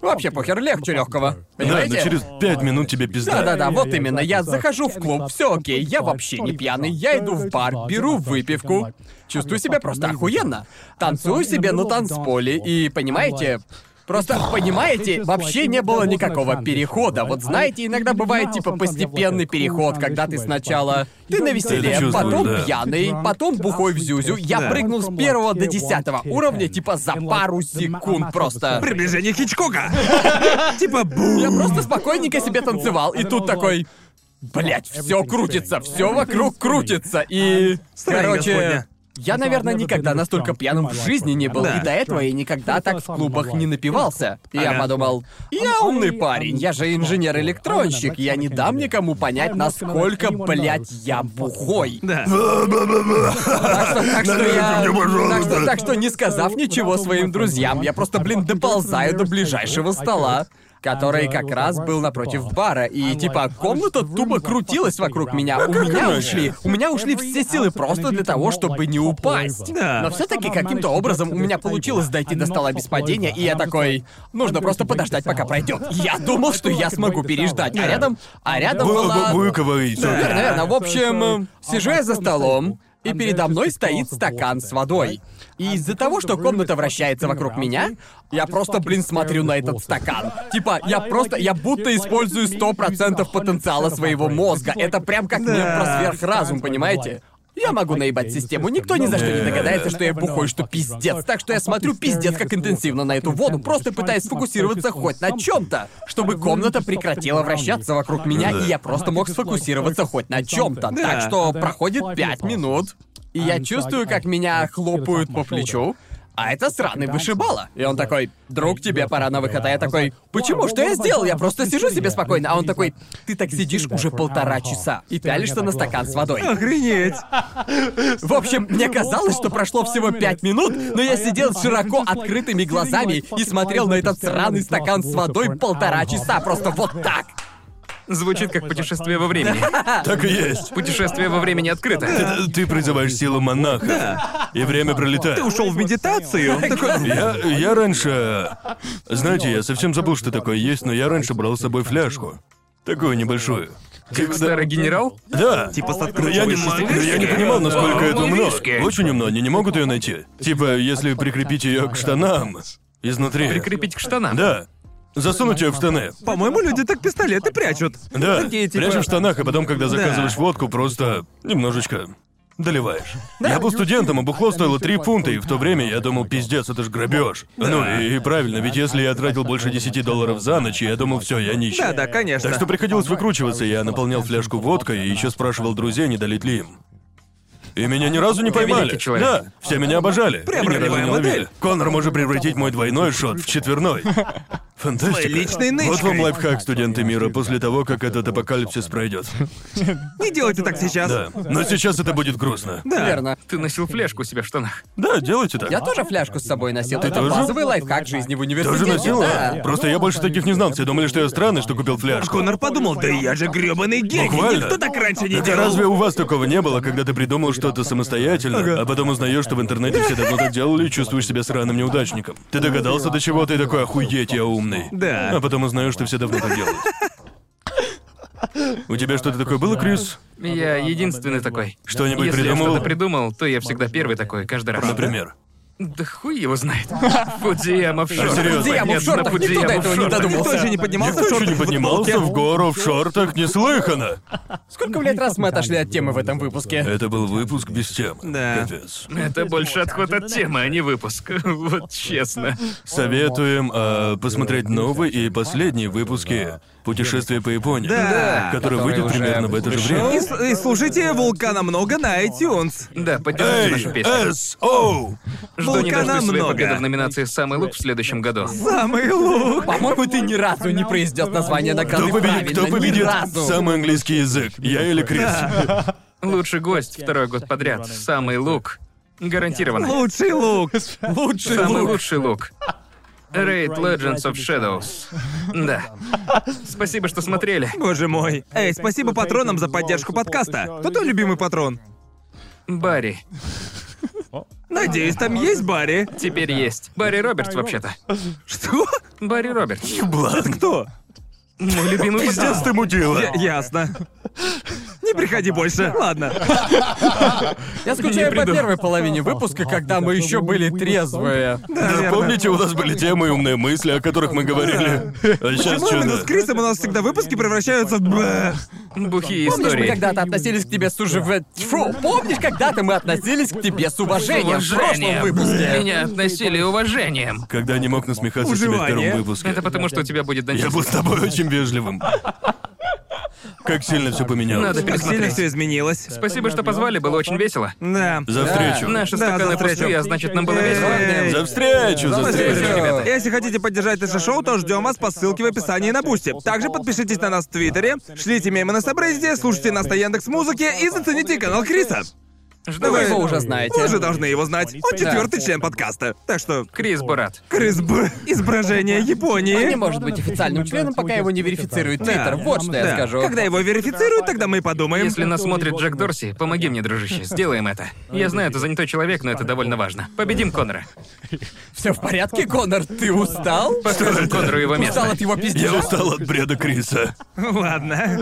E: Вообще похер, легче легкого.
C: Да,
E: Понимаете?
C: но через пять минут тебе пизда.
E: Да, да, да, вот именно. Я захожу в клуб, все окей, я вообще не пьяный, я иду в бар, беру выпивку, чувствую себя просто охуенно. Танцую себе на танцполе и, понимаете, Просто, понимаете, вообще не было никакого перехода. Вот знаете, иногда бывает типа постепенный переход, когда ты сначала... Ты
C: Ты
E: на
C: это
E: веселе,
C: чувствуешь,
E: потом
C: да.
E: пьяный, потом бухой в зюзю. Я
B: Да.
E: прыгнул с первого до десятого уровня типа за пару секунд просто.
C: *laughs*
B: Приближение Хичкока. Типа
E: Я
B: бум.
E: просто спокойненько себе танцевал, и тут такой... Блять, все крутится, все вокруг крутится, и...
B: Странно,
E: Короче,
B: Господня.
E: я, наверное, никогда настолько пьяным в жизни не был,
B: Да.
E: и до этого я никогда так в клубах не напивался. И я
B: Ага.
E: подумал, я умный парень, я же инженер-электронщик, я не дам никому понять, насколько, блядь, я бухой.
B: Да.
E: Так что, так что
C: Налейте
E: я...
C: мне,
E: Так
C: пожалуйста.
E: что, так что не сказав ничего своим друзьям, я просто, блин, доползаю до ближайшего стола. который как раз был напротив бара. И типа комната тупо крутилась вокруг меня. У меня
C: Ну иначе?
E: ушли, у меня ушли все силы просто для того, чтобы не упасть.
B: Да.
E: Но все-таки каким-то образом у меня получилось дойти до стола без падения, и я такой, нужно просто подождать, пока пройдет. Я думал, что я смогу переждать, а рядом, а рядом
C: Вы,
E: была...
C: вы- вы говорите.
E: Да, верно, верно. В общем, эм, сижу я за столом, и передо мной стоит стакан с водой. И из-за того, что комната вращается вокруг меня, я просто, блин, смотрю на этот стакан. Типа, я просто, я будто использую 100% потенциала своего мозга. Это прям как мне про сверхразум, понимаете? Я могу наебать систему, никто ни за что не догадается, что я бухой, что пиздец. Так что я смотрю пиздец как интенсивно на эту воду, просто пытаясь сфокусироваться хоть на чем-то, чтобы комната прекратила вращаться вокруг меня, и я просто мог сфокусироваться хоть на чем-то.
D: Да.
E: Так что проходит пять минут, и я чувствую, как меня хлопают по плечу. А это сраный вышибала. И он такой, друг, тебе пора на выход. А я такой, почему? Что я сделал? Я просто сижу себе спокойно. А он такой, ты так сидишь уже полтора часа и пялишься на стакан с *laughs* водой.
B: Охренеть.
E: В общем, мне казалось, что прошло всего пять минут, но я сидел с широко открытыми глазами и смотрел на этот сраный стакан с водой полтора часа, просто вот так.
A: Звучит как путешествие во времени.
C: Так и есть.
A: Путешествие во времени открыто.
C: Ты, ты призываешь силу монаха, и время пролетает.
B: Ты ушел в медитацию. Такой,
C: Я, я раньше... Знаете, я совсем забыл, что такое есть, но я раньше брал с собой фляжку. Такую небольшую.
A: Как старый генерал?
C: Да.
B: Типа с
C: Но Ну, я, не,
B: открытым
C: но я не понимал, насколько это умно.
A: Виски.
C: Очень умно, они не могут ее найти. Типа, если прикрепить ее к штанам изнутри.
A: Прикрепить к штанам.
C: Да. Засунуть ее в штаны.
B: По-моему, люди так пистолеты прячут.
C: Да.
E: Такие, типа-
C: Прячешь в штанах, а потом, когда заказываешь водку, просто немножечко доливаешь. Я был студентом, а бухло стоило 3 фунта, и в то время я думал, пиздец, это ж грабеж. Ну и, и правильно, ведь если я тратил больше 10 долларов за ночь, я думал, все, я нищий.
B: Да, да, конечно.
C: Так что приходилось выкручиваться, я наполнял фляжку водкой и еще спрашивал друзей, не долить ли им. И меня ни разу не поймали.
A: великий человек.
C: Да, все меня обожали.
B: Прям
C: И ни разу
B: ролевая
C: не ловили.
B: модель.
C: Конор может превратить мой двойной шот в четверной. Фантастика.
B: Своей личной
C: Вот
B: нычкой.
C: вам лайфхак, студенты мира, после того, как этот апокалипсис пройдет.
B: Не делайте так сейчас.
C: Да. Но сейчас это будет грустно.
B: Да.
E: Верно.
A: Ты носил флешку у себя в штанах.
C: Да, делайте так.
E: Я тоже фляжку с собой носил. Это
C: тоже?
E: базовый лайфхак жизни в университете.
C: Тоже носил?
E: да.
C: а? Просто я больше таких не знал. Все думали, что я странный, что купил фляжку.
B: Конор подумал, да я же грёбаный гений,
C: Буквально.
B: никто так раньше не
C: Да
B: делал.
C: разве у вас такого не было, когда ты придумал что-то самостоятельно, а потом узнаешь, что в интернете все давно так делали и чувствуешь себя сраным неудачником? Ты догадался до чего, ты такой охуеть, я умный.
B: Да.
C: А потом узнаешь, что все давно так делают. У тебя что-то такое было, Крис?
A: Я единственный такой.
C: Что-нибудь
A: Если я
C: придумывал?
A: что-то придумал, то я всегда первый такой, каждый раз.
C: Например.
A: Да хуй его знает. Фудзияма в шортах.
C: серьёзно?
E: Фудзияма в шортах,
A: Понятно,
E: никто до
A: Фудзияма
E: этого
A: в
E: не
A: шортах.
E: додумался.
B: Никто же не поднимался
C: Никто
B: в
C: еще не
B: шортах
C: поднимался в гору в шортах, неслыханно.
E: Сколько, блядь, раз мы отошли от темы в этом выпуске?
C: Это был выпуск без темы.
B: Да.
C: Капец.
A: Это больше отход от темы, а не выпуск. *laughs* Вот честно.
C: Советуем э, посмотреть новые и последние выпуски «Путешествия по Японии»,
B: Да.
C: который выйдет
A: уже
C: примерно в это же
A: вышел.
B: И,
C: время.
B: с- и слушайте «Вулкана много» на iTunes.
A: Да, поддержите нашу
C: Эй, э,
A: песню.
C: С.О.
A: Жду не
B: «Вулкана
A: дождусь своей
B: много».
A: победы в номинации «Самый лук» в следующем году.
B: Самый лук. *laughs*
E: По-моему, ты ни разу не произнес название на
C: Кто победит, кто
E: Ни
C: победит
E: разу.
C: самый английский язык? Я или Крис?
A: Лучший гость второй год подряд. Самый лук. Гарантированно.
B: Лучший лук.
E: Лучший
A: Самый
E: лук.
A: лучший лук. Raid Legends of Shadows. Да. Спасибо, что смотрели.
B: Боже мой. Эй, спасибо патронам за поддержку подкаста. Кто твой любимый патрон?
A: Барри.
B: Надеюсь, там есть Барри.
A: Теперь есть. Барри Робертс, вообще-то.
B: Что?
A: Барри Робертс.
B: Это кто?
A: Мой любимый
C: Пиздец
A: пацан.
C: ты мудила.
B: Я- Ясно. Не приходи больше. Ладно.
E: Я скучаю по первой половине выпуска, когда мы еще были трезвые.
C: Да, помните, у нас были темы и умные мысли, о которых мы говорили? А сейчас
B: Почему именно с
C: что
B: Крисом у нас всегда выпуски превращаются в... бэ?
A: Бухие
E: Помнишь, мы
A: истории.
E: когда-то относились к тебе с уже... Фу, помнишь, когда-то мы относились к тебе с уважением в прошлом
A: Уважением.
E: выпуске?
A: Меня относили уважением.
C: Когда не мог насмехаться себе в
B: Уживание.
C: первом выпуске.
A: Это потому, что у тебя будет
C: Я был
A: дантист.
C: с тобой очень вежливым. Как сильно все поменялось.
A: Надо
B: Как сильно
A: пересмотреть.
B: все изменилось.
A: Спасибо, что позвали, было очень весело.
B: Да.
C: За встречу.
A: Наши
B: Да,
A: стаканы
B: за встречу.
A: пустые, а значит, нам было
B: Эй.
A: весело.
C: За встречу, за
B: Спасибо,
C: встречу.
B: ребята. Если хотите поддержать наше шоу, то ждем вас по ссылке в описании на Бусти. Также подпишитесь на нас в Твиттере, шлите мемы на Сабреддите, слушайте нас на Яндекс.Музыке и зацените канал Криса.
A: Жду
B: Вы-
E: Вы его
A: вас.
E: уже знаете.
B: Вы же должны его знать. Он четвертый член подкаста. Так что,
A: Крис Бурат.
B: Крис Б. Изображение
E: Он не
B: Японии.
E: может быть официальным членом, пока его не верифицирует Твиттер. Вот что я
B: Да.
E: скажу.
B: Когда его верифицируют, тогда мы и подумаем.
A: Если нас смотрит Джек Дорси, помоги мне, дружище, сделаем это. Я знаю, ты занятой человек, но это довольно важно. Победим Конора.
E: Все в порядке, Конор? Ты устал?
A: Покажем Конору его
E: Устал
A: место.
E: от его пиздежа?
C: Я устал от бреда Криса.
B: Ладно.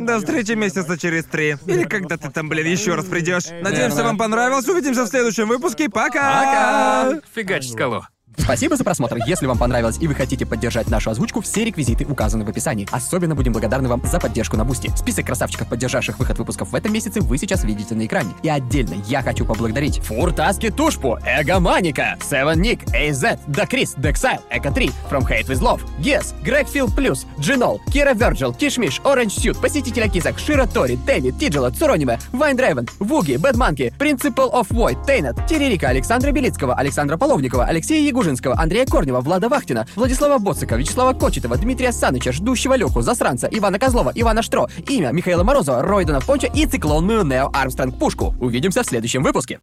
B: До встречи месяца через три. Или когда ты там, блин, еще раз придешь. Надеемся, вам понравилось. Увидимся в следующем выпуске. Пока!
A: Фигач скалу.
E: Спасибо за просмотр. Если вам понравилось и вы хотите поддержать нашу озвучку, все реквизиты указаны в описании. Особенно будем благодарны вам за поддержку на Бусти. Список красавчиков, поддержавших выход выпусков в этом месяце, вы сейчас видите на экране. И отдельно я хочу поблагодарить Фуртаски Тушпу, Эгоманика, Севен Ник, AZ, Да Крис, Дексайл, Эко 3, From Hate With Love, Гес, Грегфилд Плюс, Джинол, Кира Верджил, Кишмиш, Оранж Сьют, Посетитель Акизак, Шира Тори, Тенни, Тиджела, Цурониме, Вайн Дрейвен, Вуги, Бэдманки, Принципл оф Войд, Тейнет, Терерика, Александра Белицкого, Александра Половникова, Алексея Ягужинского, Андрея Корнева, Влада Вахтина, Владислава Боцика, Вячеслава Кочетова, Дмитрия Саныча, Ждущего Лёку, Засранца, Ивана Козлова, Ивана Штро, имя Михаила Морозова, Ройдана Понча и циклонную Нео Армстронг Пушку. Увидимся в следующем выпуске.